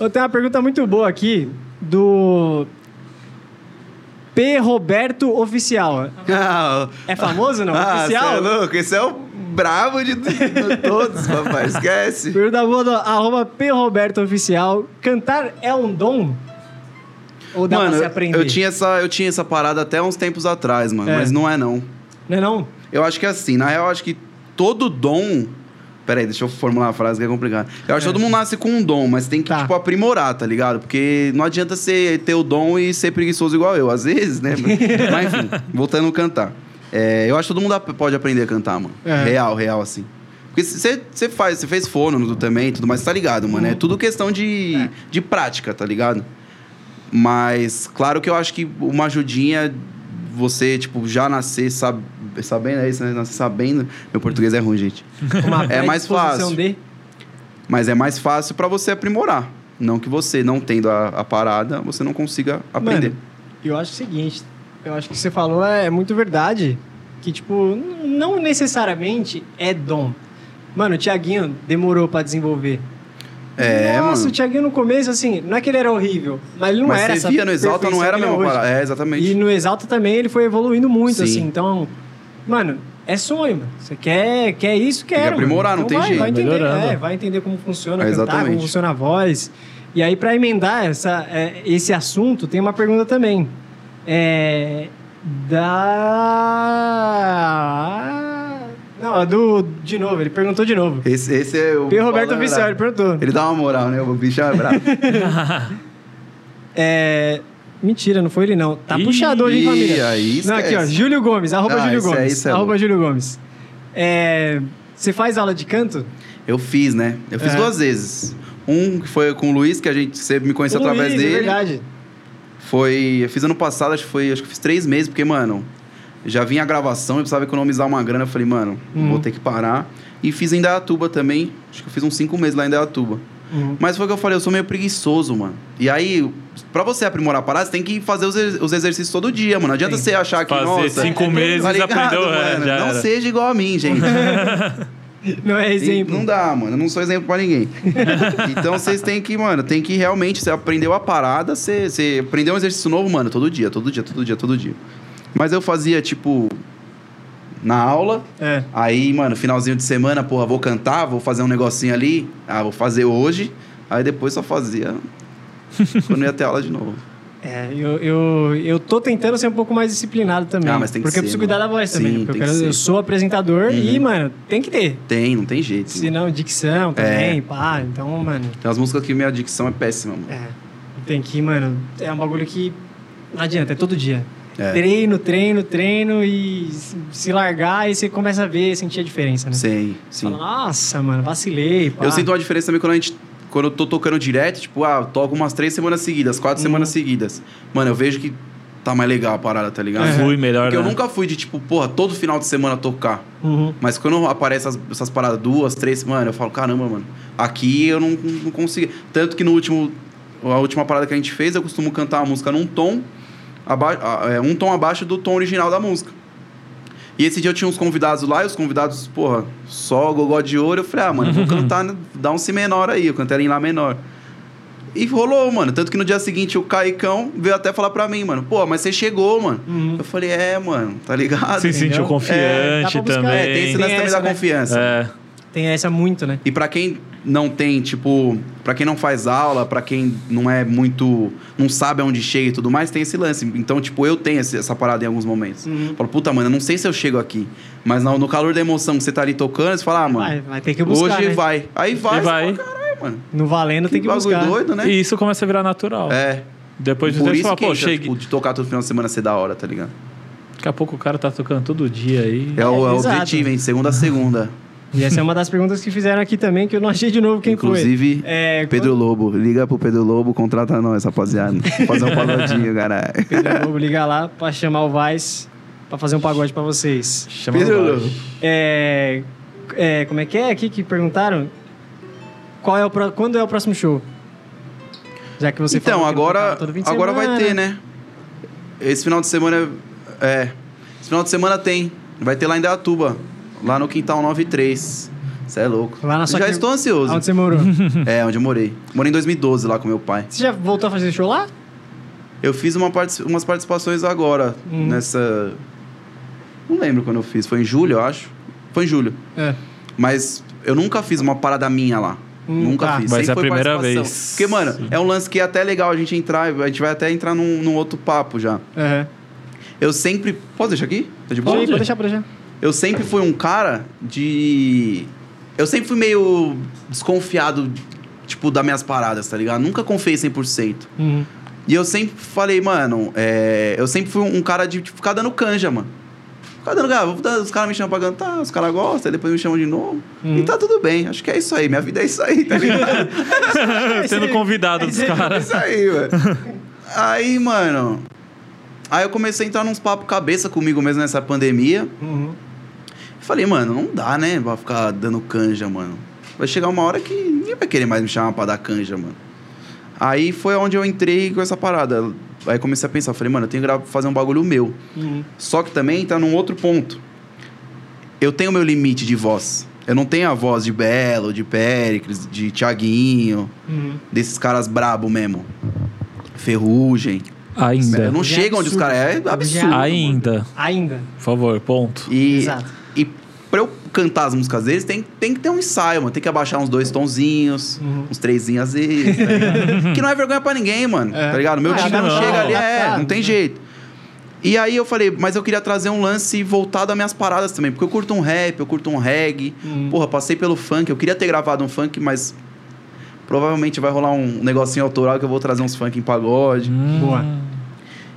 Speaker 2: Eu tenho uma pergunta muito boa aqui do. P. Roberto Oficial.
Speaker 4: ah,
Speaker 2: É famoso, não?
Speaker 4: ah, cê é
Speaker 2: Oficial?
Speaker 4: louco. Esse é o bravo de, de todos, papai. Esquece.
Speaker 2: Pergunta boa do arroba P. Roberto Oficial. Cantar é um dom? Ou dá
Speaker 4: Mano,
Speaker 2: pra se
Speaker 4: eu-
Speaker 2: aprender?
Speaker 4: eu tinha, essa, eu tinha essa parada até uns tempos atrás, mano.
Speaker 2: É.
Speaker 4: Mas não é, não.
Speaker 2: Não é não?
Speaker 4: Eu acho que é assim. Na real, eu acho que todo dom... Peraí, deixa eu formular a frase que é complicado. Eu acho que todo mundo nasce com um dom, mas tem que,
Speaker 2: Tá.
Speaker 4: tipo, aprimorar, tá ligado? Porque não adianta você ter o dom e ser preguiçoso igual eu. Às vezes, né? mas enfim, voltando a cantar. É, eu acho que todo mundo ap- pode aprender a cantar, mano.
Speaker 2: É.
Speaker 4: Real, real, assim. Porque você faz, você fez fono também e tudo mais, tá ligado, mano? É tudo questão de, de prática, tá ligado? Mas, claro que eu acho que uma ajudinha, você, tipo, já nascer sab... sabendo, é isso, né? Nascer sabendo. Meu português é ruim, gente.
Speaker 2: Uma
Speaker 4: É mais
Speaker 2: predisposição
Speaker 4: fácil.
Speaker 2: De...
Speaker 4: Mas é mais fácil pra você aprimorar. Não que você, não tendo a, a parada, você não consiga aprender.
Speaker 2: Mano, eu acho o seguinte, eu acho que você falou é muito verdade, que tipo, n- não necessariamente é dom. Mano, o Thiaguinho demorou pra desenvolver.
Speaker 4: É,
Speaker 2: Nossa,
Speaker 4: mano.
Speaker 2: o Thiaguinho no começo, assim, não é que ele era horrível, mas ele não
Speaker 4: Mas
Speaker 2: era
Speaker 4: você
Speaker 2: essa
Speaker 4: via no Exalta, não
Speaker 2: perfeição
Speaker 4: era a
Speaker 2: que ele
Speaker 4: mesma
Speaker 2: é hoje.
Speaker 4: parada. É, exatamente.
Speaker 2: E no Exalta também ele foi evoluindo muito,
Speaker 4: Sim.
Speaker 2: assim, então... Mano, é sonho, mano. Você quer, quer isso, quer. mano.
Speaker 4: aprimorar, não
Speaker 2: Então
Speaker 4: tem
Speaker 2: vai,
Speaker 4: jeito.
Speaker 2: Vai entender,
Speaker 3: Melhorando.
Speaker 2: é, vai entender como funciona
Speaker 4: É,
Speaker 2: cantar, como
Speaker 4: exatamente.
Speaker 2: funciona a voz. E aí, pra emendar essa, é, esse assunto, tem uma pergunta também. É... Da... Não, é do... De novo, ele perguntou de novo.
Speaker 4: Esse, esse é o.
Speaker 2: P. Roberto
Speaker 4: Fala a
Speaker 2: Oficial, ele
Speaker 4: verdade.
Speaker 2: perguntou.
Speaker 4: Ele dá uma moral, né? O bicho é bravo.
Speaker 2: É... Mentira, não foi ele não. Tá
Speaker 3: Ih,
Speaker 2: puxado hoje, hein, família?
Speaker 4: Ih, aí
Speaker 2: Não,
Speaker 4: esquece.
Speaker 2: aqui, ó. Júlio Gomes, arroba
Speaker 4: Ah,
Speaker 2: Júlio
Speaker 4: isso aí,
Speaker 2: Gomes.
Speaker 4: isso é
Speaker 2: arroba
Speaker 4: louco.
Speaker 2: Júlio Gomes. É, Você faz aula de canto?
Speaker 4: Eu fiz, né? Eu fiz
Speaker 2: É.
Speaker 4: duas vezes. Um que foi com o Luiz, que a gente, você me conheceu
Speaker 2: Com o
Speaker 4: através
Speaker 2: Luiz, É
Speaker 4: dele.
Speaker 2: verdade.
Speaker 4: Foi. Eu fiz ano passado, acho que foi. Acho que eu fiz três meses, porque, mano, já vinha a gravação, eu precisava economizar uma grana. Eu falei, mano,
Speaker 2: Uhum.
Speaker 4: vou ter que parar. E fiz em Dayatuba também. Acho que eu fiz uns cinco meses lá em Dayatuba.
Speaker 2: Uhum.
Speaker 4: Mas foi o que eu falei, eu sou meio preguiçoso, mano. E aí, pra você aprimorar a parada, você tem que fazer os, ex- os exercícios todo dia, mano. Não adianta
Speaker 2: Sim.
Speaker 4: você achar que,
Speaker 3: Fazer
Speaker 4: nossa...
Speaker 3: cinco
Speaker 4: tá
Speaker 3: meses,
Speaker 4: ligado,
Speaker 3: aprendeu, é,
Speaker 4: mano?
Speaker 3: já
Speaker 4: Não
Speaker 3: era.
Speaker 4: seja igual a mim, gente.
Speaker 2: Não é
Speaker 4: Tem-
Speaker 2: exemplo.
Speaker 4: Não dá, mano. Eu não sou exemplo pra ninguém. então vocês têm que, mano, tem que realmente. Você aprendeu a parada, você, você aprendeu um exercício novo, mano, todo dia, todo dia, todo dia, todo dia. Mas eu fazia, tipo, na aula.
Speaker 2: É.
Speaker 4: Aí, mano, finalzinho de semana, porra, vou cantar, vou fazer um negocinho ali. Ah, vou fazer hoje. Aí depois só fazia. Quando ia ter aula de novo.
Speaker 2: É, eu, eu, eu tô tentando ser um pouco mais disciplinado também.
Speaker 4: Ah, mas tem que
Speaker 2: Porque eu
Speaker 4: ser,
Speaker 2: preciso cuidar da
Speaker 4: mano.
Speaker 2: voz também.
Speaker 4: Sim,
Speaker 2: né? Porque eu,
Speaker 4: tem que
Speaker 2: quero-
Speaker 4: ser. Uhum.
Speaker 2: eu sou apresentador e, mano, tem que ter.
Speaker 4: Tem, não tem jeito.
Speaker 2: Se
Speaker 4: mano.
Speaker 2: não, dicção
Speaker 4: É.
Speaker 2: também, pá. Então, mano,
Speaker 4: Tem umas músicas que minha dicção é péssima, mano.
Speaker 2: é. Tem que, mano, é um bagulho que não adianta, é todo dia.
Speaker 4: É.
Speaker 2: Treino, treino, treino e se- se largar, aí você começa a ver, sentir a diferença, né?
Speaker 4: Sim,
Speaker 2: Você
Speaker 4: sim.
Speaker 2: fala, Nossa, mano, vacilei. Pá.
Speaker 4: Eu sinto uma diferença também quando a gente. Quando eu tô tocando direto, tipo, ah, eu toco umas três semanas seguidas, quatro semanas seguidas. Mano, eu vejo que tá mais legal a parada, tá ligado?
Speaker 3: Flui melhor,
Speaker 4: Porque eu
Speaker 3: né?
Speaker 4: nunca fui de, tipo, porra, todo final de semana tocar.
Speaker 2: Uhum.
Speaker 4: Mas quando aparecem essas, essas paradas duas, três semanas, eu falo, caramba, mano, aqui eu não, não consigo. Tanto que no último. A última parada que a gente fez, eu costumo cantar a música num tom, aba- a- é, um tom abaixo do tom original da música. E esse dia eu tinha uns convidados lá, e os convidados, porra, só gogó de ouro. Eu falei, ah, mano, eu vou cantar, né, dá um si menor aí, eu cantei ela em lá menor. E rolou, mano. Tanto que no dia seguinte o Caicão veio até falar pra mim, mano, pô, mas você chegou, mano.
Speaker 2: Uhum.
Speaker 4: Eu falei, é, mano, tá ligado?
Speaker 3: Se
Speaker 2: Entendeu? É,
Speaker 3: sentiu
Speaker 2: dá
Speaker 3: confiante
Speaker 2: pra buscar,
Speaker 3: também.
Speaker 4: É, tem esse
Speaker 2: Tem
Speaker 4: lance também
Speaker 2: essa,
Speaker 4: da
Speaker 2: né?
Speaker 4: confiança.
Speaker 3: É.
Speaker 2: Tem essa muito, né?
Speaker 4: E pra quem não tem, tipo, pra quem não faz aula, pra quem não é muito, não sabe aonde chega e tudo mais, tem esse lance. Então, tipo, eu tenho esse- essa parada em alguns momentos.
Speaker 2: Uhum.
Speaker 4: Eu falo, puta, mano, eu não sei se eu chego aqui, mas no, no calor da emoção que você tá ali tocando, você fala, ah, mano,
Speaker 2: Vai, vai ter que buscar,
Speaker 4: hoje
Speaker 2: né?
Speaker 4: vai. Aí vai,
Speaker 3: E
Speaker 4: você
Speaker 3: vai.
Speaker 4: fala, caralho, mano.
Speaker 2: No valendo tem que
Speaker 4: bagulho
Speaker 2: buscar.
Speaker 4: doido, né?
Speaker 3: E isso começa a virar natural.
Speaker 4: É.
Speaker 3: Depois de
Speaker 4: Por
Speaker 3: tempo, você
Speaker 4: isso
Speaker 3: fala,
Speaker 4: que
Speaker 3: pô,
Speaker 4: entra,
Speaker 3: cheguei.
Speaker 4: tipo, de tocar todo final de semana ser da hora, tá ligado?
Speaker 3: Daqui a pouco o cara tá tocando todo dia aí.
Speaker 4: É, o, é o
Speaker 2: exato.
Speaker 4: objetivo, hein? Segunda a segunda.
Speaker 2: E essa é uma das perguntas que fizeram aqui também, que eu não achei de novo quem
Speaker 4: Inclusive,
Speaker 2: foi. É,
Speaker 4: Pedro Lobo. Liga pro Pedro Lobo, contrata nós, rapaziada. Fazer um pagodinho, caralho.
Speaker 2: Pedro Lobo, liga lá pra chamar o Vaz pra fazer um pagode pra vocês.
Speaker 3: Chama
Speaker 4: Pedro
Speaker 3: no bar.
Speaker 4: Lobo.
Speaker 2: É, é, como é que é aqui que perguntaram? Qual é o pro- quando é o próximo show? Já que você
Speaker 4: então,
Speaker 2: falou que não
Speaker 4: agora,
Speaker 2: tocava todo fim de
Speaker 4: agora vai
Speaker 2: semana.
Speaker 4: ter, né? Esse final de semana. É. Esse final de semana tem. Vai ter lá em Datuba. Lá no Quintal 93. Você é louco.
Speaker 2: Lá na sua
Speaker 4: Já
Speaker 2: que-
Speaker 4: estou ansioso.
Speaker 2: Aonde você morou?
Speaker 4: É, onde eu morei. Morei em 2012 lá com meu pai.
Speaker 2: você já voltou a fazer show lá?
Speaker 4: Eu fiz uma partici- umas participações agora.
Speaker 2: Hum.
Speaker 4: Nessa. Não lembro quando eu fiz. Foi em julho, eu acho. Foi em julho.
Speaker 2: É.
Speaker 4: Mas eu nunca fiz uma parada minha lá.
Speaker 2: Hum,
Speaker 4: nunca
Speaker 2: tá.
Speaker 4: fiz.
Speaker 3: Mas é a
Speaker 4: foi
Speaker 3: primeira
Speaker 4: participação.
Speaker 3: vez.
Speaker 4: Porque, mano, é um lance que é até legal a gente entrar. A gente vai até entrar num, num outro papo já.
Speaker 2: Aham.
Speaker 4: Eu sempre. Pode deixar aqui? Tá de boa?
Speaker 2: Deixa aí, Pode deixar, pode deixar.
Speaker 4: Eu sempre fui um cara de. Eu sempre fui meio desconfiado, tipo, das minhas paradas, tá ligado? Nunca confiei 100%.
Speaker 2: Uhum.
Speaker 4: E eu sempre falei, mano, é, eu sempre fui um cara de tipo, ficar dando canja, mano. Ficar dando, cara, vou dar- os caras me chamam pra cantar, os caras gostam, aí depois me chamam de novo.
Speaker 2: Uhum.
Speaker 4: E tá tudo bem, acho que é isso aí, minha vida é isso aí, tá ligado?
Speaker 3: Sendo convidado dos
Speaker 4: É
Speaker 3: caras.
Speaker 4: isso aí, velho. Aí, mano. Aí eu comecei a entrar nos papos cabeça comigo mesmo nessa pandemia.
Speaker 2: Uhum.
Speaker 4: Falei, mano, não dá, né? Pra ficar dando canja, mano. Vai chegar uma hora que ninguém vai querer mais me chamar pra dar canja, mano. Aí foi onde eu entrei com essa parada. Aí comecei a pensar, falei, mano, eu tenho que gra- fazer um bagulho meu.
Speaker 2: Uhum.
Speaker 4: Só que também tá num outro ponto. Eu tenho meu limite de voz. Eu não tenho a voz de Belo, de Péricles, de Tiaguinho,
Speaker 2: Uhum.
Speaker 4: desses caras brabo mesmo. Ferrugem. Eu
Speaker 3: Ainda.
Speaker 4: não
Speaker 2: Já é
Speaker 4: chego onde os
Speaker 2: absurdo.
Speaker 4: caras. É absurdo. mano.
Speaker 3: Ainda.
Speaker 2: Ainda.
Speaker 3: Por favor, ponto.
Speaker 4: E,
Speaker 2: Exato.
Speaker 4: e pra eu cantar as músicas deles, tem, tem que ter um ensaio, mano. Tem que abaixar uns dois tonzinhos,
Speaker 2: Uhum.
Speaker 4: uns trêsinhos às vezes, tá ligado? que não é vergonha pra ninguém, mano.
Speaker 2: É.
Speaker 4: Tá ligado? Meu
Speaker 2: Ah,
Speaker 4: time não
Speaker 3: não.
Speaker 4: chega ali, é,
Speaker 2: Adaptado,
Speaker 4: não tem
Speaker 2: né?
Speaker 4: jeito. E aí eu falei, mas eu queria trazer um lance voltado às minhas paradas também, porque eu curto um rap, eu curto um reggae.
Speaker 2: Uhum.
Speaker 4: Porra, passei pelo funk, eu queria ter gravado um funk, mas provavelmente vai rolar um negocinho autoral que eu vou trazer uns funk em pagode.
Speaker 2: Boa.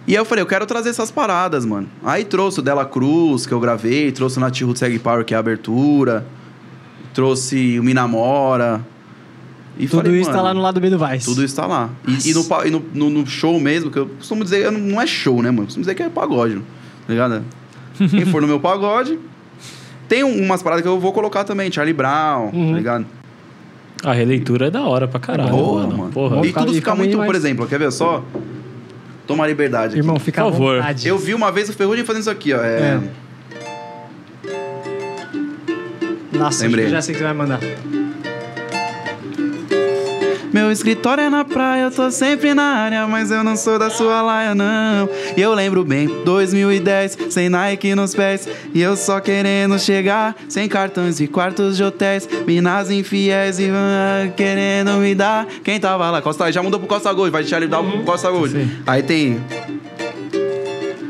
Speaker 4: E aí eu falei, eu quero trazer essas paradas, mano. Aí trouxe o Dela Cruz, que eu gravei, trouxe o Nati Roots Egg Power, que é a abertura, trouxe o Minamora. E
Speaker 2: Tudo
Speaker 4: falei,
Speaker 2: isso tá
Speaker 4: mano,
Speaker 2: lá no lado B do Vaz.
Speaker 4: Tudo isso tá lá. E, e no, pa- e no, no- no show mesmo, que eu costumo dizer, eu não, não é show, né, mano? Eu costumo dizer que é pagode, mano. tá ligado? Quem for no meu pagode. Tem um- umas paradas que eu vou colocar também, Charlie Brown,
Speaker 2: Uhum.
Speaker 4: tá ligado?
Speaker 3: A releitura é da hora pra caralho.
Speaker 4: Boa,
Speaker 3: mano.
Speaker 4: mano.
Speaker 3: Porra.
Speaker 4: E
Speaker 2: Fica-
Speaker 4: tudo
Speaker 2: fica
Speaker 4: fica
Speaker 2: bem
Speaker 4: muito, por
Speaker 2: é mais-
Speaker 4: exemplo, quer ver só? Toma a liberdade. aqui.
Speaker 2: Irmão, fica
Speaker 3: Por favor.
Speaker 2: à vontade.
Speaker 4: Eu vi uma vez o Ferrugem fazendo isso aqui, ó. é.
Speaker 2: É. Nossa, acho que
Speaker 4: Lembrei.
Speaker 2: eu já sei que você vai mandar.
Speaker 4: Meu escritório é na praia, eu tô sempre na área, mas eu não sou da sua laia, não. E eu lembro bem, 2010, sem Nike nos pés, e eu só querendo chegar, sem cartões e quartos de hotéis, minas infiéis e ah, querendo me dar. Quem tava lá? Costa, já mudou pro Costa Gold, vai deixar ele dar pro Costa Gold.
Speaker 3: Uhum. Sim.
Speaker 4: Aí tem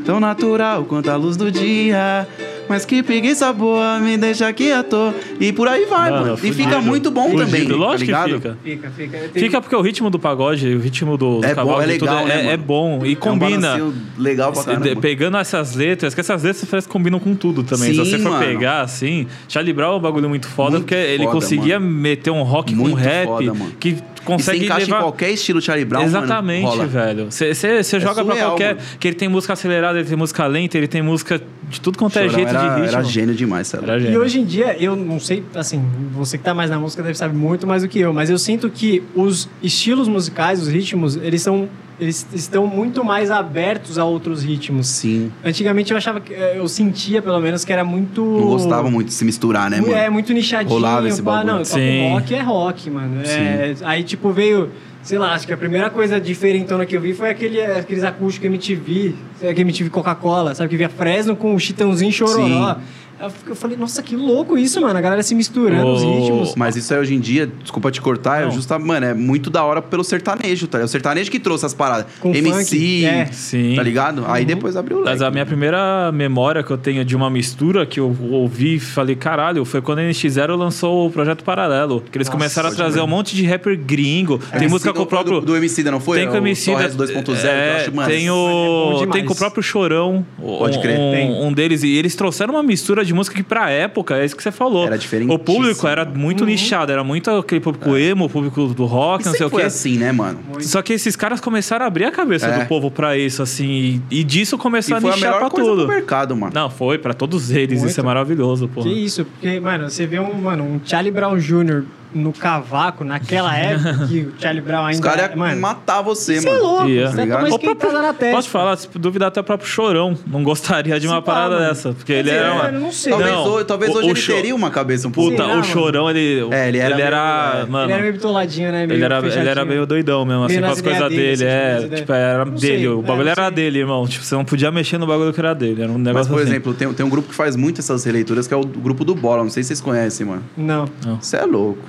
Speaker 4: tão natural quanto a luz do dia. Mas que preguiça boa, me deixa aqui à toa. E por aí vai,
Speaker 3: Mano,
Speaker 4: mano. E
Speaker 3: fudido.
Speaker 4: fica muito bom
Speaker 3: Fudido,
Speaker 4: também. tá
Speaker 3: Lógico
Speaker 4: ligado?
Speaker 3: que fica.
Speaker 2: Fica, fica. Eu tenho-
Speaker 3: Fica porque o ritmo do pagode, o ritmo do, do
Speaker 4: É bom,
Speaker 3: cavalo,
Speaker 4: é
Speaker 3: de tudo
Speaker 4: legal, né,
Speaker 3: é,
Speaker 4: mano?
Speaker 3: é bom. E combina.
Speaker 4: É um balancinho legal pra
Speaker 3: De-
Speaker 4: caramba.
Speaker 3: Pegando essas letras, que essas letras parece que combinam com tudo também.
Speaker 4: Sim,
Speaker 3: Se você for
Speaker 4: mano.
Speaker 3: pegar, assim, Charlie Brown é um bagulho muito foda,
Speaker 4: Muito
Speaker 3: porque ele
Speaker 4: foda,
Speaker 3: conseguia meter um rock com
Speaker 4: Muito
Speaker 3: rap
Speaker 4: foda, mano.
Speaker 3: que
Speaker 4: e
Speaker 3: consegue
Speaker 4: você encaixa
Speaker 3: levar...
Speaker 4: em qualquer estilo Charlie Brown, mano,
Speaker 3: Exatamente,
Speaker 4: rola. É
Speaker 3: velho. Você joga pra
Speaker 4: surreal,
Speaker 3: qualquer.
Speaker 4: mano.
Speaker 3: Que ele tem música acelerada, ele tem música lenta, ele tem música de tudo quanto é
Speaker 4: Chorão
Speaker 3: jeito
Speaker 4: era,
Speaker 3: de ritmo.
Speaker 4: era gênio demais, sabe?
Speaker 3: Era
Speaker 2: E
Speaker 3: gênio.
Speaker 2: hoje em dia, eu não sei, assim, você que tá mais na música deve saber muito mais do que eu, mas eu sinto que os estilos musicais, os ritmos, eles são. Eles estão muito mais abertos a outros ritmos.
Speaker 4: Sim.
Speaker 2: Antigamente eu achava que. eh, Eu sentia, pelo menos, que era muito.
Speaker 4: Não gostava muito de se misturar, né, mano?
Speaker 2: É, muito nichadinho.
Speaker 4: Rolava esse
Speaker 2: pá,
Speaker 4: bagulho.
Speaker 2: Não, eu toco
Speaker 3: Sim.
Speaker 2: rock é rock, mano. É, aí, tipo, veio, sei lá, acho que a primeira coisa diferentona que eu vi foi aquele, aqueles acústicos MTV, sei lá, é, que MTV Coca-Cola, sabe? Que via Fresno com o Chitãozinho e Chororó.
Speaker 4: Sim.
Speaker 2: Eu fico- eu falei, nossa, que louco isso, mano. A galera se misturando, os
Speaker 3: O-
Speaker 2: ritmos.
Speaker 4: Mas isso aí hoje em dia, desculpa te cortar, é
Speaker 3: Não.
Speaker 4: justa, mano, é muito da hora pelo sertanejo, tá? ligado? O sertanejo que trouxe as paradas.
Speaker 2: Com
Speaker 4: MC,
Speaker 2: funk, é.
Speaker 3: Sim.
Speaker 4: tá ligado? Aí depois abriu o
Speaker 3: Uhum. Mas
Speaker 4: leque.
Speaker 3: a minha primeira memória que eu tenho de uma mistura que eu ouvi e falei, caralho, foi quando a NX0 lançou o Projeto Paralelo. Que eles
Speaker 2: Nossa,
Speaker 3: começaram a
Speaker 2: pode
Speaker 3: trazer um monte de rapper gringo.
Speaker 4: É,
Speaker 3: tem
Speaker 4: esse
Speaker 3: música com o
Speaker 4: do-
Speaker 3: próprio.
Speaker 4: Do, do MC da não foi?
Speaker 3: tem
Speaker 4: É
Speaker 3: com o MC
Speaker 4: Torres
Speaker 3: da-
Speaker 4: 2.0,
Speaker 3: é,
Speaker 4: que eu acho, mano.
Speaker 3: Tem,
Speaker 2: Mas é
Speaker 3: o,
Speaker 2: bom
Speaker 3: tem com o
Speaker 2: demais.
Speaker 3: próprio Chorão.
Speaker 4: Pode
Speaker 3: um,
Speaker 4: crer.
Speaker 2: Tem.
Speaker 3: Um, um deles. E eles trouxeram uma mistura de música que, pra época, é isso que você falou.
Speaker 4: Era diferentíssimo. É.
Speaker 3: O público era muito
Speaker 2: Uhum.
Speaker 3: nichado. Era muito aquele público emo, o público do rock,
Speaker 4: Isso
Speaker 3: não sei o
Speaker 4: foi
Speaker 3: quê.
Speaker 4: assim, né, mano?
Speaker 3: Só que esses caras começaram a abrir a cabeça
Speaker 4: É.
Speaker 3: do povo pra isso, assim. E, e disso
Speaker 4: E
Speaker 3: começou a
Speaker 4: foi a
Speaker 3: nichar
Speaker 4: melhor
Speaker 3: pra
Speaker 4: coisa
Speaker 3: tudo.
Speaker 4: do mercado, mano.
Speaker 3: Não, foi pra todos eles.
Speaker 2: Muito.
Speaker 3: Isso é maravilhoso, pô.
Speaker 2: Que isso, porque, mano, você vê um, mano, um Charlie Brown Jr. no cavaco, naquela época que o Charlie Brown
Speaker 4: Os
Speaker 2: ainda.
Speaker 3: é,
Speaker 4: caras iam
Speaker 2: mano,
Speaker 4: matar você,
Speaker 2: você é
Speaker 4: mano.
Speaker 2: louco,
Speaker 3: Yeah.
Speaker 2: você tá
Speaker 4: Obrigado.
Speaker 2: tomando
Speaker 3: O próprio-
Speaker 2: esquentada na testa.
Speaker 3: Posso falar, se duvidar até o próprio Chorão. Não gostaria de uma
Speaker 2: Se pá,
Speaker 3: parada
Speaker 2: mano.
Speaker 3: dessa. Porque
Speaker 2: Quer
Speaker 3: ele
Speaker 2: dizer,
Speaker 3: era. uma-
Speaker 2: mano, não sei.
Speaker 4: Talvez,
Speaker 3: Não,
Speaker 4: hoje, talvez
Speaker 3: o-
Speaker 4: hoje
Speaker 3: o
Speaker 4: ele
Speaker 3: show-
Speaker 4: teria uma cabeça um pouco.
Speaker 3: Puta,
Speaker 2: Sei lá,
Speaker 3: o Chorão, ele.
Speaker 4: É, ele era
Speaker 3: Ele
Speaker 4: meio-
Speaker 3: era.
Speaker 4: é.
Speaker 3: mano,
Speaker 2: Ele era meio bitoladinho, né?
Speaker 3: ele era, ele era
Speaker 2: fechadinho.
Speaker 3: meio doidão mesmo, assim,
Speaker 2: Meio
Speaker 3: com
Speaker 2: nas
Speaker 3: as coisas
Speaker 2: ideias
Speaker 3: dele.
Speaker 2: dele, assim, nas
Speaker 3: é,
Speaker 2: ideias.
Speaker 3: tipo, era
Speaker 2: Não
Speaker 3: dele.
Speaker 2: sei, é,
Speaker 3: o bagulho
Speaker 2: não
Speaker 3: era
Speaker 2: sei.
Speaker 3: dele, irmão. Tipo, você não podia mexer no bagulho que era dele. Era um negócio
Speaker 4: Mas, por
Speaker 3: assim.
Speaker 4: exemplo, tem, tem um grupo que faz muito essas releituras, que é o grupo do Bola. Não sei se vocês conhecem, mano.
Speaker 2: Não.
Speaker 4: Você é louco.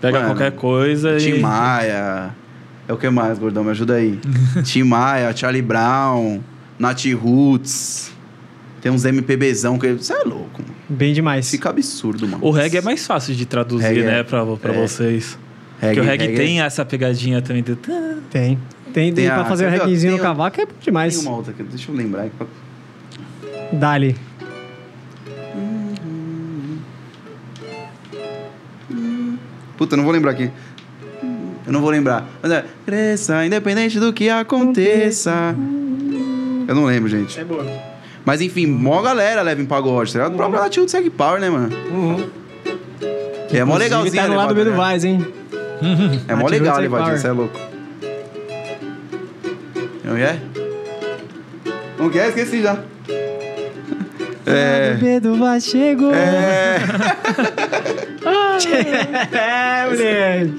Speaker 3: Pega
Speaker 4: mano,
Speaker 3: qualquer coisa
Speaker 4: Tim
Speaker 3: e.
Speaker 4: Maia. É o que mais, gordão? Me ajuda aí. Tim Maia, Charlie Brown, Nat Roots. Tem uns MPBzão que. Você é louco, mano.
Speaker 2: Bem demais.
Speaker 4: Fica absurdo, mano.
Speaker 3: O reggae é mais fácil de traduzir,
Speaker 4: Reggae é-
Speaker 3: né, pra, pra
Speaker 4: é.
Speaker 3: vocês. Porque o reggae, tem essa pegadinha também. do-
Speaker 2: Tem. Tem,
Speaker 4: Tem
Speaker 2: pra
Speaker 4: a-
Speaker 2: fazer
Speaker 4: tem a-
Speaker 2: reggaezinho no
Speaker 4: tem a-
Speaker 2: cavaco é bom
Speaker 4: Tem
Speaker 2: demais.
Speaker 4: uma outra aqui, deixa eu lembrar. aqui pra-
Speaker 2: Dali.
Speaker 4: Puta, eu não vou lembrar aqui. Eu não vou lembrar. Mas é. Cresça, independente do que aconteça. Eu não lembro, gente.
Speaker 2: É boa.
Speaker 4: Mas enfim, mó galera leva em pagode, tá ligado? O próprio Nat Roots segue Power, né, mano?
Speaker 3: É
Speaker 4: Que é mó legalzinho.
Speaker 2: tá
Speaker 4: a
Speaker 2: no lado
Speaker 4: levada,
Speaker 2: B do
Speaker 4: né?
Speaker 2: Vaz, hein?
Speaker 4: É mó
Speaker 2: Nat
Speaker 4: legal
Speaker 2: Roots
Speaker 4: a
Speaker 2: é
Speaker 4: levadinha,
Speaker 2: power.
Speaker 4: você é louco. Não é? Não quer? Esqueci já.
Speaker 2: É. O B do Vaz chegou. É, É, moleque.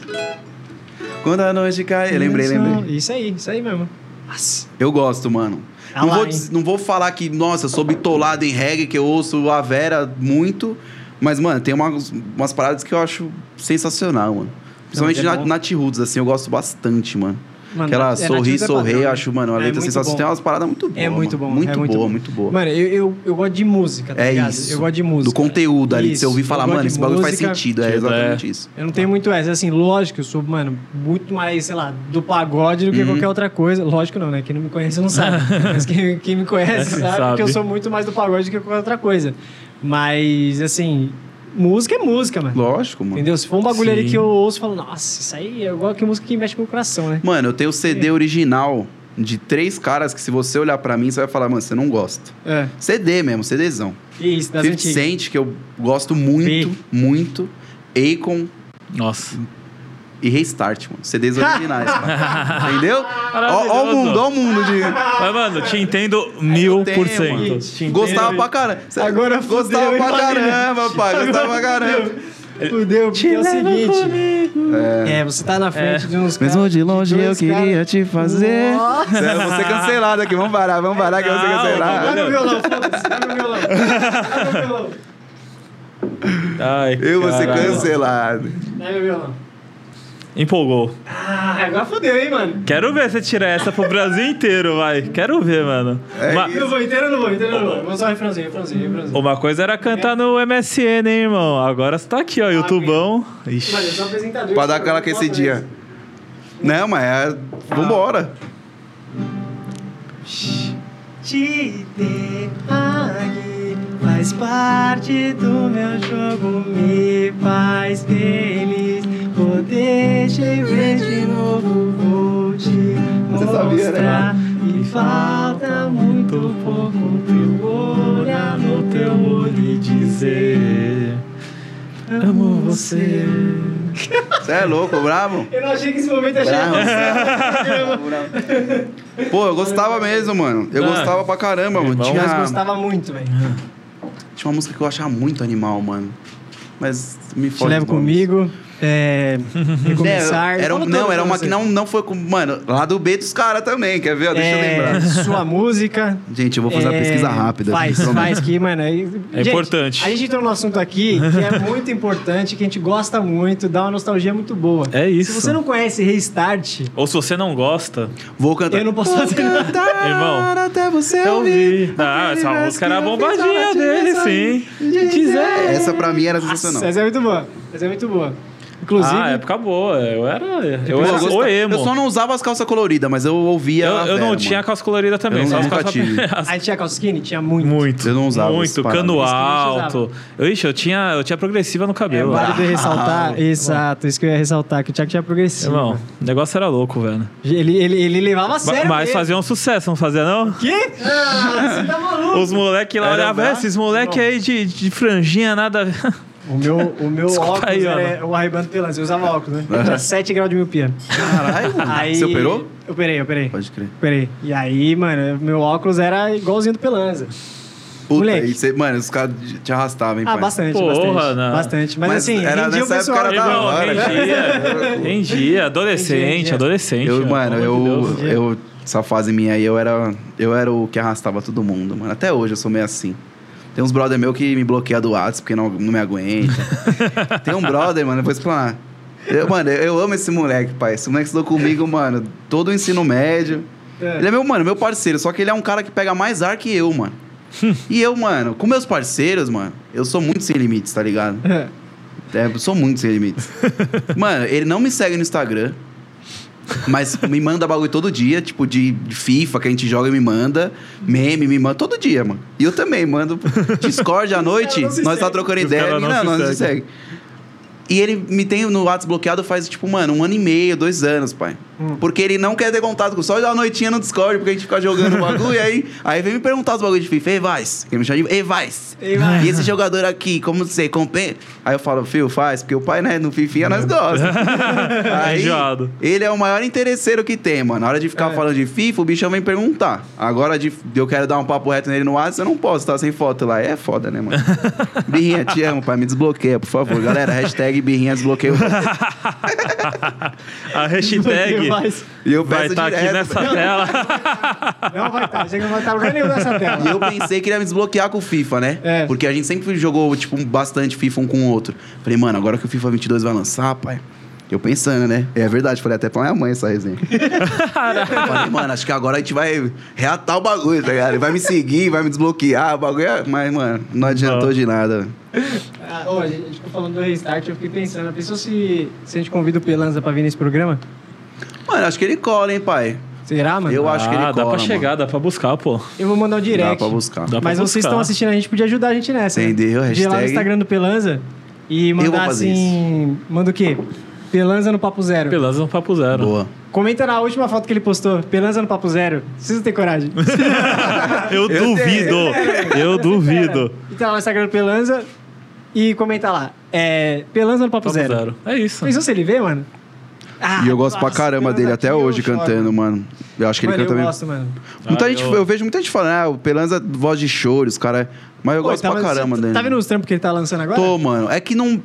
Speaker 4: Quando a noite cai. Eu lembrei, lembrei.
Speaker 2: Isso aí, isso aí mesmo. Nossa.
Speaker 4: Eu gosto, mano.
Speaker 2: Ah
Speaker 4: não,
Speaker 2: lá,
Speaker 4: vou,
Speaker 2: hein?
Speaker 4: diz- não vou falar que, nossa, eu sou bitolado em reggae, que eu ouço a Vera muito. Mas, mano, tem umas, umas paradas que eu acho sensacional, mano. Principalmente
Speaker 2: mas é
Speaker 4: na,
Speaker 2: bom.
Speaker 4: na T-Roots, assim, eu gosto bastante, mano.
Speaker 2: Mano,
Speaker 4: Aquela
Speaker 2: é,
Speaker 4: sorri,
Speaker 2: Nativa é
Speaker 4: sorri,
Speaker 2: padrão,
Speaker 4: eu
Speaker 2: né?
Speaker 4: acho, mano, a
Speaker 2: É
Speaker 4: letra
Speaker 2: muito
Speaker 4: sensacional.
Speaker 2: bom.
Speaker 4: Tem umas paradas muito boas.
Speaker 2: É muito
Speaker 4: mano.
Speaker 2: bom,
Speaker 4: Muito
Speaker 2: é muito
Speaker 4: boa,
Speaker 2: bom.
Speaker 4: muito boa.
Speaker 2: Mano, eu, eu, eu gosto de música, tá
Speaker 4: É
Speaker 2: ligado?
Speaker 4: isso.
Speaker 2: Eu gosto de música.
Speaker 4: do conteúdo ali, de você
Speaker 2: Isso,
Speaker 4: ouvir falar,
Speaker 2: eu gosto
Speaker 4: mano,
Speaker 2: de
Speaker 4: esse bagulho
Speaker 2: música.
Speaker 4: faz sentido. É
Speaker 3: Sentido,
Speaker 4: exatamente isso.
Speaker 2: Eu não tenho muito essa. Assim, lógico, eu sou, mano, muito mais, sei lá, do pagode do que qualquer outra coisa. Lógico não, né? Quem não me conhece não sabe. Mas quem, quem me conhece
Speaker 3: É,
Speaker 2: sabe,
Speaker 3: sabe.
Speaker 2: que eu sou muito mais do pagode do que qualquer outra coisa. Mas, assim, música é música, mano.
Speaker 4: Lógico, mano.
Speaker 2: Entendeu? Se for um bagulho ali
Speaker 3: Sim.
Speaker 2: que eu ouço, eu falo, nossa, isso aí é igual que música que mexe com o coração, né?
Speaker 4: Mano, eu tenho o CD original de três caras que, se você olhar pra mim, você vai falar, mano, você não gosta.
Speaker 2: É.
Speaker 4: CD mesmo, CDzão.
Speaker 2: E isso, das
Speaker 4: 50
Speaker 2: antigas.
Speaker 4: Cent, que eu gosto muito,
Speaker 2: Sim.
Speaker 4: muito. Akon
Speaker 3: Nossa.
Speaker 4: e Restart, mano. CDs originais, mano. Entendeu? Ó, ó o
Speaker 3: Maravilhoso.
Speaker 4: mundo, ó o mundo de.
Speaker 2: Ah,
Speaker 3: Mas, mano, te entendo mil por
Speaker 4: mano.
Speaker 3: cento.
Speaker 2: Entendo.
Speaker 4: Gostava pra caramba. Cê-
Speaker 2: Agora fudeu,
Speaker 4: Gostava
Speaker 2: hein,
Speaker 4: pra
Speaker 2: família?
Speaker 4: caramba, pai. Gostava pra caramba.
Speaker 2: Fudeu, porque é o seguinte. É. você tá na frente de uns caras. dois caras-
Speaker 4: te
Speaker 2: Nossa.
Speaker 4: Cê- Eu vou ser cancelado aqui. Vamos parar, vamos parar que eu vou ser
Speaker 3: Não, mano.
Speaker 4: cancelado.
Speaker 2: Vai no violão, foda-se, vai no violão. Vai no violão.
Speaker 3: Ai,
Speaker 4: Eu vou ser
Speaker 3: caralho.
Speaker 4: cancelado.
Speaker 2: Vai no violão.
Speaker 3: Empolgou.
Speaker 2: Ah, agora fodeu, hein, mano.
Speaker 3: Quero ver você tirar essa pro Brasil inteiro, vai. Quero ver, mano.
Speaker 4: É
Speaker 3: uma,
Speaker 2: Eu vou inteiro ou não vou? Inteiro ou não vou? Vamos só refrãozinho, refrãozinho, refrãozinho.
Speaker 3: uma coisa era cantar no MSN, hein, irmão. Agora você tá aqui, ó, YouTubão. Ixi.
Speaker 2: Mano, eu sou um apresentador. né?
Speaker 4: Pra dar aquela aquecidinha. Não, mas é. Vambora.
Speaker 2: Te ter aqui faz parte do meu jogo, me faz feliz poder deixei ver de novo, vou te
Speaker 4: Você
Speaker 2: mostrar.
Speaker 4: sabia, né?
Speaker 2: E falta muito pouco pra eu olhar no teu olho e dizer: Amo você.
Speaker 4: Você é louco, bravo?
Speaker 2: Eu não achei que esse momento ia
Speaker 4: Bravo.
Speaker 2: chegar.
Speaker 4: Pô, eu gostava mesmo, mano. Eu
Speaker 3: Ah.
Speaker 4: gostava pra caramba, mano.
Speaker 3: Irmão,
Speaker 4: Tinha,
Speaker 2: Mas gostava muito, velho.
Speaker 4: Ah. tinha uma música que eu achava muito animal, mano. Mas me
Speaker 2: Te
Speaker 4: fode.
Speaker 2: levo
Speaker 4: o nome.
Speaker 2: comigo. É, recomeçar.
Speaker 4: É, era, um-
Speaker 2: Fala
Speaker 4: não,
Speaker 2: todas
Speaker 4: era
Speaker 2: pra
Speaker 4: uma que
Speaker 2: você.
Speaker 4: não, não foi com. Mano, lá do B dos caras também, quer ver? Deixa
Speaker 2: É,
Speaker 4: eu lembrar.
Speaker 2: Sua música.
Speaker 4: Gente, eu vou fazer uma
Speaker 2: É,
Speaker 4: pesquisa rápida.
Speaker 2: Faz,
Speaker 4: prometo.
Speaker 2: faz que, mano. É, Gente,
Speaker 3: importante.
Speaker 2: A gente entrou num assunto aqui que é muito importante, que a gente gosta muito, dá uma nostalgia muito boa.
Speaker 3: É isso.
Speaker 2: Se você não conhece Restart,
Speaker 3: Ou se você não gosta,
Speaker 4: Vou cantar.
Speaker 2: Eu não posso
Speaker 4: Vou
Speaker 2: fazer nada.
Speaker 4: cantar
Speaker 3: Irmão,
Speaker 4: até você
Speaker 3: eu
Speaker 4: ouvir.
Speaker 3: vi. Ah,
Speaker 4: aquele
Speaker 3: essa
Speaker 4: verso
Speaker 3: música era
Speaker 4: que
Speaker 3: a
Speaker 4: eu fiz na
Speaker 3: bombadinha
Speaker 4: latinha,
Speaker 3: dele,
Speaker 4: sabe?
Speaker 3: sim.
Speaker 2: dizer.
Speaker 4: Essa pra mim era
Speaker 2: Nossa,
Speaker 4: sensacional.
Speaker 2: essa é muito boa. Essa é muito boa. Inclusive,
Speaker 3: ah, época boa. Eu era. Eu
Speaker 4: Pô,
Speaker 3: era
Speaker 4: gostava-
Speaker 3: o emo.
Speaker 4: eu só não usava as calças coloridas, mas eu ouvia.
Speaker 3: Eu-
Speaker 4: a
Speaker 3: eu não
Speaker 4: Vera,
Speaker 3: tinha
Speaker 4: mano.
Speaker 3: calça colorida também,
Speaker 4: Eu não-
Speaker 3: só as
Speaker 4: nunca
Speaker 3: calças
Speaker 4: tive.
Speaker 3: as-
Speaker 2: a gente tinha calça skinny? Tinha muito.
Speaker 3: Muito.
Speaker 4: Eu não usava essas
Speaker 3: Muito,
Speaker 4: paradas.
Speaker 3: cano
Speaker 4: Isso
Speaker 2: que a gente
Speaker 3: alto. Eu, ixi, eu tinha, eu tinha progressiva no
Speaker 2: É
Speaker 3: cabelo.
Speaker 2: válido
Speaker 3: velho.
Speaker 2: ressaltar. Exato, isso que eu ia ressaltar, que o Thiago tinha progressivo.
Speaker 3: Irmão, o negócio era louco, velho.
Speaker 2: Ele, ele, ele levava a sério.
Speaker 3: Mas
Speaker 2: mesmo.
Speaker 3: fazia um sucesso, não fazia não?
Speaker 2: Quê? Ah, você tá maluco?
Speaker 3: Os moleque lá
Speaker 4: Era
Speaker 3: olhavam,
Speaker 4: brabo.
Speaker 3: "É, esses moleque aí de, de franjinha, nada...
Speaker 2: O meu, o meu
Speaker 3: Desculpa
Speaker 2: óculos
Speaker 3: aí,
Speaker 2: era o Ray-Ban Pelas, eu usava óculos, né? Tinha 7 graus de miopia.
Speaker 4: Caralho.
Speaker 2: Aí,
Speaker 4: Você operou?
Speaker 2: Eu Operei, eu operei.
Speaker 4: Pode crer.
Speaker 2: Operei. E aí, mano, meu óculos era igualzinho do Pelanza. Ah,
Speaker 4: Puta,
Speaker 2: Moleque.
Speaker 4: e cê- mano, os caras te arrastavam, hein,
Speaker 2: Ah,
Speaker 4: pai?
Speaker 2: bastante,
Speaker 3: Porra,
Speaker 2: bastante.
Speaker 3: não.
Speaker 2: Bastante. Mas,
Speaker 4: Mas
Speaker 2: assim,
Speaker 4: era
Speaker 2: rendia o
Speaker 4: nessa época
Speaker 2: pessoal.
Speaker 4: era da
Speaker 3: Irmão,
Speaker 4: hora, né?
Speaker 3: rendia, rendia, adolescente,
Speaker 2: Rendia.
Speaker 3: adolescente.
Speaker 4: Eu,
Speaker 3: velho,
Speaker 4: mano,
Speaker 3: pelo amor de Deus.
Speaker 4: eu,
Speaker 2: Deus.
Speaker 4: eu. Essa fase minha aí, eu era. Eu era o que arrastava todo mundo, mano. Até hoje eu sou meio assim. Tem uns brother meu que me bloqueia do WhatsApp porque não, não me aguenta. Tem um brother, mano, eu vou explanar. Eu, mano, eu amo esse moleque, pai. Esse moleque estudou comigo, mano, todo o ensino médio.
Speaker 2: É.
Speaker 4: Ele é meu, mano, meu parceiro, só que ele é um cara que pega mais ar que eu, mano. e eu, mano, com meus parceiros, mano, eu sou muito sem limites, tá ligado? É, eu sou muito sem limites. Mano, ele não me segue no Instagram, mas me manda bagulho todo dia, tipo de de FIFA que a gente joga e me manda, meme, me manda todo dia, mano. E eu também mando Discord à noite,
Speaker 2: não se
Speaker 4: nós tá
Speaker 2: segue.
Speaker 4: trocando
Speaker 3: Os
Speaker 4: ideia,
Speaker 3: cara
Speaker 4: não,
Speaker 3: não
Speaker 4: não,
Speaker 3: se
Speaker 4: nós não se segue. E ele me tem no WhatsApp bloqueado faz, tipo, mano, um ano e meio, dois anos, pai.
Speaker 2: Hum.
Speaker 4: Porque ele não quer ter contato com só dar uma noitinha no Discord, porque a gente fica jogando bagulho, e aí, aí vem me perguntar os bagulhos de FIFA, ei, Vaz, que me chama de, ei, Vaz,
Speaker 2: Ei, Vaz.
Speaker 4: e esse jogador aqui, como você compensa? Aí eu falo, filho, faz, porque o pai, né, no Fifinha nós gosta.
Speaker 3: É
Speaker 4: Aí,
Speaker 3: enjoado.
Speaker 4: ele é o maior interesseiro que tem, mano. Na hora de ficar falando de FIFA, o bichão vem perguntar. Agora, de, de eu quero dar um papo reto nele no WhatsApp, eu não posso, tá sem foto lá. É foda, né, mano? birrinha, te amo, pai, me desbloqueia, por favor. Galera, hashtag birrinha desbloqueia.
Speaker 3: A hashtag
Speaker 2: Mas
Speaker 4: E eu
Speaker 3: vai
Speaker 4: peço
Speaker 3: estar aqui
Speaker 4: direto,
Speaker 3: nessa tela.
Speaker 2: Não vai estar. Chega, não vai estar lugar nenhum nessa
Speaker 4: E
Speaker 2: tela.
Speaker 4: eu pensei que ele ia me desbloquear com o FIFA, né?
Speaker 2: É.
Speaker 4: Porque a gente sempre jogou, tipo, um bastante FIFA um com o outro. Falei, mano, agora que o FIFA 22 vai lançar, pai. Eu pensando, né? É verdade, falei até pra minha mãe essa resenha. falei, mano, acho que agora a gente vai reatar o bagulho, tá ligado? Ele vai me seguir, vai me desbloquear, o bagulho. é- Mas, mano, não adiantou
Speaker 3: Não.
Speaker 4: de nada.
Speaker 2: Ah, ó, a gente ficou falando do Restart, eu fiquei pensando. A pessoa se, se a gente convida o Pelanza pra vir nesse programa?
Speaker 4: Mano, acho que ele cola, hein, pai?
Speaker 2: Será, mano?
Speaker 4: Eu acho que ele
Speaker 3: Ah,
Speaker 4: cola.
Speaker 3: dá pra
Speaker 4: mano.
Speaker 3: chegar, dá pra buscar, pô.
Speaker 2: Eu vou mandar um direct.
Speaker 4: Dá pra buscar.
Speaker 3: Dá pra
Speaker 2: Mas vocês
Speaker 3: buscar.
Speaker 2: estão assistindo a gente, podia ajudar a gente nessa. né?
Speaker 4: Entendeu?
Speaker 2: De ir lá no
Speaker 4: Hashtag-
Speaker 2: Instagram do Pelanza e
Speaker 4: vou
Speaker 2: mandar
Speaker 4: fazer
Speaker 2: assim. Manda o quê? Pelanza no Papo Zero.
Speaker 3: Pelanza no papo zero.
Speaker 4: Boa.
Speaker 2: Comenta na última foto que ele postou. Pelanza no Papo Zero. Precisa ter coragem.
Speaker 3: Eu duvido, eu duvido.
Speaker 4: É.
Speaker 2: Então lá no Instagram do Pelanza e comenta lá. É. Pelanza no Papo,
Speaker 3: Papo
Speaker 2: Zero.
Speaker 3: zero. É isso.
Speaker 2: Pensou se ele vê, mano? Ah,
Speaker 4: E eu gosto pra
Speaker 2: nossa,
Speaker 4: caramba
Speaker 2: Pelanza
Speaker 4: dele
Speaker 2: aqui
Speaker 4: até
Speaker 2: eu
Speaker 4: hoje
Speaker 2: choro.
Speaker 4: cantando, mano. Eu acho que
Speaker 2: Mano,
Speaker 4: ele canta
Speaker 2: eu
Speaker 4: mesmo.
Speaker 2: gosto, mano.
Speaker 4: Muita
Speaker 3: Ah,
Speaker 4: Então gente,
Speaker 3: eu-
Speaker 4: eu... vejo muita gente falando, ah, o Pelanza voz de choro, os caras. Mas eu
Speaker 2: Pô,
Speaker 4: gosto
Speaker 2: tá,
Speaker 4: pra
Speaker 2: mas
Speaker 4: caramba
Speaker 2: você
Speaker 4: dele.
Speaker 2: Tá vendo os trampos que ele tá lançando agora?
Speaker 4: Tô, mano. É que não,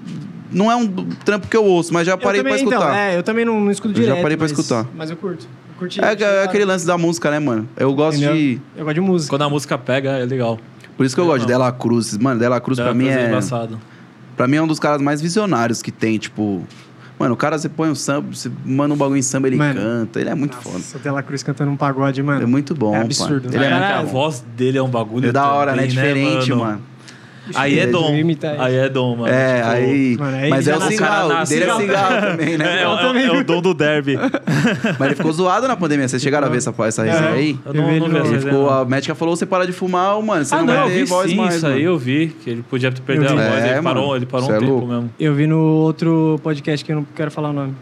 Speaker 4: não é um trampo que eu ouço, mas já
Speaker 2: Eu
Speaker 4: parei
Speaker 2: também,
Speaker 4: pra escutar.
Speaker 2: Então, é, eu também não, não escuto
Speaker 4: Eu já
Speaker 2: direto.
Speaker 4: parei pra
Speaker 2: mas-
Speaker 4: escutar.
Speaker 2: Mas eu curto. Eu curti.
Speaker 4: é,
Speaker 2: curti
Speaker 4: é
Speaker 2: da
Speaker 4: aquele lance da música, né, mano? Eu
Speaker 2: hora,
Speaker 4: gosto de.
Speaker 2: entendeu? Eu gosto de música.
Speaker 3: Quando a música pega, é legal.
Speaker 4: Por isso que eu, gosto de Dela Cruz. Mano, Dela Cruz pra
Speaker 3: Dá
Speaker 4: mim
Speaker 3: fazer
Speaker 4: é.
Speaker 3: embaçado.
Speaker 4: Pra mim é um dos caras mais visionários que tem, tipo. Mano, o cara, você põe um samba, você manda um bagulho em samba, ele
Speaker 2: Mano.
Speaker 4: canta. Ele é muito foda.
Speaker 2: Nossa, o Dela Cruz cantando um pagode, mano.
Speaker 4: É muito bom,
Speaker 2: É
Speaker 4: pai.
Speaker 2: absurdo, né?
Speaker 4: Ele é
Speaker 3: Caraca,
Speaker 2: Caralho.
Speaker 3: a
Speaker 4: muito bom.
Speaker 3: voz dele é um bagulho
Speaker 4: É da hora, né?
Speaker 3: também,
Speaker 4: Diferente, mano.
Speaker 3: Aí é
Speaker 4: Ele
Speaker 3: dom.
Speaker 2: imita ele.
Speaker 3: Aí é dom, mano.
Speaker 4: É,
Speaker 3: Tipo,
Speaker 4: aí.
Speaker 2: Mano, aí
Speaker 4: Mas
Speaker 2: já
Speaker 4: é o
Speaker 2: nasceu-
Speaker 4: singal.
Speaker 3: o cara
Speaker 4: O dele é
Speaker 3: nasceu-
Speaker 4: singal também, né?
Speaker 3: É, é,
Speaker 2: Eu
Speaker 3: o-
Speaker 2: também
Speaker 3: é
Speaker 2: vi.
Speaker 3: o dom do derby.
Speaker 4: Mas ele ficou zoado na pandemia. Vocês chegaram a ver essa, essa resenha é aí?
Speaker 3: É. Eu
Speaker 2: Eu
Speaker 3: não,
Speaker 2: vi ele
Speaker 3: não vi essa
Speaker 4: Ele
Speaker 2: não.
Speaker 3: resenha,
Speaker 4: ficou,
Speaker 3: não.
Speaker 4: a médica falou: você para de fumar, mano. Você
Speaker 3: Ah,
Speaker 4: não,
Speaker 3: não, eu
Speaker 4: vai ter
Speaker 3: vi
Speaker 4: voz
Speaker 3: sim,
Speaker 4: mais.
Speaker 3: isso aí
Speaker 4: mano.
Speaker 3: eu vi, que ele podia perder
Speaker 2: Eu
Speaker 3: a
Speaker 2: vi.
Speaker 3: voz,
Speaker 4: É,
Speaker 3: ele parou,
Speaker 4: mano.
Speaker 3: ele parou um
Speaker 4: Cê é
Speaker 3: tempo
Speaker 4: louco.
Speaker 3: mesmo.
Speaker 2: Eu vi no outro podcast que eu não quero falar o nome.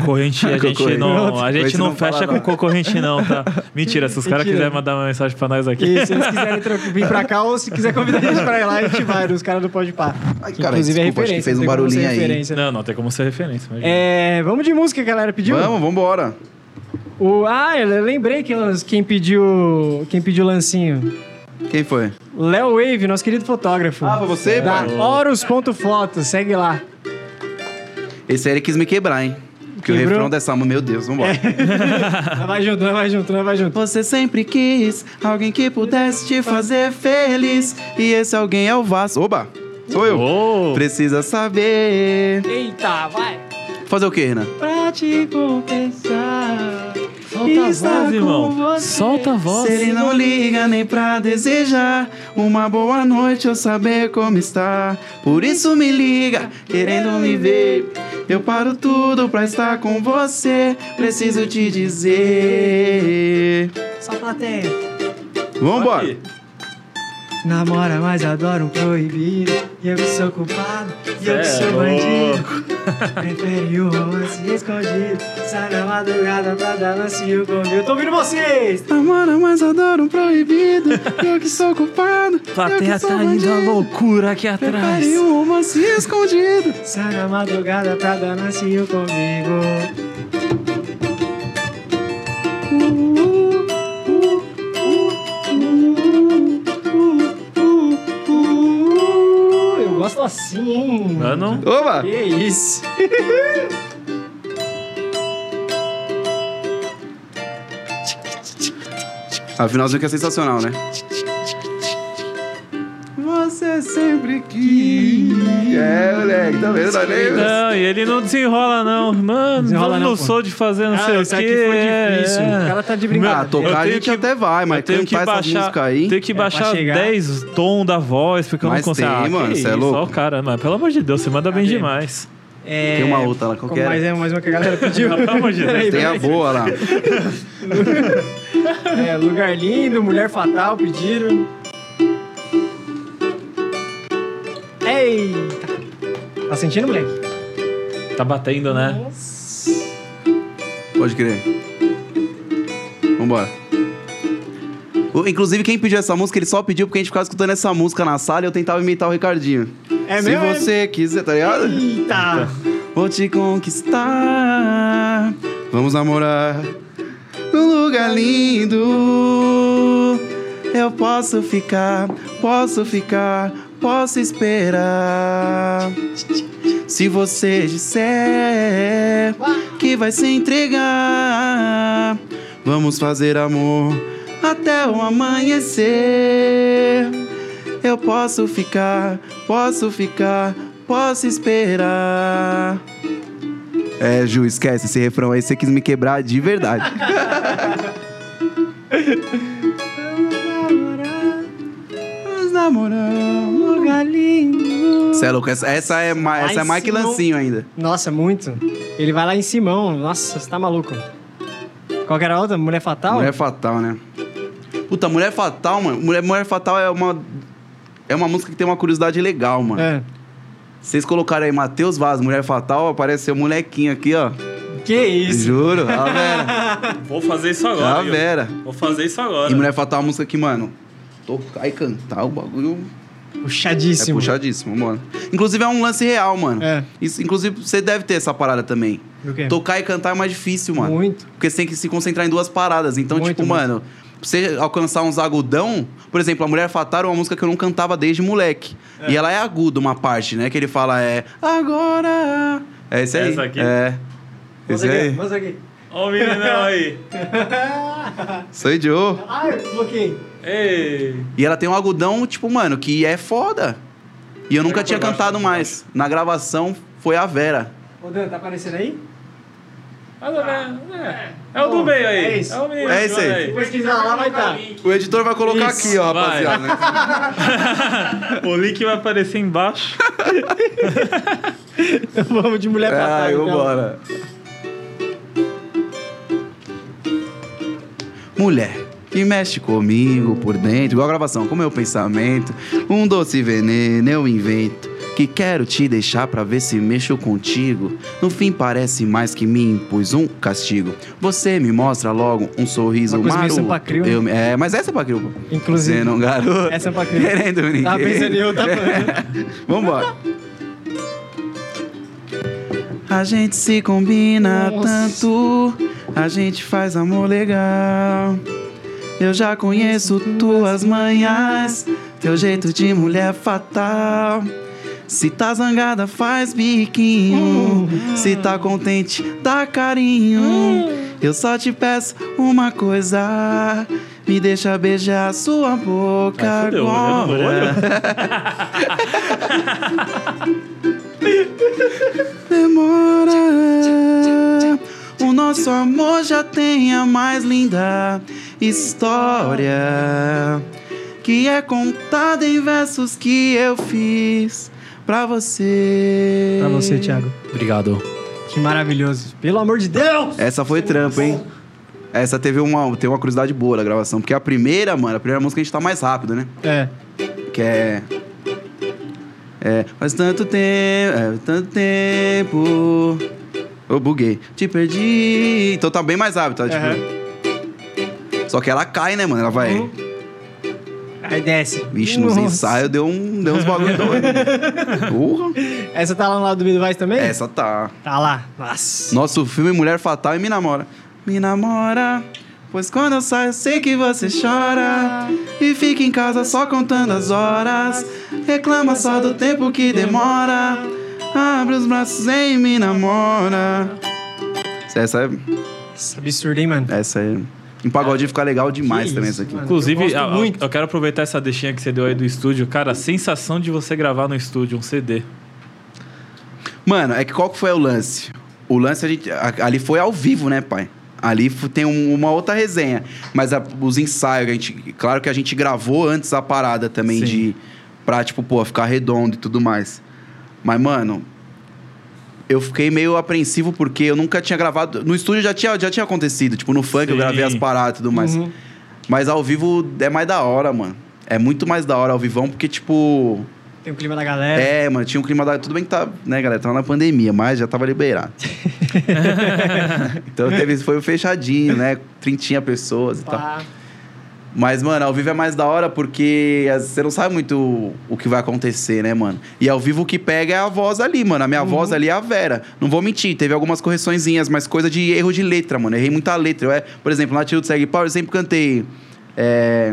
Speaker 3: Concorrente, a gente
Speaker 4: Concorrente.
Speaker 3: não, a gente
Speaker 4: Concorrente
Speaker 3: não
Speaker 4: não fala
Speaker 3: fecha com
Speaker 4: nada.
Speaker 3: concorrente, não, tá? Mentira, se os caras
Speaker 2: Mentira.
Speaker 3: quiserem mandar uma mensagem pra nós aqui.
Speaker 2: E se eles quiserem tra- vir pra cá ou se quiser convidar a gente pra ir lá, a gente vai, os caras do Pode Pá.
Speaker 4: Ai, cara,
Speaker 3: é
Speaker 4: desculpa, acho que fez um
Speaker 2: não tem como ser
Speaker 4: barulhinho aí.
Speaker 2: referência.
Speaker 3: Não, não tem como ser referência. Mas...
Speaker 2: É, vamos de música, galera. Pediu?
Speaker 4: Vamos, vambora.
Speaker 2: O, ah, eu lembrei que nós- quem pediu quem pediu o lancinho.
Speaker 4: Quem foi?
Speaker 2: Léo Wave, nosso querido fotógrafo.
Speaker 4: Ah, foi você,
Speaker 2: Da
Speaker 4: pai?
Speaker 2: Horus.foto, segue lá.
Speaker 4: Esse aí ele quis me quebrar, hein? Porque o
Speaker 2: Quebrou?
Speaker 4: refrão dessa música, meu Deus, vambora.
Speaker 3: É.
Speaker 2: Nós vai junto, nós vai junto, nós vai junto.
Speaker 4: Você sempre quis alguém que pudesse te fazer feliz. E esse alguém é o Vasco. Oba! Sou eu.
Speaker 3: Ô,
Speaker 4: Precisa saber.
Speaker 2: Eita, vai!
Speaker 4: Fazer o quê, Renan?
Speaker 2: Pra te compensar.
Speaker 3: solta a
Speaker 2: estar
Speaker 3: voz,
Speaker 2: com
Speaker 3: irmão.
Speaker 2: você.
Speaker 3: Solta a
Speaker 4: Se
Speaker 3: voz.
Speaker 4: ele não liga nem pra desejar uma boa noite ou saber como está. Por isso me liga, querendo me ver. Eu paro tudo pra estar com você. Preciso te dizer.
Speaker 2: Só plateia.
Speaker 4: Vambora!
Speaker 2: Namora, mas adoro proibir. E eu que sou culpado, e eu que
Speaker 3: Cê é
Speaker 2: sou bandido.
Speaker 3: louco.
Speaker 2: Prefere o romance escondido. Sai na madrugada pra dar lancinho comigo. Eu tô ouvindo vocês!
Speaker 4: Namora, mas adoro um proibido. eu que sou culpado. eu
Speaker 3: Plateia
Speaker 4: que sou
Speaker 3: tá indo
Speaker 4: bandido.
Speaker 3: à loucura aqui atrás.
Speaker 4: Prepare um romance escondido.
Speaker 2: Sai na madrugada pra dar lancinho comigo. Eu gosto assim, hein?
Speaker 3: Eu Ah, não-
Speaker 4: Oba!
Speaker 2: Que isso?
Speaker 4: A finalzinha que é sensacional, né? Você sempre quis. É, moleque, tá vendo? Tá vendo?
Speaker 3: Não, e ele não desenrola, não. Mano,
Speaker 2: Desenrola
Speaker 3: eu
Speaker 2: não,
Speaker 3: não
Speaker 2: pô.
Speaker 3: sou de fazer não
Speaker 2: Ah,
Speaker 3: sei o quê.
Speaker 2: isso aqui foi difícil.
Speaker 3: é.
Speaker 2: O cara tá de brincadeira.
Speaker 4: Ah, tocar a
Speaker 3: Eu tenho
Speaker 4: gente até vai, mas
Speaker 3: eu tenho que
Speaker 4: cantar essa
Speaker 3: baixar,
Speaker 4: música aí.
Speaker 3: tenho que
Speaker 2: É, pra
Speaker 3: baixar
Speaker 2: chegar.
Speaker 3: 10 tom da voz, porque eu não
Speaker 4: Mas
Speaker 3: consigo.
Speaker 4: tem,
Speaker 3: Ah,
Speaker 4: mano,
Speaker 3: que
Speaker 4: cê é
Speaker 3: isso,
Speaker 4: louco.
Speaker 3: ó, cara, mas pelo amor de Deus, você manda bem
Speaker 2: Cadê?
Speaker 3: demais.
Speaker 2: É,
Speaker 4: Tem uma outra lá,
Speaker 2: como
Speaker 4: qualquer.
Speaker 2: Mais, é, mais uma que a galera pediu.
Speaker 3: Pelo amor de Deus,
Speaker 2: Peraí,
Speaker 4: Tem a
Speaker 2: peraí.
Speaker 4: boa lá.
Speaker 2: É, Lugar Lindo, Mulher Fatal pediram. Eita! Tá sentindo, moleque?
Speaker 3: Tá batendo, né?
Speaker 2: Nossa.
Speaker 4: Pode crer. Vambora. O- Inclusive, quem pediu essa música, ele só pediu porque a gente ficava escutando essa música na sala e eu tentava imitar o Ricardinho.
Speaker 2: É
Speaker 4: Se
Speaker 2: mesmo? é?
Speaker 4: você quiser, tá ligado?
Speaker 2: Eita!
Speaker 4: Vou te conquistar. Vamos namorar num lugar lindo. Eu posso ficar, posso ficar, posso esperar. Se você disser que vai se entregar, vamos fazer amor até o amanhecer. Eu posso ficar, posso ficar, posso esperar. É, Ju, esquece esse refrão aí, você quis me quebrar de verdade. Vamos namorar,
Speaker 2: um Lugar Tá Lindo.
Speaker 4: Você é louco, essa, essa é, ma- essa é
Speaker 2: Mas se
Speaker 4: Mike
Speaker 2: não-
Speaker 4: Lancinho ainda.
Speaker 2: Nossa, muito. Ele vai lá em Simão. Nossa, você tá maluco. Qual que era a outra? Mulher Fatal?
Speaker 4: Mulher Fatal, né? Puta, Mulher Fatal, mano. Mulher, Mulher Fatal é uma. É uma música que tem uma curiosidade legal, mano.
Speaker 2: É.
Speaker 4: Vocês colocaram aí Matheus Vaz, Mulher Fatal, apareceu o molequinho aqui, ó.
Speaker 2: Que isso?
Speaker 4: Juro, é a Vera. É
Speaker 3: Vou fazer isso
Speaker 4: A
Speaker 3: agora. viu?
Speaker 4: Vera.
Speaker 3: Vou fazer isso agora.
Speaker 4: Tá E Mulher Fatal é uma música que, mano, tocar e cantar o bagulho é
Speaker 2: Puxadíssimo.
Speaker 4: puxadíssimo, mano. Inclusive é um lance real, mano.
Speaker 2: É.
Speaker 4: Isso, inclusive, você deve ter essa parada também.
Speaker 2: O quê?
Speaker 4: Tocar e cantar é mais difícil, mano.
Speaker 2: Muito.
Speaker 4: Porque você tem que se concentrar em duas paradas. Então,
Speaker 2: Muito,
Speaker 4: tipo,
Speaker 2: muito.
Speaker 4: mano, pra você alcançar uns agudão, por exemplo, a Mulher Fatal é uma música que eu não cantava desde moleque. E ela é aguda, uma parte, né? Que ele fala é agora. É esse aí.
Speaker 3: Essa aqui?
Speaker 4: É. Esse
Speaker 2: Mostra aqui,
Speaker 4: aí.
Speaker 2: mostra aqui.
Speaker 3: Ó o meninão aí.
Speaker 4: Sou Joe.
Speaker 2: Ai, bloqueei.
Speaker 3: Ei.
Speaker 4: E ela tem um agudão, tipo, mano, que é foda. E eu nunca
Speaker 3: Pega
Speaker 4: tinha
Speaker 3: por baixo,
Speaker 4: cantado
Speaker 3: por
Speaker 4: mais. Na gravação foi a Vera.
Speaker 2: Ô, Dan, tá aparecendo aí?
Speaker 3: Mas, né, é, é o do meio aí.
Speaker 2: Tá. É isso.
Speaker 3: É o menino
Speaker 4: É
Speaker 3: de
Speaker 4: isso
Speaker 3: cima
Speaker 4: aí.
Speaker 2: Se pesquisar lá, vai tá. estar.
Speaker 4: O editor vai colocar
Speaker 3: Isso,
Speaker 4: aqui, ó,
Speaker 3: vai.
Speaker 4: rapaziada.
Speaker 3: O link vai aparecer embaixo.
Speaker 2: Vamos de mulher pra
Speaker 4: Ah,
Speaker 2: cá, então.
Speaker 4: vambora. Mulher que mexe é comigo por dentro, igual a gravação, com meu pensamento. Um doce veneno eu invento que quero te deixar pra ver se mexo contigo. No fim parece mais que me impus um castigo. Você me mostra logo um sorriso
Speaker 2: Uma coisa meio
Speaker 4: maroto.
Speaker 2: Sampa Crio, né?
Speaker 4: Eu me- é, mas essa é pra Crio, pô.
Speaker 2: Inclusive.
Speaker 4: Você não, garoto.
Speaker 2: Essa é pra Crio.
Speaker 4: Querendo ninguém.
Speaker 2: Tava pensando em outra banda.
Speaker 4: Vambora. A gente se combina
Speaker 2: Nossa.
Speaker 4: tanto, a gente faz amor legal. Eu já conheço tuas manhas, teu jeito de mulher fatal. Se tá zangada, faz biquinho. Se tá contente, dá carinho. Eu só te peço uma coisa: me deixa beijar sua boca
Speaker 3: Ai, fudeu, né? olhando no
Speaker 4: agora.
Speaker 3: olho.
Speaker 4: Demora. O nosso amor já tem a mais linda história que é contada em versos que eu fiz pra você.
Speaker 2: Pra você, Thiago.
Speaker 1: Obrigado.
Speaker 2: Que maravilhoso. Pelo amor de Deus!
Speaker 4: Essa foi trampo, hein? Essa teve uma, tem uma curiosidade boa da gravação, porque a primeira, mano, a primeira música a gente tá mais rápido, né?
Speaker 2: É.
Speaker 4: Que é. É. Faz tanto tempo. É, tanto tempo. Eu buguei. Te perdi. Então tá bem mais rápido, tá? Tipo, Só que ela cai, né, mano? Ela vai.
Speaker 2: Aí desce.
Speaker 4: Vixe, nos
Speaker 2: Uhum. Nossa.
Speaker 4: ensaios deu, um, deu uns bagulho doido. Porra.
Speaker 2: Essa tá lá no lado do Midwise também?
Speaker 4: Essa tá.
Speaker 2: Tá lá. Nossa.
Speaker 4: Nosso filme Mulher Fatal e Me Namora. Me namora, pois quando eu saio eu sei que você chora. E fica em casa só contando as horas. Reclama só do tempo que demora. Abre os braços e me namora. Essa é.
Speaker 2: Nossa, absurdo, hein, mano?
Speaker 4: Essa é. Em pagode fica legal demais
Speaker 2: Que
Speaker 4: também
Speaker 2: isso,
Speaker 4: essa aqui.
Speaker 2: mano.
Speaker 3: Inclusive,
Speaker 2: Eu gosto
Speaker 3: a- a- eu,
Speaker 2: muito.
Speaker 3: quero aproveitar essa deixinha que você deu aí do estúdio. Cara, a sensação de você gravar no estúdio um CD.
Speaker 4: Mano, é que qual que foi o lance? O lance a gente, a- ali foi ao vivo, né, pai? Ali fu- tem um- uma outra resenha. Mas a- os ensaios, a gente, claro que a gente gravou antes a parada também
Speaker 3: Sim.
Speaker 4: de. Pra, tipo, pô, ficar redondo e tudo mais. Mas, mano, eu fiquei meio apreensivo porque eu nunca tinha gravado. No estúdio já tinha, já tinha acontecido. Tipo, no funk eu
Speaker 3: Sim.
Speaker 4: gravei as paradas e tudo mais.
Speaker 2: Uhum.
Speaker 4: Mas ao vivo é mais da hora, mano. É muito mais da hora ao vivão, porque, tipo.
Speaker 2: Tem o clima da galera.
Speaker 4: É, mano, tinha um clima da. Tudo bem que tá, né, galera? Tava na pandemia, mas já tava liberado. então teve, foi fechadinho, né? Trintinha pessoas e tal.
Speaker 2: Pá.
Speaker 4: Mas, mano, ao vivo é mais da hora porque às vezes você não sabe muito o- o que vai acontecer, né, mano? E ao vivo o que pega é a voz ali, mano. A minha
Speaker 3: Uhum.
Speaker 4: voz ali é a Vera. Não vou mentir, teve algumas correçõezinhas, mas coisa de erro de letra, mano. Errei muita letra. Eu, é, por exemplo, na Tilde Segue Power eu sempre cantei. É.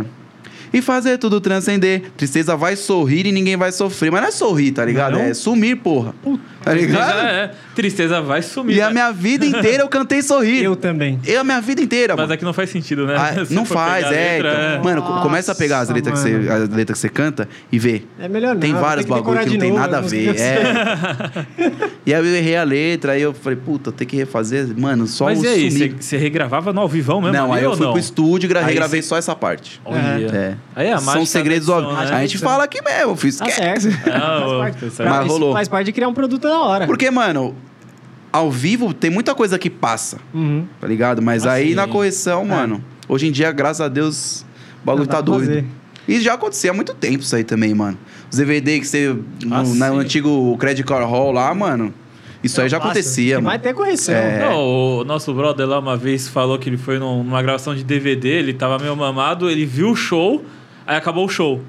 Speaker 4: E fazer tudo transcender. Tristeza vai sorrir e ninguém vai sofrer. Mas não é sorrir, tá ligado?
Speaker 3: Não?
Speaker 4: É sumir, porra. Tá
Speaker 3: Tristeza,
Speaker 4: ligado?
Speaker 3: é, tristeza vai sumir.
Speaker 4: E a
Speaker 3: né?
Speaker 4: minha vida inteira eu cantei sorrir.
Speaker 2: Eu
Speaker 4: Eu,
Speaker 2: também.
Speaker 4: a minha vida inteira,
Speaker 3: Mas
Speaker 4: mano.
Speaker 3: é que não faz sentido, né?
Speaker 4: Tá Ah,
Speaker 3: Se
Speaker 4: não
Speaker 3: for
Speaker 4: faz,
Speaker 3: pegar a
Speaker 4: é.
Speaker 3: letra,
Speaker 4: então.
Speaker 3: é.
Speaker 4: Mano, co- começa a pegar as
Speaker 2: Nossa,
Speaker 4: letras, que você,
Speaker 2: mano.
Speaker 4: as letras que você canta e vê.
Speaker 2: É melhor não.
Speaker 4: Tem
Speaker 2: vou ter
Speaker 4: vários
Speaker 2: que decorar
Speaker 4: bagulho
Speaker 2: de
Speaker 4: que não tem
Speaker 2: novo
Speaker 4: nada a
Speaker 2: algumas
Speaker 4: ver.
Speaker 2: coisas.
Speaker 4: é. e aí eu errei a letra, aí eu falei, puta, tem que refazer. Mano, só
Speaker 3: Mas
Speaker 4: o
Speaker 3: e aí, você,
Speaker 4: sumir.
Speaker 3: você regravava no ao vivão mesmo?
Speaker 4: Não,
Speaker 3: ali
Speaker 4: aí eu
Speaker 3: ou
Speaker 4: fui
Speaker 3: não?
Speaker 4: pro estúdio e gra-
Speaker 3: Aí
Speaker 4: regravei
Speaker 3: você-
Speaker 4: só essa parte.
Speaker 3: Olha.
Speaker 4: É.
Speaker 3: Aí é a mágica
Speaker 4: São
Speaker 3: da
Speaker 4: segredos
Speaker 3: edição,
Speaker 4: óbvios.
Speaker 3: né?
Speaker 4: A gente fala aqui mesmo, eu fiz
Speaker 2: Tá
Speaker 4: que-
Speaker 2: certo.
Speaker 3: Ah, ô,
Speaker 2: faz, parte,
Speaker 3: tá
Speaker 4: Mas
Speaker 2: isso
Speaker 4: rolou.
Speaker 2: faz parte de criar um produto da hora.
Speaker 4: Porque, mano, ao vivo tem muita coisa que passa,
Speaker 2: Uhum.
Speaker 4: tá ligado? Mas
Speaker 3: Ah,
Speaker 4: aí
Speaker 3: sim.
Speaker 4: na correção, mano, hoje em dia, graças a Deus, o bagulho
Speaker 2: Não dá
Speaker 4: tá
Speaker 2: pra
Speaker 4: doido.
Speaker 2: fazer.
Speaker 4: E já acontecia há muito tempo isso aí também, mano. Os DVD que você. No,
Speaker 3: Ah,
Speaker 4: na- no
Speaker 3: sim. É
Speaker 4: antigo Credit Card Hall lá, mano. Isso aí já
Speaker 2: Fácil.
Speaker 4: acontecia,
Speaker 2: Tem
Speaker 4: mano.
Speaker 2: mais até correção.
Speaker 4: É.
Speaker 3: Não, o nosso brother lá uma vez falou que ele foi num- numa gravação de DVD, ele tava meio mamado, ele viu o show, aí acabou o show.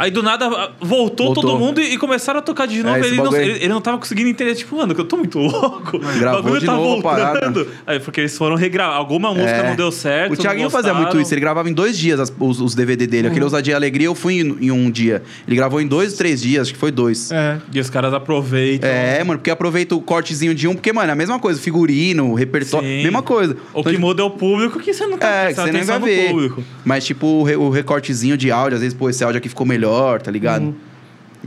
Speaker 3: Aí do nada ah, voltou,
Speaker 4: Voltou.
Speaker 3: todo mundo e e começaram a tocar de novo.
Speaker 4: É, esse
Speaker 3: ele, não,
Speaker 4: bagulho aí.
Speaker 3: ele, ele não tava conseguindo entender. Tipo, mano, que eu tô muito louco.
Speaker 4: Gravou
Speaker 3: o bagulho
Speaker 4: de
Speaker 3: tá
Speaker 4: novo a parada.
Speaker 3: voltando. Aí, porque eles foram regravar. Alguma música
Speaker 4: É.
Speaker 3: não deu certo.
Speaker 4: O Thiaguinho
Speaker 3: não Uhum.
Speaker 4: fazia
Speaker 3: gostaram.
Speaker 4: muito isso, ele gravava em dois dias as- os, os DVD dele. Aquele Ousadia e Alegria eu fui em, em um dia. Ele gravou em dois, três dias, acho que foi dois. É.
Speaker 2: É.
Speaker 3: E os caras aproveitam.
Speaker 4: mano, porque aproveita o cortezinho de um, porque, mano, é a mesma coisa, figurino, repertório,
Speaker 3: Sim.
Speaker 4: mesma coisa.
Speaker 3: O
Speaker 4: Então,
Speaker 3: que muda é o público que você não tá
Speaker 4: É, que
Speaker 3: prestando
Speaker 4: você nem vai
Speaker 3: atenção no
Speaker 4: ver.
Speaker 3: público.
Speaker 4: Mas, tipo, o, re- o recortezinho de áudio, às vezes, pô, esse áudio aqui ficou melhor, tá ligado?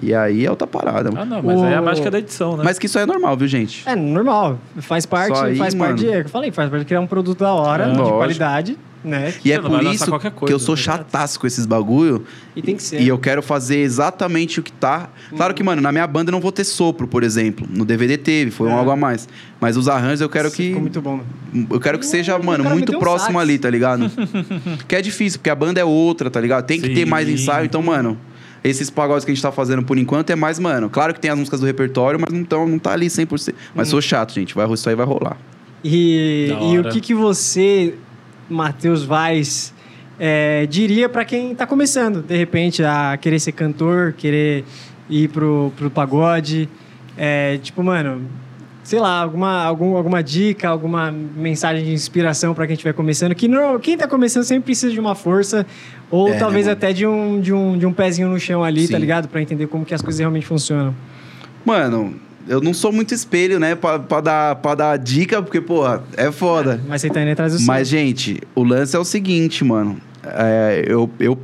Speaker 4: E aí é outra parada.
Speaker 3: Uhum. Ah, não, mas aí é a
Speaker 2: O-
Speaker 3: mágica da edição, né?
Speaker 4: Mas que isso aí é normal, viu, gente?
Speaker 2: É normal. Faz parte,
Speaker 4: Só aí,
Speaker 2: faz
Speaker 4: mano.
Speaker 2: parte. Eu falei, faz parte de criar um produto da hora,
Speaker 4: É,
Speaker 2: de
Speaker 4: lógico.
Speaker 2: qualidade, né?
Speaker 4: E é
Speaker 3: Você não
Speaker 4: por
Speaker 3: vai lançar
Speaker 4: isso
Speaker 3: qualquer
Speaker 4: que
Speaker 3: coisa,
Speaker 4: eu sou
Speaker 3: né?
Speaker 4: chataço com esses bagulho.
Speaker 2: E tem que ser.
Speaker 4: E eu quero fazer exatamente o que tá. Claro que, mano, na minha banda eu não vou ter sopro, por exemplo. No DVD teve, foi um
Speaker 2: É.
Speaker 4: algo a mais. Mas os arranjos eu quero
Speaker 2: Isso
Speaker 4: que.
Speaker 2: Ficou muito bom. mano.
Speaker 4: Eu quero que seja,
Speaker 2: Hum,
Speaker 4: mano,
Speaker 2: cara,
Speaker 4: muito
Speaker 2: meteu um
Speaker 4: próximo
Speaker 2: sax.
Speaker 4: ali, tá ligado? que é difícil, porque a banda é outra, tá ligado? Tem que ter mais
Speaker 3: Sim.
Speaker 4: ensaio, então, mano. Esses pagodes que a gente tá fazendo por enquanto é mais, mano. Claro que tem as músicas do repertório, mas não, tão, não tá ali 100%. Mas
Speaker 3: Uhum.
Speaker 4: sou chato, gente. Vai, isso aí vai rolar.
Speaker 2: E,
Speaker 3: Da
Speaker 2: e o
Speaker 3: hora.
Speaker 2: que, que você, Matheus Vaz, é, diria para quem tá começando, de repente, a querer ser cantor, querer ir pro, pro pagode? É, tipo, mano, sei lá, alguma, algum, alguma dica, alguma mensagem de inspiração para quem estiver começando? Que não, quem tá começando sempre precisa de uma força, ou
Speaker 4: É, né,
Speaker 2: talvez
Speaker 4: mano?
Speaker 2: até de um, de, um, de um pezinho no chão ali, tá
Speaker 4: Sim.
Speaker 2: ligado? Para entender como que as coisas realmente funcionam.
Speaker 4: Mano, eu não sou muito espelho, né? Pra, pra dar, pra dar dica, porque, porra, é foda.
Speaker 2: Mas você tá indo atrás do
Speaker 4: Mas, gente, o lance é o seguinte, mano. É, eu, eu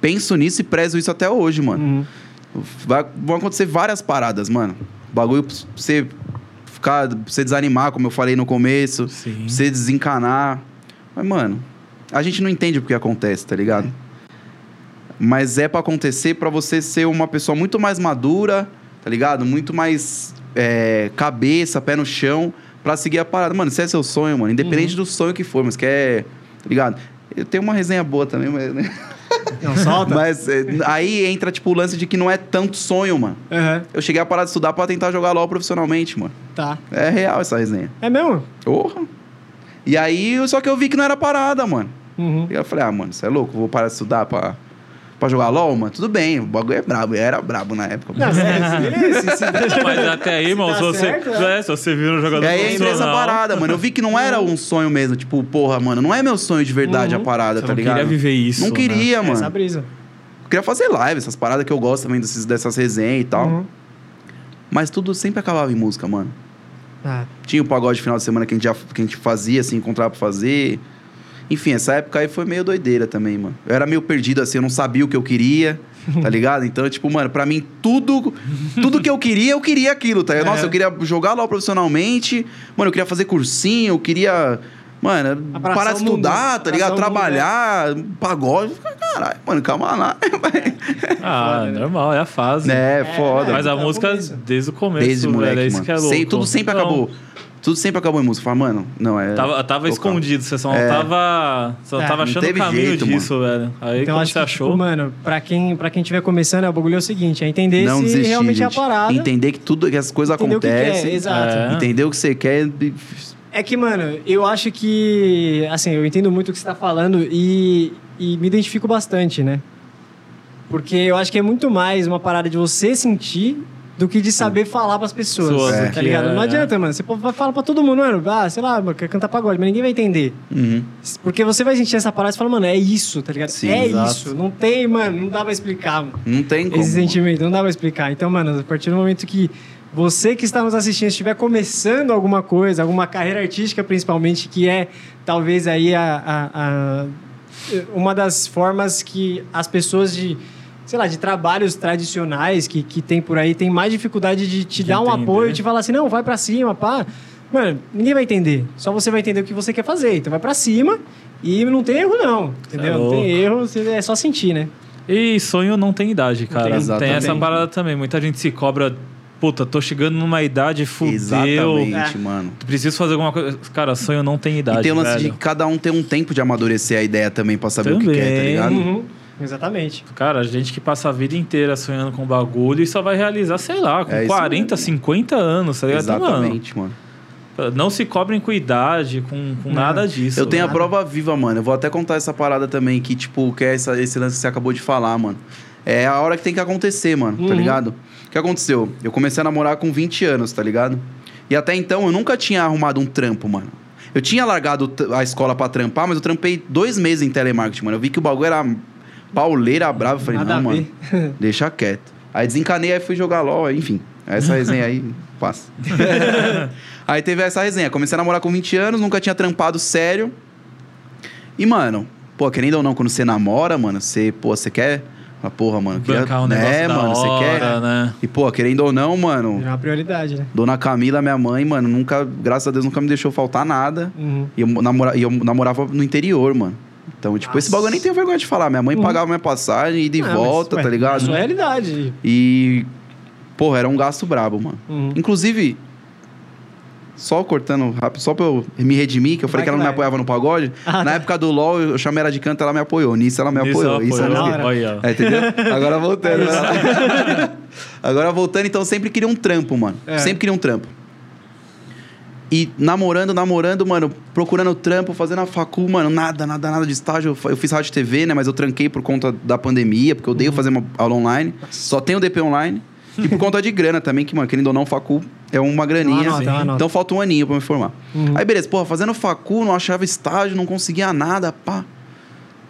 Speaker 4: penso nisso e prezo isso até hoje,
Speaker 2: seu.
Speaker 4: mano.
Speaker 2: Uhum.
Speaker 4: Vai- vão acontecer várias paradas, mano. Bagulho pra você ficar. Pra você desanimar, como eu falei no começo.
Speaker 3: Sim.
Speaker 4: Pra você desencanar. Mas, mano, a gente não entende porque acontece, tá ligado? Mas é pra acontecer pra você ser uma pessoa muito mais madura, tá ligado? Muito mais é, cabeça, pé no chão, pra seguir a parada. Mano, se é seu sonho, mano, independente
Speaker 2: Uhum.
Speaker 4: do sonho que for, mas quer. Tá ligado? Eu tenho uma resenha boa também, mas. né?
Speaker 2: Não, solta.
Speaker 4: Mas é, aí entra, tipo, o lance de que não é tanto sonho, mano.
Speaker 2: Aham,
Speaker 4: Eu cheguei a parar de estudar pra tentar jogar LOL profissionalmente, mano.
Speaker 2: tá.
Speaker 4: É real essa resenha.
Speaker 2: É mesmo?
Speaker 4: Porra! E aí, só que eu vi que não era parada, mano.
Speaker 2: Uhum.
Speaker 4: E eu falei, ah, mano, você é louco? Vou parar de estudar pra, pra jogar LOL, mano? Tudo bem, o bagulho é brabo. Eu era brabo na época.
Speaker 2: Não,
Speaker 4: mano.
Speaker 2: sério, se- se-
Speaker 3: Mas até aí, irmão,
Speaker 2: tá
Speaker 3: se você,
Speaker 2: certo, é.
Speaker 3: é, se você vira um jogador
Speaker 4: E aí entra essa
Speaker 3: profissional,
Speaker 4: parada, mano. Eu vi que não era um sonho mesmo. Tipo, porra, mano, não é meu sonho de verdade
Speaker 2: Uhum.
Speaker 4: a parada,
Speaker 3: você
Speaker 4: tá
Speaker 3: não
Speaker 4: ligado?
Speaker 3: queria viver isso. né?
Speaker 4: não queria,
Speaker 2: É, essa
Speaker 4: mano.
Speaker 2: brisa.
Speaker 4: Eu queria fazer live, essas paradas que eu gosto também desses, dessas resenhas e tal.
Speaker 2: Uhum.
Speaker 4: Mas tudo sempre acabava em música, mano.
Speaker 2: Ah,
Speaker 4: Tinha o pagode final de semana que a gente, já, que a gente fazia, se encontrava pra fazer. Enfim, essa época aí foi meio doideira também, mano. Eu era meio perdido, assim, eu não sabia o que eu queria, tá ligado? Então, tipo, mano, pra mim, tudo tudo que eu queria, eu queria aquilo, tá? ligado? Nossa, eu queria jogar lá profissionalmente, mano, eu queria fazer cursinho, eu queria, mano,
Speaker 2: Abraçar
Speaker 4: parar de
Speaker 2: o mundo,
Speaker 4: estudar, tá
Speaker 2: abraçar
Speaker 4: ligado?
Speaker 2: o mundo,
Speaker 4: Trabalhar, pagode. Caralho, mano, calma lá.
Speaker 3: Ah,
Speaker 2: Foda, né?
Speaker 3: normal, é a fase.
Speaker 4: É, foda.
Speaker 3: Mas
Speaker 2: É,
Speaker 3: a
Speaker 2: tá no
Speaker 3: música
Speaker 2: começo.
Speaker 3: desde o começo,
Speaker 4: Desde
Speaker 3: velho,
Speaker 4: moleque,
Speaker 3: é isso
Speaker 4: mano.
Speaker 3: que é louco.
Speaker 4: Sem- tudo sempre
Speaker 3: Não,
Speaker 4: acabou. Tudo sempre acabou em música. Fala, mano, não, é...
Speaker 3: Tava, tava
Speaker 4: Tocar.
Speaker 3: escondido, você só não
Speaker 4: É.
Speaker 3: tava, só
Speaker 2: É,
Speaker 3: tava
Speaker 4: não
Speaker 3: achando o
Speaker 4: teve
Speaker 3: caminho
Speaker 4: jeito, mano.
Speaker 3: disso, velho. Aí
Speaker 2: então
Speaker 3: quando
Speaker 2: acho
Speaker 3: você
Speaker 2: que,
Speaker 3: achou...
Speaker 2: tipo, mano, pra quem, pra quem tiver começando, o bagulho é o seguinte, é entender se realmente é a
Speaker 4: gente.
Speaker 2: parada.
Speaker 4: Entender que tudo, que as coisas
Speaker 2: Entender o que
Speaker 4: acontecem.
Speaker 2: quer, exato.
Speaker 3: É.
Speaker 4: Entender o que você quer. e-
Speaker 2: É que, mano, eu acho que. Assim, eu entendo muito o que você tá falando e, e me identifico bastante, né? Porque eu acho que é muito mais uma parada de você sentir do que de saber falar pras pessoas.
Speaker 3: Pessoas,
Speaker 4: É.
Speaker 2: Tá ligado? Não
Speaker 3: é.
Speaker 2: adianta, mano. Você fala pra todo mundo, mano, ah, sei lá, mano, quer cantar pagode, mas ninguém vai entender.
Speaker 4: Uhum.
Speaker 2: Porque você vai sentir essa parada e fala, mano, é isso, tá ligado?
Speaker 4: Sim,
Speaker 2: é
Speaker 4: exato.
Speaker 2: isso. Não tem, mano, não dá pra explicar. Mano.
Speaker 4: Não tem como.
Speaker 2: Esse
Speaker 4: mano.
Speaker 2: sentimento, não dá pra explicar. Então, mano, a partir do momento que você que está nos assistindo estiver começando alguma coisa, alguma carreira artística principalmente, que é talvez aí a, a- a- uma das formas que as pessoas de, sei lá, de trabalhos tradicionais que, que tem por aí tem mais dificuldade de te
Speaker 3: De
Speaker 2: dar um
Speaker 3: entender.
Speaker 2: apoio, te falar assim, não, vai pra cima, pá. Mano, ninguém vai entender. Só você vai entender o que você quer fazer. Então vai pra cima e não tem erro não, entendeu? não
Speaker 3: louco.
Speaker 2: tem erro, você- é só sentir, né?
Speaker 3: E sonho não tem idade, cara.
Speaker 4: tem.
Speaker 3: Tem, essa
Speaker 4: Exatamente.
Speaker 3: parada também. Muita gente se cobra, puta, tô chegando numa idade, fudeu.
Speaker 4: Exatamente, mano.
Speaker 3: Preciso fazer alguma coisa. Cara, sonho não tem idade.
Speaker 4: E tem o lance
Speaker 3: velho.
Speaker 4: de cada um ter um tempo de amadurecer a ideia também pra saber o que quer, tá
Speaker 3: Também.
Speaker 4: ligado?
Speaker 2: Uhum, exatamente.
Speaker 3: Cara, gente que passa a vida inteira sonhando com bagulho e só vai realizar, sei lá, com
Speaker 4: É isso
Speaker 3: 40, 50 anos, tá ligado? Então,
Speaker 4: Exatamente, mano.
Speaker 3: Mano, não se cobrem com idade, com, com nada disso.
Speaker 4: É.
Speaker 3: né?
Speaker 4: Eu tenho a
Speaker 2: né?
Speaker 3: velho.
Speaker 4: prova viva, mano. Eu vou até contar essa parada também, que, tipo, que é essa- esse lance que você acabou de falar, mano. É a hora que tem que acontecer, mano, tá
Speaker 2: Uhum.
Speaker 4: ligado? O que aconteceu? Eu comecei a namorar com 20 anos, tá ligado? E até então eu nunca tinha arrumado um trampo, mano. Eu tinha largado t- a escola pra trampar, mas eu trampei dois meses em telemarketing, mano. Eu vi que o bagulho era pauleira brava. Eu falei,
Speaker 2: Nada
Speaker 4: não,
Speaker 2: a ver.
Speaker 4: mano, deixa quieto. Aí desencanei, aí fui jogar LOL, aí, enfim. Essa resenha aí, passa. aí teve essa resenha. Comecei a namorar com 20 anos, nunca tinha trampado sério. E, mano, pô, querendo ou não, quando você namora, mano, você, pô, você quer. Ah, porra, mano, queria-
Speaker 3: Bancar um negócio
Speaker 4: É,
Speaker 3: da
Speaker 4: mano,
Speaker 3: hora,
Speaker 4: você quer.
Speaker 3: né?
Speaker 4: E, pô, querendo ou não, mano,
Speaker 2: É uma prioridade, né?
Speaker 4: Dona Camila, minha mãe, mano, nunca, graças a Deus, nunca me deixou faltar nada.
Speaker 2: Uhum.
Speaker 4: E eu, namora, e eu namorava no interior, mano. Então, tipo, esse
Speaker 2: Nossa.
Speaker 4: bagulho eu nem tenho vergonha de falar. Minha mãe
Speaker 2: Uhum.
Speaker 4: pagava minha passagem, ida e
Speaker 2: Ah, mas,
Speaker 4: volta,
Speaker 2: ué,
Speaker 4: tá
Speaker 2: É a
Speaker 4: ligado?
Speaker 2: sua realidade.
Speaker 4: E, porra, era um gasto brabo, mano.
Speaker 2: Uhum.
Speaker 4: Inclusive, Só cortando rápido, só pra eu me redimir, que eu
Speaker 2: Vai
Speaker 4: falei que
Speaker 2: que
Speaker 4: ela não me
Speaker 2: vai.
Speaker 4: apoiava no pagode.
Speaker 2: Ah,
Speaker 4: Na época do LOL, eu chamei ela de canto, ela me apoiou. Nisso ela me
Speaker 3: Nisso
Speaker 4: apoiou.
Speaker 3: ela
Speaker 4: Isso eu
Speaker 3: apoiou.
Speaker 4: não
Speaker 2: Na
Speaker 4: esqueci.
Speaker 2: hora.
Speaker 3: Olha.
Speaker 4: É, entendeu? Agora voltando. né? Agora voltando, então sempre queria um trampo, mano.
Speaker 2: É.
Speaker 4: Sempre queria um trampo. E namorando, namorando, mano, procurando trampo, fazendo a facu, mano, nada, nada, nada de estágio. Eu fa- Eu fiz rádio e TV, né? Mas eu tranquei por conta da pandemia, porque eu
Speaker 2: Uhum.
Speaker 4: odeio fazer uma aula online. Só tenho DP online. E por conta de grana também, que, mano, querendo ou não, facu é uma graninha.
Speaker 2: nota, é uma nota.
Speaker 4: então falta um aninho pra me formar.
Speaker 2: Uhum.
Speaker 4: Aí, beleza, porra, fazendo facu, não achava estágio, não conseguia nada, pá.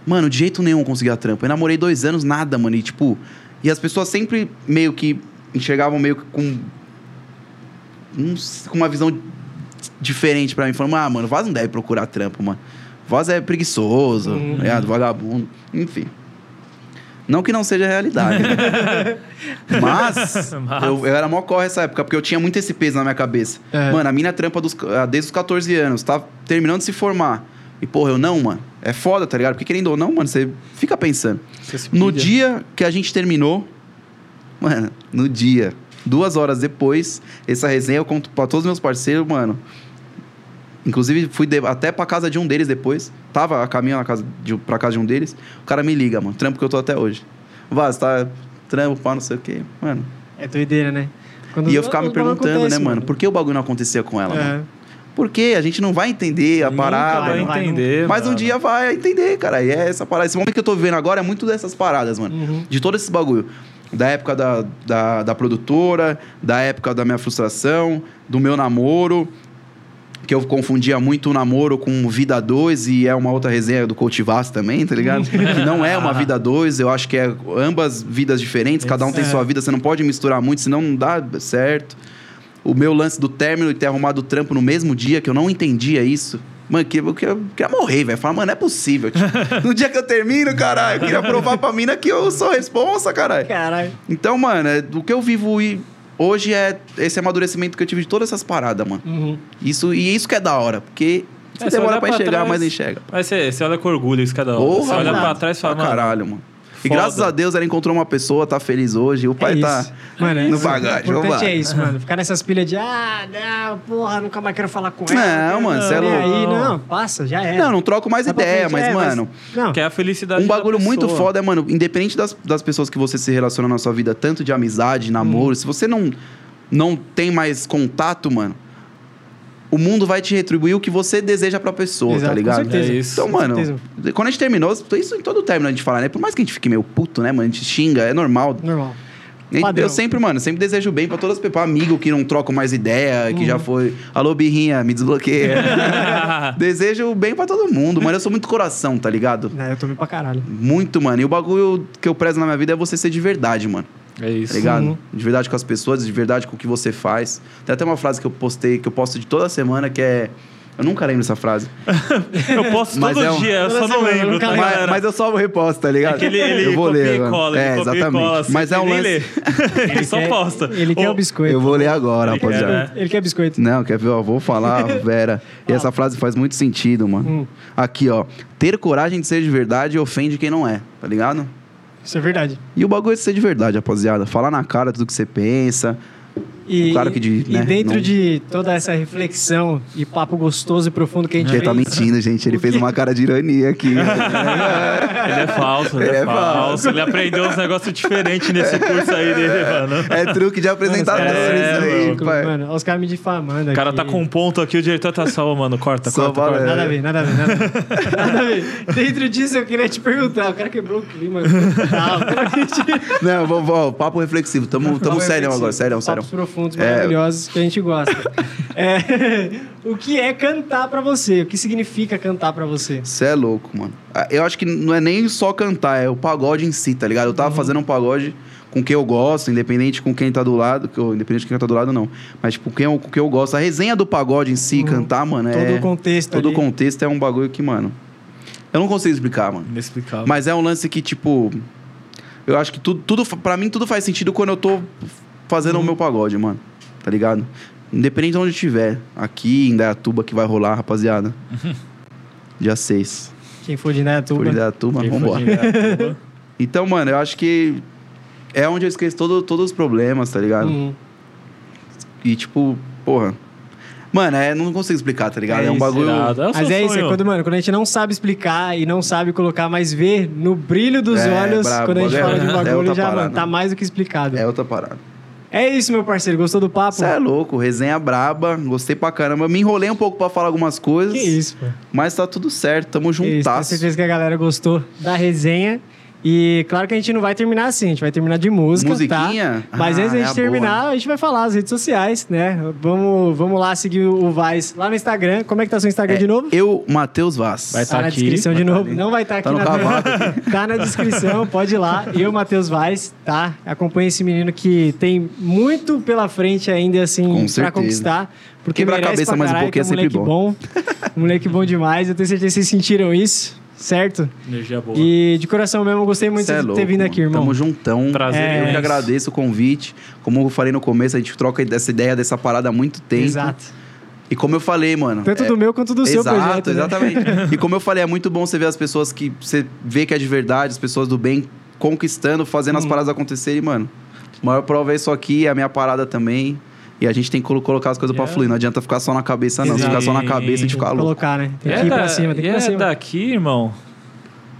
Speaker 4: Mano, de jeito nenhum eu conseguia trampo. Eu namorei dois anos, nada, mano. E tipo. E as pessoas sempre meio que enxergavam meio que com. não sei, com uma visão d- diferente pra mim. Falando, ah, mano, Vaz não deve procurar trampo, mano. Vaz é preguiçoso,
Speaker 2: Uhum.
Speaker 4: tá ligado? vagabundo. Enfim. Não que não seja a realidade. né? Mas,
Speaker 3: Mas.
Speaker 4: Eu, eu era mó corre essa época, porque eu tinha muito esse peso na minha cabeça.
Speaker 2: É.
Speaker 4: Mano, a mina trampa dos, ah, desde os 14 anos, tá terminando de se formar. E, porra, eu não, mano. É foda, tá ligado? Porque querendo ou não, mano, você fica pensando. No dia que a gente terminou, mano, no dia, duas horas depois, essa resenha eu conto pra todos meus parceiros, mano. Inclusive, fui de- até pra casa de um deles depois. Tava a caminho na casa de, pra casa de um deles. O cara me liga, mano. Trampo que eu tô até hoje. Vaz, tá trampo, pá, não sei o quê. Mano.
Speaker 2: É doideira, né? Quando
Speaker 4: E eu ficava me
Speaker 2: o bagulho
Speaker 4: perguntando,
Speaker 2: acontece,
Speaker 4: né, mano, por que o bagulho não acontecia com ela?
Speaker 2: É.
Speaker 4: mano? Por quê? A gente não vai entender a parada.
Speaker 3: Vai
Speaker 2: não vai,
Speaker 3: entender,
Speaker 4: Mas um
Speaker 3: mano.
Speaker 4: dia vai entender, cara. E é essa parada. Esse momento que eu tô vivendo agora é muito dessas paradas, mano.
Speaker 2: Uhum.
Speaker 4: De todo esse bagulho. Da época da, da, da produtora, da época da minha frustração, do meu namoro. Que eu confundia muito o namoro com Vida 2 e é uma outra resenha do Coach Vaz também, tá ligado? que não é uma Vida 2, eu acho que é ambas vidas diferentes, cada um tem
Speaker 2: É.
Speaker 4: sua vida, você não pode misturar muito, senão não dá certo. O meu lance do término e ter arrumado o trampo no mesmo dia, que eu não entendia isso. Mano, que, eu, que eu queria morrer, velho. Falar, mano, não é possível. tio. no dia que eu termino, caralho, eu queria provar pra mina que eu sou responsa, caralho.
Speaker 2: Caralho.
Speaker 4: Então, mano, é, o que eu vivo e- hoje é esse amadurecimento que eu tive de todas essas paradas, mano.
Speaker 2: Uhum.
Speaker 4: Isso, e isso que é da hora, porque você
Speaker 3: É, você
Speaker 4: demora
Speaker 3: olha
Speaker 4: pra
Speaker 3: pra
Speaker 4: enxergar,
Speaker 3: trás,
Speaker 4: mas enxerga.
Speaker 3: Mas você, você olha com orgulho isso cada hora.
Speaker 4: Porra,
Speaker 3: Você olha
Speaker 2: mano.
Speaker 3: pra trás e fala,
Speaker 4: Pra
Speaker 3: mano.
Speaker 4: caralho, mano. E
Speaker 3: foda.
Speaker 4: graças a Deus ela encontrou uma pessoa, tá feliz hoje, o pai
Speaker 2: é
Speaker 4: tá.
Speaker 2: isso. Mano, é
Speaker 4: no
Speaker 2: isso.
Speaker 4: bagagem,
Speaker 2: O importante
Speaker 4: vambora.
Speaker 2: é isso, mano. Ficar nessas pilhas de, ah, não, porra, nunca mais quero falar com ela.
Speaker 4: Não, mano,
Speaker 2: não,
Speaker 4: cê é
Speaker 2: nem
Speaker 4: louco.
Speaker 2: aí, não, passa, já era.
Speaker 4: Não, não troco mais
Speaker 2: Vai pra
Speaker 4: ideia,
Speaker 2: frente,
Speaker 4: mas,
Speaker 2: é,
Speaker 4: mano,
Speaker 2: Não,
Speaker 3: Que Tá é a felicidade
Speaker 4: um
Speaker 3: da
Speaker 4: bagulho muito
Speaker 3: pessoa.
Speaker 4: foda é, mano, independente das, das pessoas que você se relaciona na sua vida, tanto de amizade,
Speaker 2: Hum.
Speaker 4: namoro, se você não, não tem mais contato, mano, o mundo vai te retribuir o que você deseja pra pessoa,
Speaker 2: Exato,
Speaker 4: tá
Speaker 2: com
Speaker 4: ligado?
Speaker 2: certeza.
Speaker 3: É isso.
Speaker 4: Então,
Speaker 2: Com
Speaker 4: mano,
Speaker 2: certeza.
Speaker 4: quando a gente terminou, isso em todo término a gente fala, né? Por mais que a gente fique meio puto, né, mano? A gente xinga, é normal.
Speaker 2: normal.
Speaker 4: E
Speaker 2: Padrão.
Speaker 4: Eu sempre, mano, sempre desejo bem pra todas as pessoas. Amigo que não troco mais ideia, que
Speaker 2: Hum.
Speaker 4: já foi. Alô, birrinha, me desbloqueia.
Speaker 2: É.
Speaker 4: desejo bem pra todo mundo, mano. Eu sou muito coração, tá ligado?
Speaker 2: Não, eu tomei pra caralho.
Speaker 4: Muito, mano. E o bagulho que eu prezo na minha vida é você ser de verdade, mano.
Speaker 3: é isso.
Speaker 4: Tá ligado?
Speaker 2: Uhum.
Speaker 4: De verdade com as pessoas, de verdade com o que você faz. Tem até uma frase que eu postei, que eu posto de toda semana, que é. Eu nunca lembro essa frase.
Speaker 3: Eu posto
Speaker 4: Mas
Speaker 3: todo
Speaker 4: é um-
Speaker 3: dia, eu
Speaker 2: Toda
Speaker 3: só não
Speaker 2: semana,
Speaker 3: lembro.
Speaker 2: nunca
Speaker 3: Tá,
Speaker 2: lembro.
Speaker 3: galera?
Speaker 4: Mas, mas eu salvo o reposto, tá ligado?
Speaker 3: É que ele, ele
Speaker 4: eu vou
Speaker 3: copia
Speaker 4: ler.
Speaker 3: e
Speaker 4: agora.
Speaker 3: cola,
Speaker 4: é,
Speaker 3: ele copia
Speaker 4: exatamente.
Speaker 3: e cola. assim,
Speaker 4: mas é um
Speaker 3: nem
Speaker 4: lance.
Speaker 3: lê. Ele, só
Speaker 2: quer-
Speaker 3: posta.
Speaker 2: Ele quer
Speaker 3: Ou-
Speaker 2: o biscoito.
Speaker 4: Eu vou ler agora,
Speaker 3: Ele quer,
Speaker 4: rapaziada.
Speaker 3: né?
Speaker 2: Ele quer biscoito.
Speaker 4: Não, quer ver? Ó, vou falar, Vera. E
Speaker 3: Ah.
Speaker 4: essa frase faz muito sentido, mano.
Speaker 2: Hum.
Speaker 4: Aqui, ó. Ter coragem de ser de verdade ofende quem não é, tá ligado?
Speaker 2: Isso é verdade.
Speaker 4: E o bagulho é ser de verdade, rapaziada. Falar na cara tudo que você pensa.
Speaker 2: E,
Speaker 4: Claro que de-
Speaker 2: e
Speaker 4: né,
Speaker 2: dentro
Speaker 4: não-
Speaker 2: de toda essa reflexão e papo gostoso e profundo que a gente
Speaker 4: Ele
Speaker 2: fez...
Speaker 4: tá mentindo, gente. Ele fez uma cara de ironia aqui.
Speaker 3: Ele é falso, ele,
Speaker 4: Ele
Speaker 3: é,
Speaker 4: é
Speaker 3: falso.
Speaker 4: falso.
Speaker 3: Ele aprendeu uns negócios diferentes nesse curso aí dele, mano.
Speaker 4: é truque de apresentador
Speaker 3: É,
Speaker 4: isso aí,
Speaker 2: Ridículo,
Speaker 4: pai.
Speaker 2: Mano, olha os caras me difamando
Speaker 3: O cara
Speaker 2: aqui.
Speaker 3: tá com um ponto aqui, o diretor tá só, "Ô, mano, corta,
Speaker 4: Só
Speaker 3: corta,
Speaker 4: valendo.
Speaker 3: corta.
Speaker 2: Nada a ver, nada a ver, nada a ver. Nada a ver. Dentro disso, eu queria te perguntar. O cara quebrou o clima. Não,
Speaker 4: Não, vou, vou, papo reflexivo. Tamo, tamo sério agora, sério, sério.
Speaker 2: é assim, Papos profundos,
Speaker 4: É.
Speaker 2: maravilhosos, que a gente gosta. É, o que é cantar pra você? O que significa cantar pra você?
Speaker 4: Você é louco, mano. Ah, Eu acho que não é nem só cantar, é o pagode em si, tá ligado? Eu
Speaker 2: Uhum.
Speaker 4: tava fazendo um pagode com quem eu gosto, independente com quem tá do lado, que eu- independente de quem tá do lado, não. Mas, tipo, quem eu- com quem eu gosto. A resenha do pagode em si, cantar, mano,
Speaker 2: Uhum. Todo
Speaker 4: é.
Speaker 2: o contexto
Speaker 4: todo o
Speaker 2: ali.
Speaker 4: contexto é um bagulho que, mano. Eu não consigo explicar, mano.
Speaker 3: Inexplicável.
Speaker 4: Mas é um lance que, tipo. Eu acho que tudo. tudo para mim, tudo faz sentido quando eu tô fazendo o meu pagode, mano. Tá ligado? Independente de onde eu estiver. Aqui em Dayatuba que vai rolar, rapaziada. Dia 6.
Speaker 2: Quem for de neto,
Speaker 4: Por Indaiatuba,
Speaker 3: Quem for
Speaker 4: vambora.
Speaker 3: de Indaiatuba.
Speaker 4: Então, mano, eu acho que. É onde
Speaker 2: Uhum.
Speaker 4: eu esqueço todo, todos os problemas, tá ligado?
Speaker 2: Hum,
Speaker 4: E, tipo, porra. Mano, é, não consigo explicar, tá ligado? É, um
Speaker 3: isso,
Speaker 4: bagulho.
Speaker 3: irado. É o
Speaker 2: Mas
Speaker 3: seu
Speaker 2: é isso, é
Speaker 3: sonho.
Speaker 2: quando, mano, quando a gente não sabe explicar e não sabe colocar, mas vê no brilho dos
Speaker 4: É,
Speaker 2: olhos,
Speaker 4: brabo,
Speaker 2: quando a gente
Speaker 4: é,
Speaker 2: fala de um
Speaker 4: é
Speaker 2: bagulho,
Speaker 4: outra
Speaker 2: já, mano,
Speaker 4: parada.
Speaker 2: tá mais do que explicado.
Speaker 4: É
Speaker 2: É,
Speaker 4: outra parada.
Speaker 2: isso, meu parceiro, gostou do papo?
Speaker 4: Você é louco, resenha braba, gostei pra caramba. Me enrolei um pouco pra falar algumas coisas,
Speaker 2: Que isso, pô.
Speaker 4: mas tá tudo certo, tamo
Speaker 2: Que isso, Tenho
Speaker 4: juntasso.
Speaker 2: certeza que a galera gostou da resenha. E claro que a gente não vai terminar assim, a gente vai terminar de música,
Speaker 4: Musiquinha?
Speaker 2: tá? Mas
Speaker 4: Ah,
Speaker 2: antes da
Speaker 4: é
Speaker 2: gente
Speaker 4: a
Speaker 2: terminar,
Speaker 4: boa.
Speaker 2: a gente vai falar as redes sociais, né? Vamos, vamos lá seguir o Vaz lá no Instagram. Como é que tá seu Instagram de novo?
Speaker 4: Eu, Matheus Vaz.
Speaker 3: Vai
Speaker 2: Tá
Speaker 3: Tá
Speaker 2: na
Speaker 3: aqui,
Speaker 2: descrição de
Speaker 4: tá
Speaker 2: novo.
Speaker 4: ali.
Speaker 2: Não vai estar aqui
Speaker 4: Tá no
Speaker 2: na
Speaker 4: cavalo
Speaker 2: Tá na descrição, pode ir lá. Eu, Matheus Vaz, tá? Acompanha esse menino que tem muito pela frente ainda, assim,
Speaker 4: Com
Speaker 2: pra
Speaker 4: certeza.
Speaker 2: conquistar. Porque
Speaker 4: Quebrar a
Speaker 2: merece
Speaker 4: cabeça
Speaker 2: pra
Speaker 4: mais um
Speaker 2: caralho,
Speaker 4: pouquinho é
Speaker 2: que moleque
Speaker 4: sempre
Speaker 2: bom. um moleque bom demais. Eu tenho certeza que vocês sentiram isso, certo?
Speaker 3: Energia boa.
Speaker 2: E de coração mesmo, gostei muito
Speaker 4: Cê é
Speaker 2: de
Speaker 4: louco,
Speaker 2: ter vindo
Speaker 4: mano.
Speaker 2: aqui, irmão.
Speaker 4: Tamo juntão.
Speaker 3: Prazer
Speaker 2: É.
Speaker 4: Eu que
Speaker 3: imenso.
Speaker 4: agradeço o convite. Como eu falei no começo, a gente troca essa ideia dessa parada há muito tempo.
Speaker 2: Exato.
Speaker 4: E como eu falei, mano.
Speaker 2: Tanto
Speaker 4: é-
Speaker 2: do meu quanto do seu
Speaker 4: Exato,
Speaker 2: projeto. né?
Speaker 4: exatamente. e como eu falei, é muito bom você ver as pessoas que você vê que é de verdade, as pessoas do bem conquistando, fazendo as paradas acontecerem, mano. A maior prova é isso aqui, é a minha parada também. E a gente tem que colo- colocar as coisas pra
Speaker 3: Yeah.
Speaker 4: fluir. Não adianta ficar só na cabeça, não. Se
Speaker 3: Sim.
Speaker 4: ficar só na cabeça, a gente
Speaker 2: Tem que
Speaker 4: fica louco.
Speaker 2: colocar, né? Tem
Speaker 3: E
Speaker 2: que ir
Speaker 3: da-
Speaker 2: pra cima, tem que
Speaker 3: e
Speaker 2: ir pra
Speaker 3: é
Speaker 2: cima.
Speaker 3: daqui, irmão,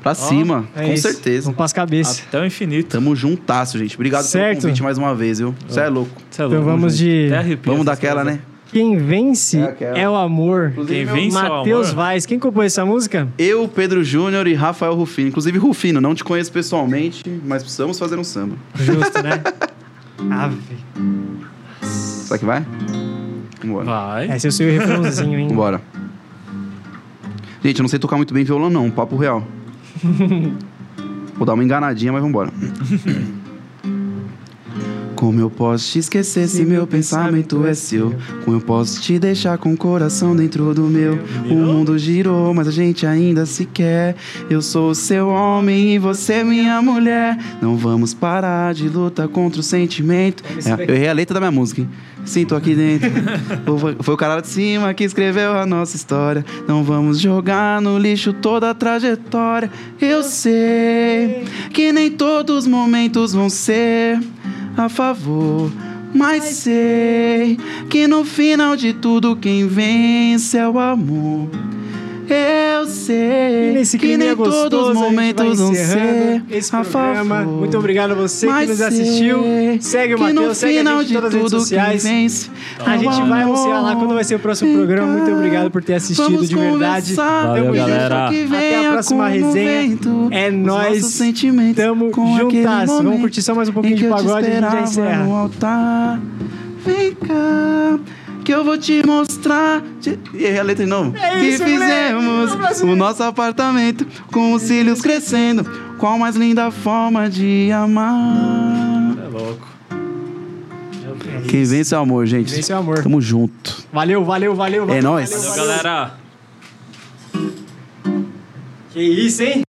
Speaker 4: Pra cima,
Speaker 2: É
Speaker 4: com
Speaker 2: isso.
Speaker 4: certeza.
Speaker 2: Vamos pras cabeças.
Speaker 3: até o infinito.
Speaker 4: Tamo juntasso, gente. Obrigado
Speaker 2: Certo.
Speaker 4: pelo convite mais uma vez, viu? Você é louco.
Speaker 3: Cê é
Speaker 2: Então
Speaker 3: louco,
Speaker 2: vamos
Speaker 3: gente.
Speaker 2: de-
Speaker 3: Até arrepia
Speaker 4: Vamos
Speaker 3: essas
Speaker 4: daquela,
Speaker 3: coisas.
Speaker 4: né?
Speaker 2: Quem vence
Speaker 4: É aquela.
Speaker 2: é o amor.
Speaker 3: Quem vence é o
Speaker 2: Matheus
Speaker 3: amor.
Speaker 2: Vaz, quem compôs essa música?
Speaker 4: Eu, Pedro Júnior e Rafael Rufino. Inclusive, Rufino, não te conheço pessoalmente, mas precisamos fazer um samba.
Speaker 2: Justo, né? Ave.
Speaker 4: Será que vai? Vambora.
Speaker 3: Vai.
Speaker 2: Esse é o seu refrãozinho, hein?
Speaker 4: Vambora. Gente, eu não sei tocar muito bem violão, não. Papo real. Vou dar uma enganadinha, mas vambora. Como eu posso te esquecer se meu pensamento é seu? Como eu posso te deixar com o coração dentro do meu? O mundo girou, mas a gente ainda se quer. Eu sou o seu homem e você é minha mulher. Não vamos parar de luta contra o sentimento. É, eu errei a letra da minha música, hein? Sinto aqui dentro. Foi- Foi o cara lá de cima que escreveu a nossa história. Não vamos jogar no lixo toda a trajetória. Eu sei que nem todos os momentos vão ser a favor. Mas sei que no final de tudo quem vence é o amor. Eu
Speaker 2: E
Speaker 4: sei
Speaker 2: nesse
Speaker 4: que
Speaker 2: clima
Speaker 4: nem
Speaker 2: gostoso,
Speaker 4: todos os
Speaker 2: a gente
Speaker 4: momentos
Speaker 2: vai
Speaker 4: vão ser
Speaker 2: encerrando esse
Speaker 4: a
Speaker 2: programa.
Speaker 4: favor.
Speaker 2: Muito obrigado a você
Speaker 4: Mas
Speaker 2: que nos assistiu.
Speaker 4: sei
Speaker 2: Segue o
Speaker 4: que no
Speaker 2: Matheus, segue a
Speaker 4: final
Speaker 2: gente em
Speaker 4: de
Speaker 2: todas as redes
Speaker 4: tudo quem
Speaker 2: sociais.
Speaker 4: vence
Speaker 2: A gente vai anunciar lá quando vai ser o próximo programa. Muito obrigado por ter assistido de verdade.
Speaker 3: Valeu, galera.
Speaker 2: Até a próxima resenha. É nóis. Tamo juntas. Vamos curtir só mais um pouquinho de pagode e a gente já encerra.
Speaker 4: altar. Vem cá, que eu vou te mostrar. Te- E aí a letra de novo.
Speaker 2: É
Speaker 4: que
Speaker 2: isso, moleque.
Speaker 4: fizemos
Speaker 2: Vamos pra cima.
Speaker 4: o nosso apartamento com os cílios crescendo. Qual mais linda forma de amar?
Speaker 3: Cê É louco. Meu Deus.
Speaker 4: Que vence o amor, gente.
Speaker 2: Vence o amor.
Speaker 4: Tamo junto. É
Speaker 2: Valeu, valeu, valeu. valeu,
Speaker 4: nóis.
Speaker 2: valeu,
Speaker 3: Valeu,
Speaker 2: valeu.
Speaker 3: galera.
Speaker 2: Que isso, hein?